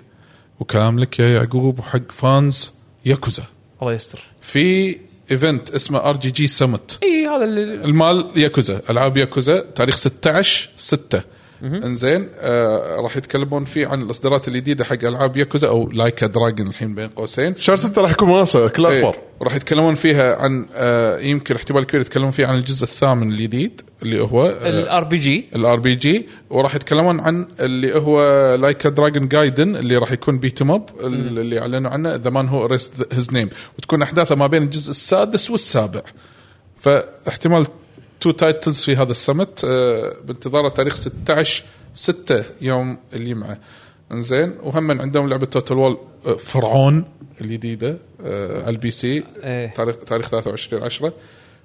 وكلام لك يا يعقوب وحق فانز ياكوزا الله يستر في ايفنت اسمه ار جي جي سمت اي إيه، هذا اللي المال ياكوزا العاب ياكوزا تاريخ 16 6 انزين آه راح يتكلمون فيه عن الاصدارات الجديده حق العاب ياكوزا او لايكا دراجون الحين بين قوسين شهر 6 راح يكون مناسب كل إيه، اخبار راح يتكلمون فيها عن آه يمكن احتمال كبير يتكلمون فيها عن الجزء الثامن الجديد اللي هو آه، الار بي جي الار بي جي وراح يتكلمون عن اللي هو لايكا دراجون جايدن اللي راح يكون بيت اب اللي اعلنوا عنه ذا مان هو ريست هيز نيم وتكون احداثه ما بين الجزء السادس والسابع فاحتمال تو تايتلز في هذا السمت آه، بانتظاره تاريخ 16 6 يوم الجمعه انزين وهم عندهم لعبه توتال وول آه، فرعون الجديده آه، على البي سي إيه. تاريخ تاريخ 23 10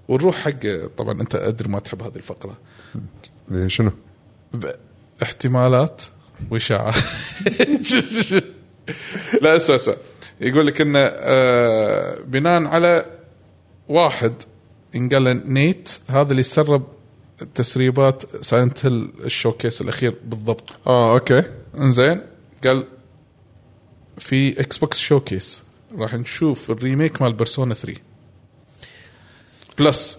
ونروح حق طبعا انت ادري ما تحب هذه الفقره إيه، شنو؟ ب- احتمالات واشاعه لا اسمع اسمع يقول لك انه آه، بناء على واحد انقال له نيت هذا اللي سرب تسريبات ساينت هيل الشوكيس الاخير بالضبط اه اوكي انزين قال في اكس بوكس شوكيس راح نشوف الريميك مال بيرسونا 3 بلس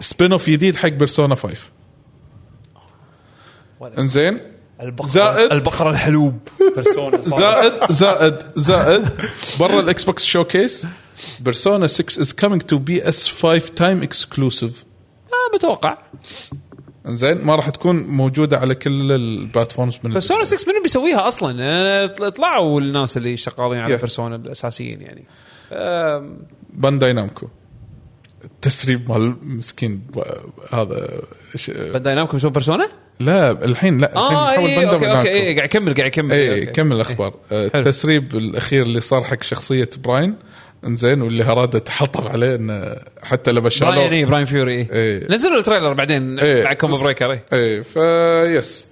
سبين اوف جديد حق بيرسونا 5 انزين البقره زائد- البقره الحلوب بيرسونا زائد زائد زائد برا الاكس بوكس شوكيس بيرسونا 6 از كامينج تو بي اس 5 تايم اكسكلوسيف ما آه، بتوقع انزين ما راح تكون موجوده على كل البلاتفورمز من بيرسونا 6 منو بيسويها اصلا؟ أنا طل- طلعوا الناس اللي شغالين على Yeah. بيرسونا الاساسيين يعني أم، بانداي نامكو التسريب مال مسكين ب- هذا ش... بداي نامكم يسوون بيرسونا؟ لا الحين لا الحين اه حول إيه، اي بانداي اوكي نامكو. اوكي إيه، قاعد يكمل قاعد يكمل اي أوكي. إيه، كمل الاخبار آه، حلو. التسريب الاخير اللي صار حق شخصيه براين انزين واللي هراده تحطم عليه انه حتى لما شالوه براين اي براين فيوري إيه. إيه. نزلوا التريلر بعدين إيه. بعد كومبو بريكر إيه. ايه فيس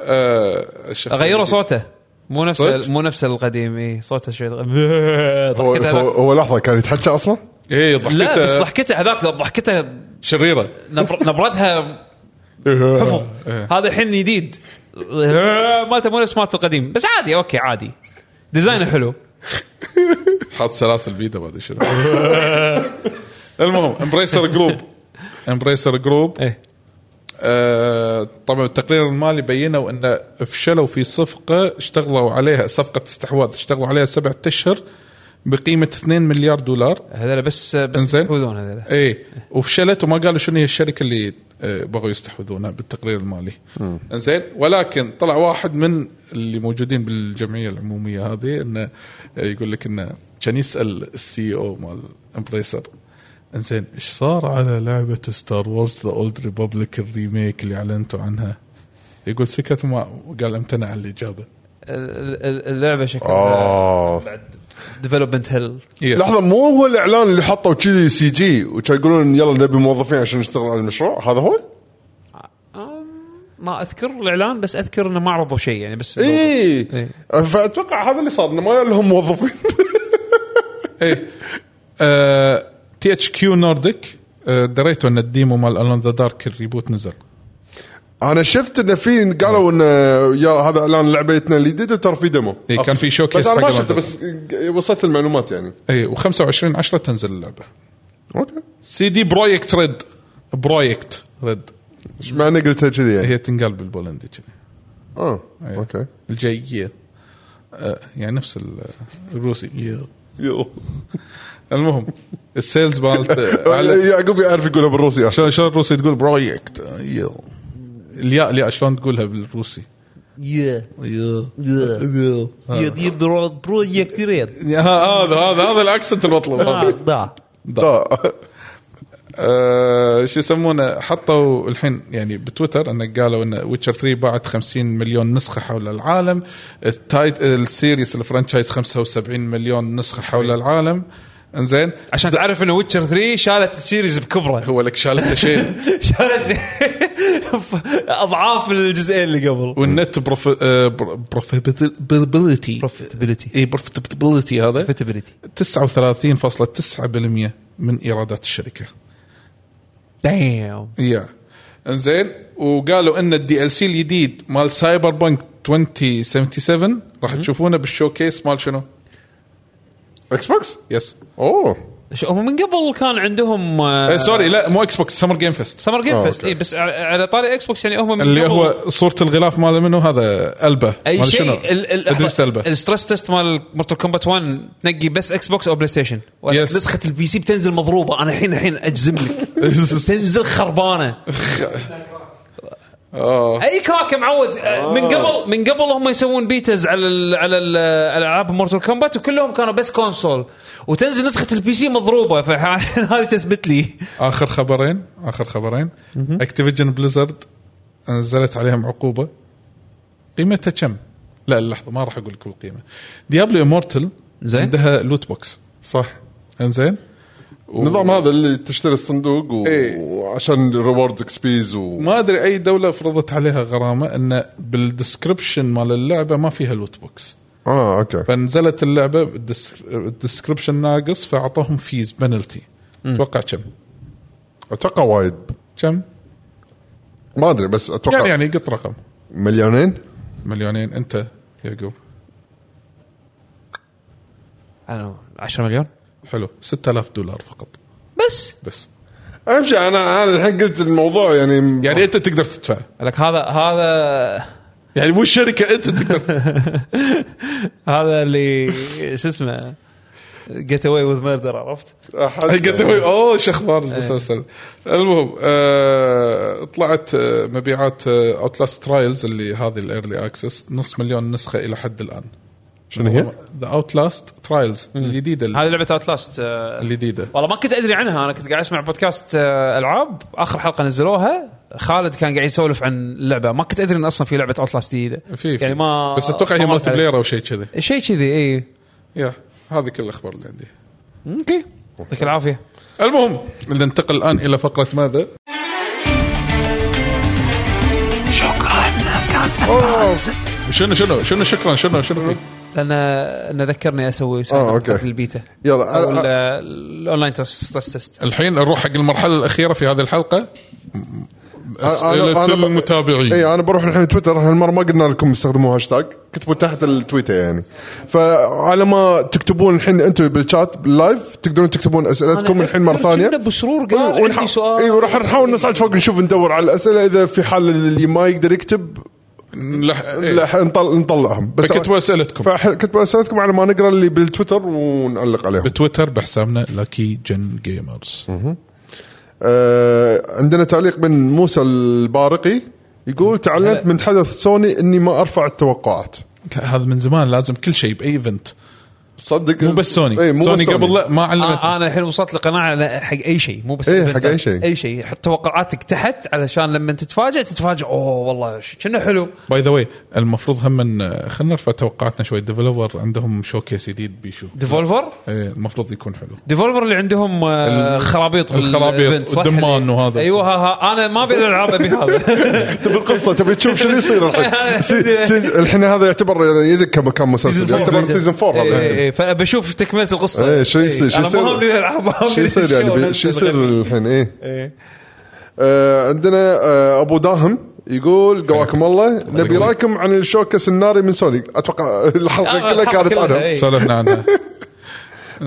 آه الشخصية غيروا الجديدة. صوته مو نفس صدق؟ مو نفس القديم اي صوته شوي غ- هو, ضحكته هو, لا. هو لحظه كان يتحكى اصلا ايه لا بس ضحكته ضحكته هذاك ضحكته شريره نبر- نبرتها حفظ إيه، هذا الحين جديد مالته مو نفس مالته القديم بس عادي اوكي عادي ديزاينه حلو حاط سلاسل بيده ما ادري شنو المهم امبريسر جروب امبريسر جروب ايه آه، طبعا التقرير المالي بينوا ان فشلوا في صفقه اشتغلوا عليها صفقه استحواذ اشتغلوا عليها سبعة اشهر بقيمه 2 مليار دولار هذول بس بس إنزين. يفوزون هذول اي وفشلت إيه. وما قالوا شنو هي الشركه اللي آه، بغوا يستحوذونها بالتقرير المالي زين ولكن طلع واحد من اللي موجودين بالجمعيه العموميه هذه انه آه، يقول لك انه كان يسال السي او مال امبريسر انزين ايش صار على لعبه ستار وورز ذا اولد ريبابليك الريميك اللي اعلنتوا عنها؟ يقول سكت ما قال امتنع عن الاجابه ال- ال- اللعبه شكلها اه ديفلوبمنت هيل يس. لحظه مو هو الاعلان اللي حطوا كذي سي جي وكان يقولون يلا نبي موظفين عشان نشتغل على المشروع هذا هو؟ ما اذكر الاعلان بس اذكر انه ما عرضوا شيء يعني بس اي إيه. فاتوقع هذا اللي صار انه ما لهم موظفين إيه. تي اتش كيو نورديك آه، دريتوا ان الديمو مال الون ذا دارك الريبوت نزل انا شفت انه في قالوا انه يا هذا اعلان لعبتنا الجديده ترى في ديمو إيه، كان في showcase بس انا ما حق إيه، شفته بس وصلت المعلومات يعني اي و25 10 تنزل اللعبه اوكي سي دي بروجكت ريد بروجكت ريد ايش معنى قلتها كذي يعني؟ هي تنقال بالبولندي كذي اه إيه. اوكي الجية آه، يعني نفس ال- الروسي يا. يو. المهم السيلز مالت آه، على- يعقوب يعرف يقولها بالروسي عشان شلون شلون الروسي تقول بروجكت آه، يا. الياء الياء شلون تقولها بالروسي يا. يا. بروجكت ريد ها- هذا هذا هذا الاكسنت المطلوب هذا آه، شو يسمونه حطوا الحين يعني بتويتر انه قالوا ان ويتشر 3 باعت 50 مليون نسخه حول العالم التايت السيريس الفرانشايز 75 مليون نسخه حول العالم انزين عشان تعرف انه ويتشر 3 شالت السيريز بكبره هو لك شالت شيء شالت اضعاف الجزئين اللي قبل والنت آه، بروفيتابيلتي بروفيتابيلتي اي بروفيتابيلتي إيه، هذا بروفيتابيلتي 39.9% من ايرادات الشركه دايم يا انزين وقالوا ان الدي ال سي الجديد مال سايبر بانك 2077 راح تشوفونه بالشوكيس مال شنو؟ اكس بوكس؟ يس اوه هم من قبل كان عندهم آه سوري لا مو اكس بوكس سمر جيم فيست سمر جيم آه، فيست أوكي. اي إيه، بس على- على طاري اكس بوكس يعني هم من اللي قبل هو صوره الغلاف ماله منه هذا البا اي مال شنو؟ شيء ال- ال- ادريس البا الستريس تيست مال مورتال كومبات 1 تنقي بس اكس بوكس او بلاي ستيشن ولا Yes. نسخه البي سي بتنزل مضروبه انا الحين الحين اجزم لك تنزل خربانه آه. اي كراك يا معود آه، من قبل من قبل هم يسوون بيتز على ال على ال على العاب مورتال كومبات وكلهم كانوا بس كونسول وتنزل نسخه البي سي مضروبه فهذه تثبت لي اخر خبرين اخر خبرين اكتيفيجن بليزرد نزلت عليهم عقوبه قيمتها كم؟ لا لحظه ما راح اقول لكم القيمه ديابلو امورتل زين. عندها لوت بوكس صح انزين و- النظام هذا اللي تشتري الصندوق و... إيه. وعشان ريورد اكسبيز و ما ادري اي دوله فرضت عليها غرامه ان بالدسكربشن مال اللعبه ما فيها لوت بوكس اه اوكي فنزلت اللعبه بالدس- الدسكربشن ناقص فاعطوهم فيز بنالتي اتوقع كم؟ اتوقع وايد كم؟ ما ادري بس اتوقع يعني يعني يعني قط رقم مليونين مليونين انت يعقوب انا 10 مليون حلو 6000 دولار فقط بس بس اهم شيء انا انا الحين قلت الموضوع يعني يعني انت تقدر تدفع لك هذا هذا يعني مو الشركه انت تقدر هذا اللي شو اسمه جيت اواي وذ ميردر عرفت؟ قلت له، اوه شو اخبار إيه. المسلسل المهم آه، طلعت آه، مبيعات اوتلاست ترايلز اللي هذه الايرلي اكسس نص مليون نسخه الى حد الان شنو هي؟ ذا اوتلاست ترايلز الجديده هذه لعبه اوت لاست الجديده والله ما كنت ادري عنها انا كنت قاعد اسمع بودكاست آه، العاب اخر حلقه نزلوها خالد كان قاعد يسولف عن اللعبه ما كنت ادري ان اصلا في لعبه اوت لاست جديده في في. يعني ما بس اتوقع هي ما مرت مالتي علي. بلاير او شيء كذي شيء كذي اي يا هذه كل الاخبار اللي عندي اوكي يعطيك العافيه المهم ننتقل الان الى فقره ماذا؟ أوه، شنو شنو شنو شكرا شنو شنو فيك؟ لان انه ذكرني اسوي آه، أوكي. قبل البيتا يلا، أو أ- ال- أ- الاونلاين تست تست الحين نروح حق المرحله الاخيره في هذه الحلقه م- أنا- اسئله أنا إيه. ب- المتابعين اي انا بروح الحين تويتر هالمره ما قلنا لكم استخدموا هاشتاج كتبوا تحت التويتر يعني فعلى ما تكتبون الحين انتم بالشات باللايف تقدرون تكتبون اسئلتكم أنا الحين مره ثانيه كنا بسرور قال ونح- عندي سؤال. اي إيه، وراح نحاول نصعد فوق نشوف ندور على الاسئله اذا في حال اللي ما يقدر يكتب لح... إيه. لا نطل... نطلعهم بس فكتبوا أسئلتكم. فكتبوا اسئلتكم على ما نقرا اللي بالتويتر ونعلق عليهم بتويتر بحسابنا لاكي جن جيمرز آه عندنا تعليق من موسى البارقي يقول تعلمت من حدث سوني اني ما ارفع التوقعات هذا من زمان لازم كل شيء باي ايفنت صدق مو بس سوني إيه مو سوني بس قبل لا ما علمت آه، انا الحين وصلت لقناعه لا- حق اي شيء مو بس إيه، إيفنتات. حق أي شيء. اي شيء حط توقعاتك تحت علشان لما تتفاجئ تتفاجئ اوه والله ش- كنا حلو باي ذا واي المفروض هم من خلينا نرفع توقعاتنا شوي ديفلوبر عندهم شوكيس جديد بيشو ديفولفر إيه المفروض يكون حلو ديفولفر اللي عندهم آه، ال- خرابيط بال- الخرابيط event، صح؟ والدمان اللي- وهذا. ايوه ها ها انا ما ابي الالعاب ابي هذا إيه، تبي القصه تبي تشوف شنو يصير الحين سي- سي- الحين هذا يعتبر يعني يذك كم- كم مسلسل Season four. يعتبر سيزون فور هذا إيه، الحين. إيه، فبشوف إيه. تكمله القصه ايه شو يصير شو انا ما همني يصير الالعاب همني شو يصير يعني الشو بي- نفسه شو يصير الغريب. الحين ايه إيه. آه، عندنا آه، ابو داهم يقول قواكم الله نبي رايكم عن الشوكس الناري من سوني اتوقع الحلقه آه، كلها الحلقة كانت كلها، عنهم إيه. سولفنا عنها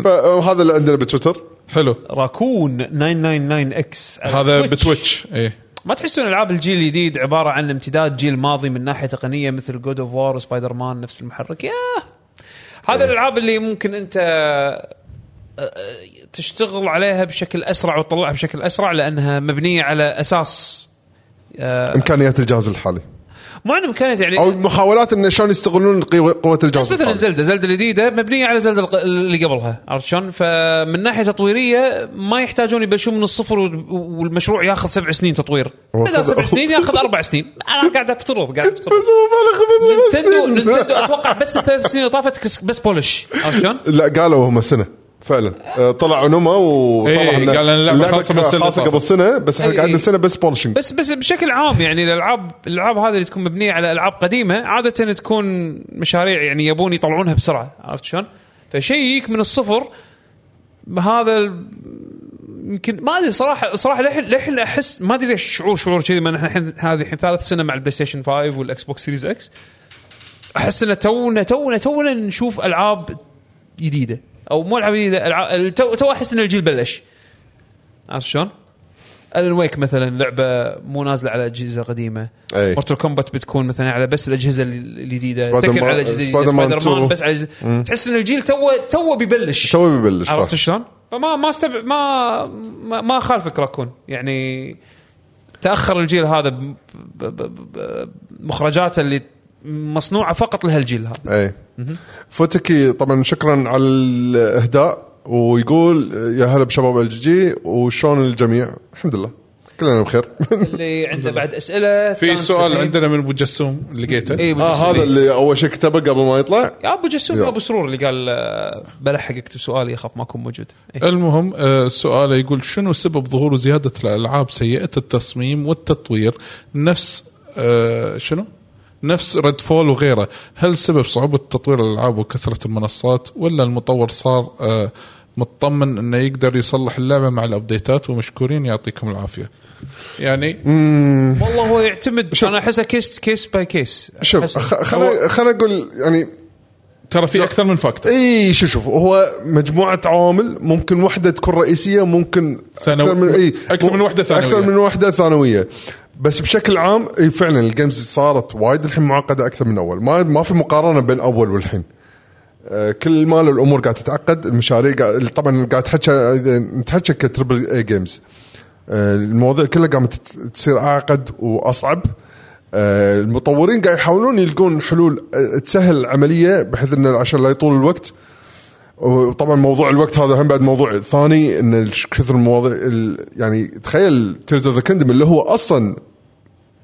فهذا اللي عندنا بتويتر حلو راكون 999 اكس هذا بتويتش ايه ما تحسون العاب الجيل الجديد عباره عن امتداد جيل ماضي من ناحيه تقنيه مثل جود اوف وار وسبايدر مان نفس المحرك ياه هذا الالعاب اللي ممكن انت آه، آه، تشتغل عليها بشكل اسرع وتطلعها بشكل اسرع لانها مبنيه على اساس امكانيات الجهاز الحالي إيه. مو عندهم كانت يعني او محاولات انه شلون يستغلون قوة- قوه بس الجهاز مثلا الحالي زلده زلده الجديده مبنيه على زلده الق- اللي قبلها عرفت شلون؟ فمن ناحيه تطويريه ما يحتاجون يبلشون من الصفر و- والمشروع ياخذ سبع سنين تطوير هو بدل خذ- سبع سنين ياخذ اربع سنين انا قاعد افترض قاعد بس افترض هو مبالغ بس- بس- نينتندو نينتندو اتوقع بس الثلاث سنين اللي طافت كس- بس بولش عرفت شلون؟ لا قالوا هم سنه فعلا آه، طلع نوما وصرح إيه، إن قال إن اللعبة خالصة من السنة خالصة اللي قبل طافت. سنه بس إيه، احنا قعدنا إيه. سنه بس بولشنج بس بس بشكل عام يعني الالعاب الالعاب هذه اللي تكون مبنيه على العاب قديمه عاده تكون مشاريع يعني يبون يطلعونها بسرعه عرفت شلون؟ فشيء يجيك من الصفر هذا ال- يمكن ما ادري صراحه صراحه للحين للحين احس ما ادري ليش شعور شعور كذي ما نحن الحين هذه الحين ثالث سنه مع البلاي ستيشن 5 والاكس بوكس سيريز اكس احس ان تونا تونا تونا نشوف العاب جديده او مو العاب جديده العاب تو تو احس ان الجيل بلش عرفت شلون؟ الن ويك مثلا لعبه مو نازله على اجهزه قديمه أي. مورتال كومبات بتكون مثلا على بس الاجهزه ال- الجديده سبايدر تكن مان- على الاجهزه الجديده سبايدر مان سبايدر مان 2. بس على الأجهزة- تحس ان الجيل تو تو بيبلش تو ببلش صح. عرفت شلون؟ فما ما استبع ما ما, ما اخالفك راكون يعني تاخر الجيل هذا ب- ب- ب- ب- مخرجاته اللي مصنوعه فقط لهالجيل هذا اي إيه. فوتكي طبعا شكرا على الاهداء ويقول يا هلا بشباب الجي وشلون الجميع الحمد لله كلنا بخير اللي عنده بعد اسئله في سؤال عندنا من ابو جسوم لقيته اي آه إيه. هذا اللي اول شيء كتبه قبل ما يطلع يا ابو جسوم يلا. يا ابو سرور اللي قال آه، بلحق اكتب سؤالي اخاف ما اكون موجود أه. إيه. المهم آه، سؤاله يقول شنو سبب ظهور زيادة الألعاب سيئة التصميم والتطوير نفس آه، شنو؟ نفس ريد فول وغيره هل سبب صعوبة تطوير الألعاب وكثرة المنصات ولا المطور صار آه، مطمن انه يقدر يصلح اللعبه مع الابديتات ومشكورين يعطيكم العافيه. يعني والله هو يعتمد انا احسها كيس كيس باي كيس شوف أحسها. خ- خلنا خلنا اقول يعني ترى في اكثر من فاكتور اي شوف شوف هو مجموعه عوامل ممكن واحده تكون رئيسيه ممكن ثانو- اكثر من اي أكثر من واحدة ثانوية. اكثر من واحده ثانويه بس بشكل عام اي فعلا الجيمز صارت وايد الحين معقده اكثر من اول ما ما في مقارنه بين اول والحين آه، كل ما الامور قاعد تتعقد المشاريع قاعد طبعا قاعد تحكى إذا نتحكى كتربل اي جيمز آه، المواضيع كلها قامت تت- تصير اعقد واصعب آه، المطورين قاعد يحاولون يلقون حلول آه، تسهل العمليه بحيث ان عشان لا يطول الوقت وطبعا موضوع الوقت هذا هم بعد موضوع ثاني ان الش- كثر المواضيع ال- يعني تخيل تيرز اوف ذا كندم اللي هو اصلا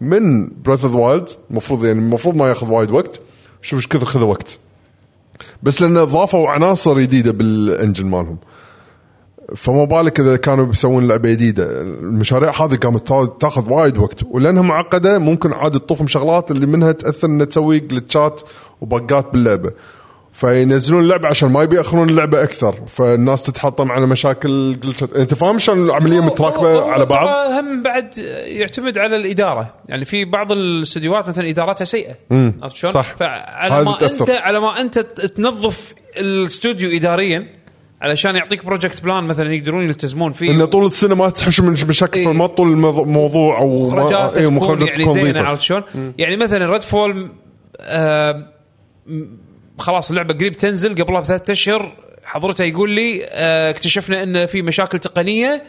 من براذ اوف وايلد المفروض يعني المفروض ما ياخذ وايد وقت شوف ايش كثر خذ وقت بس لانه ضافوا عناصر جديده بالانجن مالهم فما بالك اذا كانوا بيسوون لعبه جديده المشاريع هذه قامت تا- تاخذ وايد وقت ولانها معقده ممكن عاد تطوفهم شغلات اللي منها تاثر ان تسوي جلتشات وبقات باللعبه فينزلون اللعبه عشان ما يبي ياخرون اللعبه اكثر فالناس تتحطم على مشاكل جلتشات انت فاهم شلون العمليه هو- متراكبه هو على بعض ترى هم بعد يعتمد على الاداره يعني في بعض الاستديوهات مثلا ادارتها سيئه عرفت شلون؟ صح. فعلى هذا ما تأثر. انت على ما انت ت- تنظف الاستوديو اداريا علشان يعطيك بروجكت بلان مثلا يقدرون يلتزمون فيه انه طول السنه ما تحش من مشاكل إيه. فما طول المض- الموضوع او ما- مخرجات إيه، تكون يعني زينه نظيفة. عرفت شلون؟ يعني مثلا ريد فول آه م- خلاص اللعبه قريب تنزل قبلها بثلاثة اشهر حضرته يقول لي آه اكتشفنا ان في مشاكل تقنيه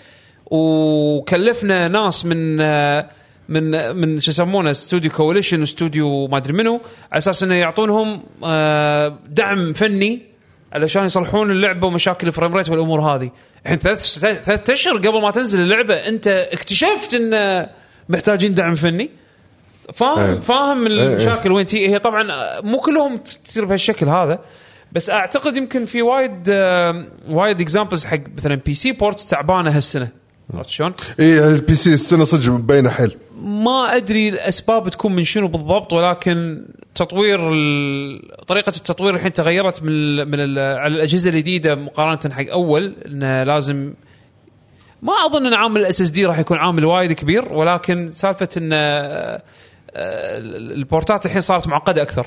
وكلفنا ناس من آه من من شو يسمونه استوديو كوليشن واستوديو ما ادري منو على اساس انه يعطونهم آه دعم فني علشان يصلحون اللعبه ومشاكل الفريم ريت والامور هذه الحين ثلاث ثلاث اشهر قبل ما تنزل اللعبه انت اكتشفت ان آه، محتاجين دعم فني فاهم أي. فاهم إيه. المشاكل وين تي هي طبعا مو كلهم تصير بهالشكل هذا بس اعتقد يمكن في وايد آه، وايد اكزامبلز حق مثلا بي سي بورتس تعبانه هالسنه عرفت شلون؟ ايه البي سي السنه صدق مبينه حيل ما ادري الاسباب تكون من شنو بالضبط ولكن تطوير ال- طريقه التطوير الحين تغيرت من ال من ال على الاجهزه الجديده مقارنه حق اول انه لازم ما اظن ان عامل الاس اس دي راح يكون عامل وايد كبير ولكن سالفه ان آه، آه، البورتات الحين صارت معقده اكثر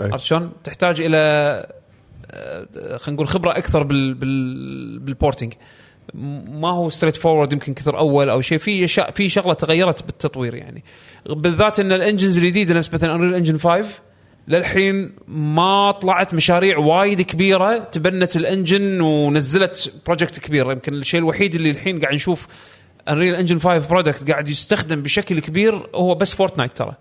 أي. عرفت شلون؟ تحتاج الى آه، خلينا نقول خبره اكثر بال بال بالبورتنج م- ما هو ستريت فورورد يمكن كثر اول او شيء في شا- في شغله تغيرت بالتطوير يعني بالذات ان الانجنز الجديده نفس مثلا انريل انجن 5 للحين ما طلعت مشاريع وايد كبيره تبنت الانجن ونزلت بروجكت كبير يمكن الشيء الوحيد اللي الحين قاعد نشوف انريل انجن 5 برودكت قاعد يستخدم بشكل كبير هو بس فورتنايت ترى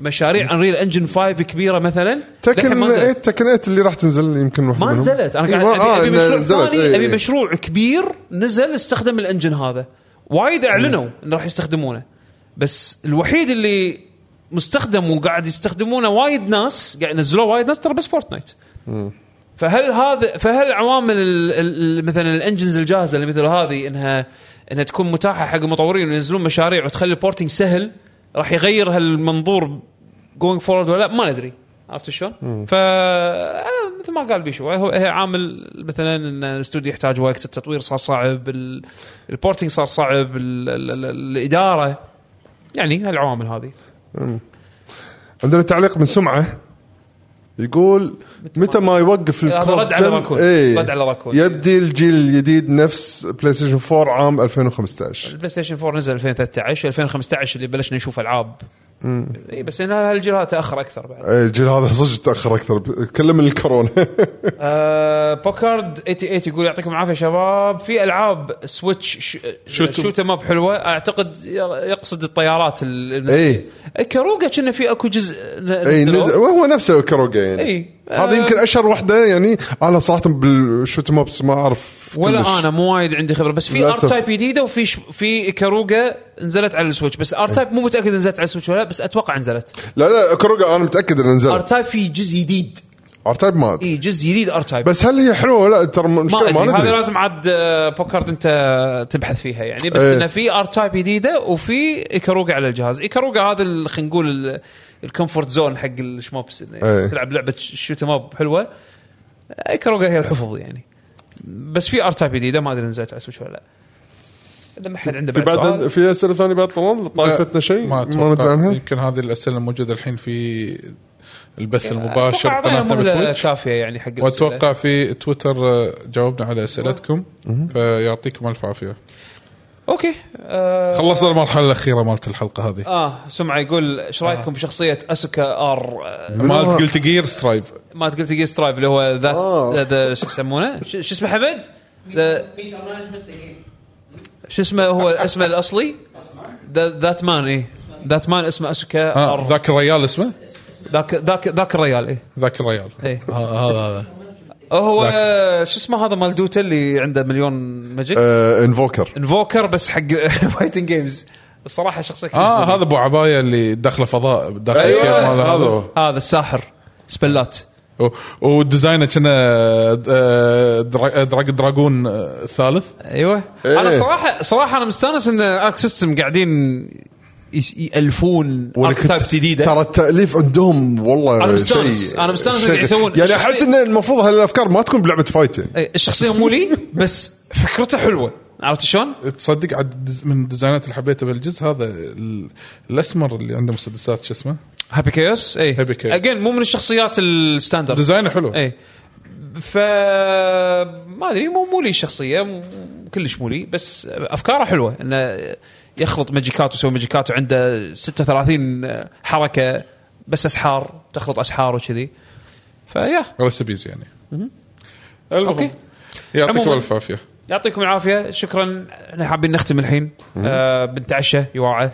مشاريع انريل انجن 5 كبيره مثلا للحين تكن ما نزلت. ايه تكن ايه اللي راح تنزل يمكن واحد ما منهم. نزلت إيه، انا قاعد ما- أبي- آه، ابي مشروع نزلت، ثاني إيه، ابي إيه. مشروع كبير نزل استخدم الانجن هذا وايد اعلنوا انه راح يستخدمونه بس الوحيد اللي مستخدم وقاعد يستخدمونه وايد ناس قاعد ينزلوه وايد ناس ترى بس فورتنايت فهل هذا فهل عوامل ال- ال- ال- مثلا الانجنز الجاهزه اللي مثل هذه انها انها تكون متاحه حق المطورين وينزلون مشاريع وتخلي البورتنج سهل راح يغير هالمنظور جوينج فورورد ولا لا؟ ما ندري عرفت شلون؟ ف آه، مثل ما قال بيشو هو هي عامل مثلا ان الاستوديو يحتاج وقت التطوير صار صعب ال- البورتنج صار صعب ال- ال- ال- الاداره يعني هالعوامل هذه عندنا تعليق من سمعه يقول متى ما يوقف هذا الكروس رد على جن- راكون. إيه، رد على راكون. يبدي الجيل الجديد نفس بلاي ستيشن 4 عام 2015 البلاي ستيشن 4 نزل 2013 2015 اللي بلشنا نشوف العاب اي بس إن هالجيل هذا تاخر اكثر بعد إيه، الجيل هذا صدق تاخر اكثر ب- كله من الكورونا آه بوكارد 88 يقول يعطيكم العافيه شباب في العاب سويتش Shoot 'em. شوت اب حلوه اعتقد يقصد الطيارات ال- اي كاروجا كنا في اكو جزء اي نزلوه. إيه، نز- وهو نفسه كروجا يعني إي. هذا آه. يمكن اشهر واحده يعني انا صراحه بالشوت مابس ما اعرف كلش. ولا انا مو وايد عندي خبره بس في ار للأسف. تايب جديده وفي ش... في كاروجا نزلت على السويتش بس ار تايب مو متاكد نزلت على السويتش ولا لا، بس اتوقع نزلت لا لا كروجا انا متاكد انه ار نزلت تايب في جزء جديد ارتايب ما أدري. اي جزء جديد ار تايب بس هل هي حلوه ولا لا ترى ما المشكلة ادري ما هذه ندري لازم عاد آه، بوكارد انت تبحث فيها يعني بس إيه. انه في ار تايب جديده وفي ايكاروجا على الجهاز ايكاروجا هذا ال- خلينا نقول ال- الكومفورت زون حق الشموبس إنه إيه. تلعب لعبه شوت اب حلوه ايكاروجا هي الحفظ يعني بس في ار تايب جديده ما ادري نزلت على سويتش ولا لا اذا ما حد عنده في بعد بعد سؤال آه، في اسئله ثانيه بعد طلال طايفتنا شيء ما آه، ما اتوقع ندري عنها يمكن هذه الاسئله الموجوده الحين في البث المباشر أتوقع أعطينا قناتنا مهله بتويتش كافيه يعني حق الأسئلة. واتوقع في تويتر آه، جاوبنا على اسئلتكم فيعطيكم الف عافيه اوكي آه، خلصنا المرحله الاخيره مالت الحلقه هذه اه سمعه يقول ايش رايكم بشخصيه اسوكا ار آه، مالت قلت جير سترايف ما قلت جي سترايف اللي هو ذات آه. ذا شو يسمونه ش- شو اسمه حمد ذا- بيتر مانجمنت ذا جيم شو اسمه هو اسمه الاصلي ذا- ذات مان اي ذات مان اسمه اسوكا آه، أر. ذاك الريال اسمه ذاك ذاك ذاك الريال اي ذاك الريال إيه. اي آه، هذا هذا هو ذاك. آه، شو اسمه هذا مال دوتا اللي عنده مليون ماجيك آه، إيه. انفوكر انفوكر بس حق فايتنج جيمز الصراحه شخصيه كلش اه جميلة. هذا ابو عبايه اللي داخله فضاء داخل أيوة، الكيف ماله هذا هذا هو. هذا الساحر سبلات و- والديزاينه كنا آه، درا- دراج دراجون آه، الثالث ايوه إيه. انا صراحه صراحه انا مستانس ان ارك سيستم قاعدين يس- يالفون اركتايبس جديده ترى التاليف عندهم والله أنا مستانس. شيء- أنا مستانس شيء- قاعد يسوون يعني شخصية- احس ان المفروض هالافكار ما تكون بلعبه فايت يعني إيه، الشخصيه مو لي بس فكرته حلوه عرفت شلون؟ تصدق عاد دز- من الديزاينات اللي حبيتها بالجزء هذا ال- الاسمر اللي عنده مسدسات شو اسمه هابي كيوس اي Happy Chaos. اجين إيه. مو من الشخصيات الستاندرد ديزاينه حلو إيه. اي ف ما ادري مو مو لي الشخصيه مو- كلش مو لي بس افكاره حلوه انه يخلط ماجيكات ويسوي ماجيكات وعنده 36 حركه بس اسحار تخلط اسحار وكذي فيا ريسبيز يعني المهم أوكي. يعطيكم عموماً. الف عافيه يعطيكم العافيه شكرا احنا حابين نختم الحين آه بنتعشى يوعى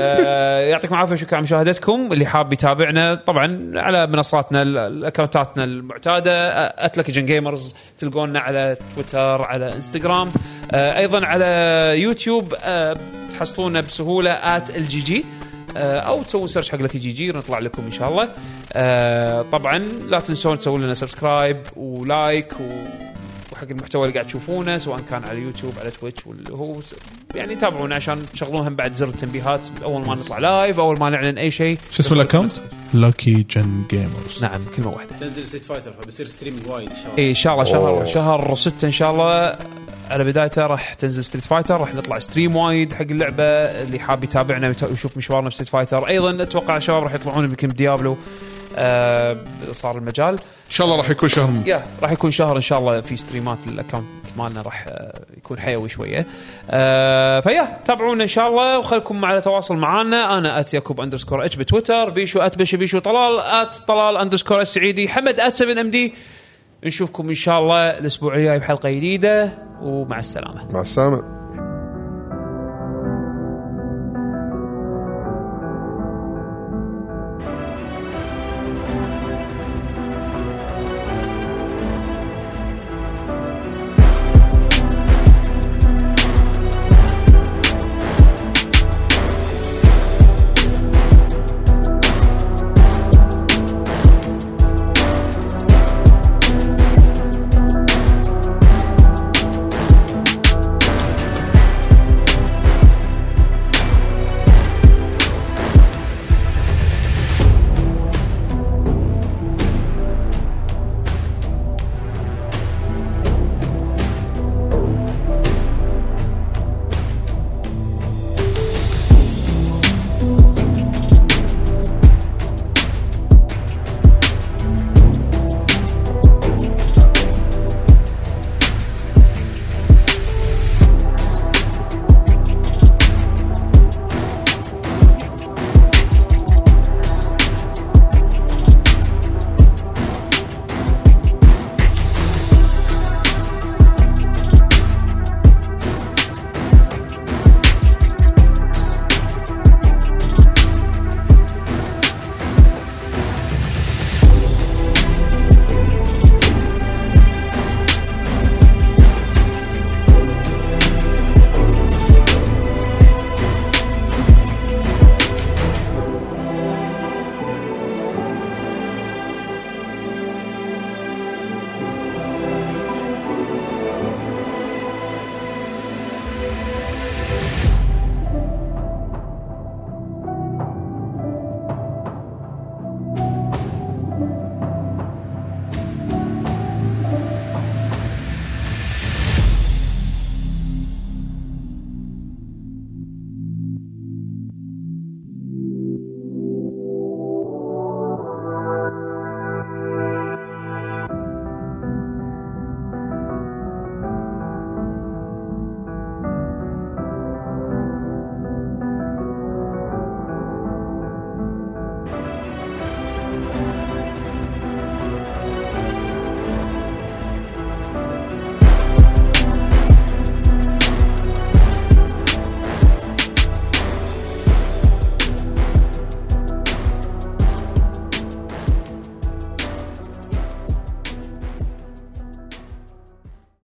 آه يعطيكم العافيه شكرا على مشاهدتكم اللي حاب يتابعنا طبعا على منصاتنا ال- الاكونتاتنا المعتاده آه، @لكجن جيمرز تلقونا على تويتر على انستغرام آه ايضا على يوتيوب آه تحصلونا بسهوله @lgg آه، او تسوون سيرش حق لك جي جي نطلع لكم ان شاء الله آه طبعا لا تنسون تسوون لنا سبسكرايب ولايك و وحق المحتوى اللي قاعد تشوفونه سواء كان على يوتيوب على تويتش واللي هو س- يعني تابعونا عشان تشغلون هم بعد زر التنبيهات اول ما نطلع لايف اول ما نعلن اي شيء شو اسم الاكونت؟ لاكي جن جيمرز نعم كلمه واحده تنزل ستريت فايتر فبيصير ستريمنج وايد ان شاء الله اي ان شاء الله شهر أوه. شهر 6 ان شاء الله على بدايته راح تنزل ستريت فايتر راح نطلع ستريم وايد حق اللعبه اللي حاب يتابعنا ويت- ويشوف مشوارنا في ستريت فايتر ايضا اتوقع الشباب راح يطلعون يمكن بديابلو آه صار المجال ان شاء الله راح يكون شهر ممتع. يا راح يكون شهر ان شاء الله في ستريمات الاكونت مالنا راح آه، يكون حيوي شويه آه، فيا تابعونا ان شاء الله وخلكم على تواصل معنا انا ات يعقوب اندرسكور اتش بتويتر بيشو ات بشا بيشو طلال ات طلال اندرسكور السعيدي حمد ات 7 ام دي نشوفكم ان شاء الله الاسبوع الجاي بحلقه جديده ومع السلامه مع السلامه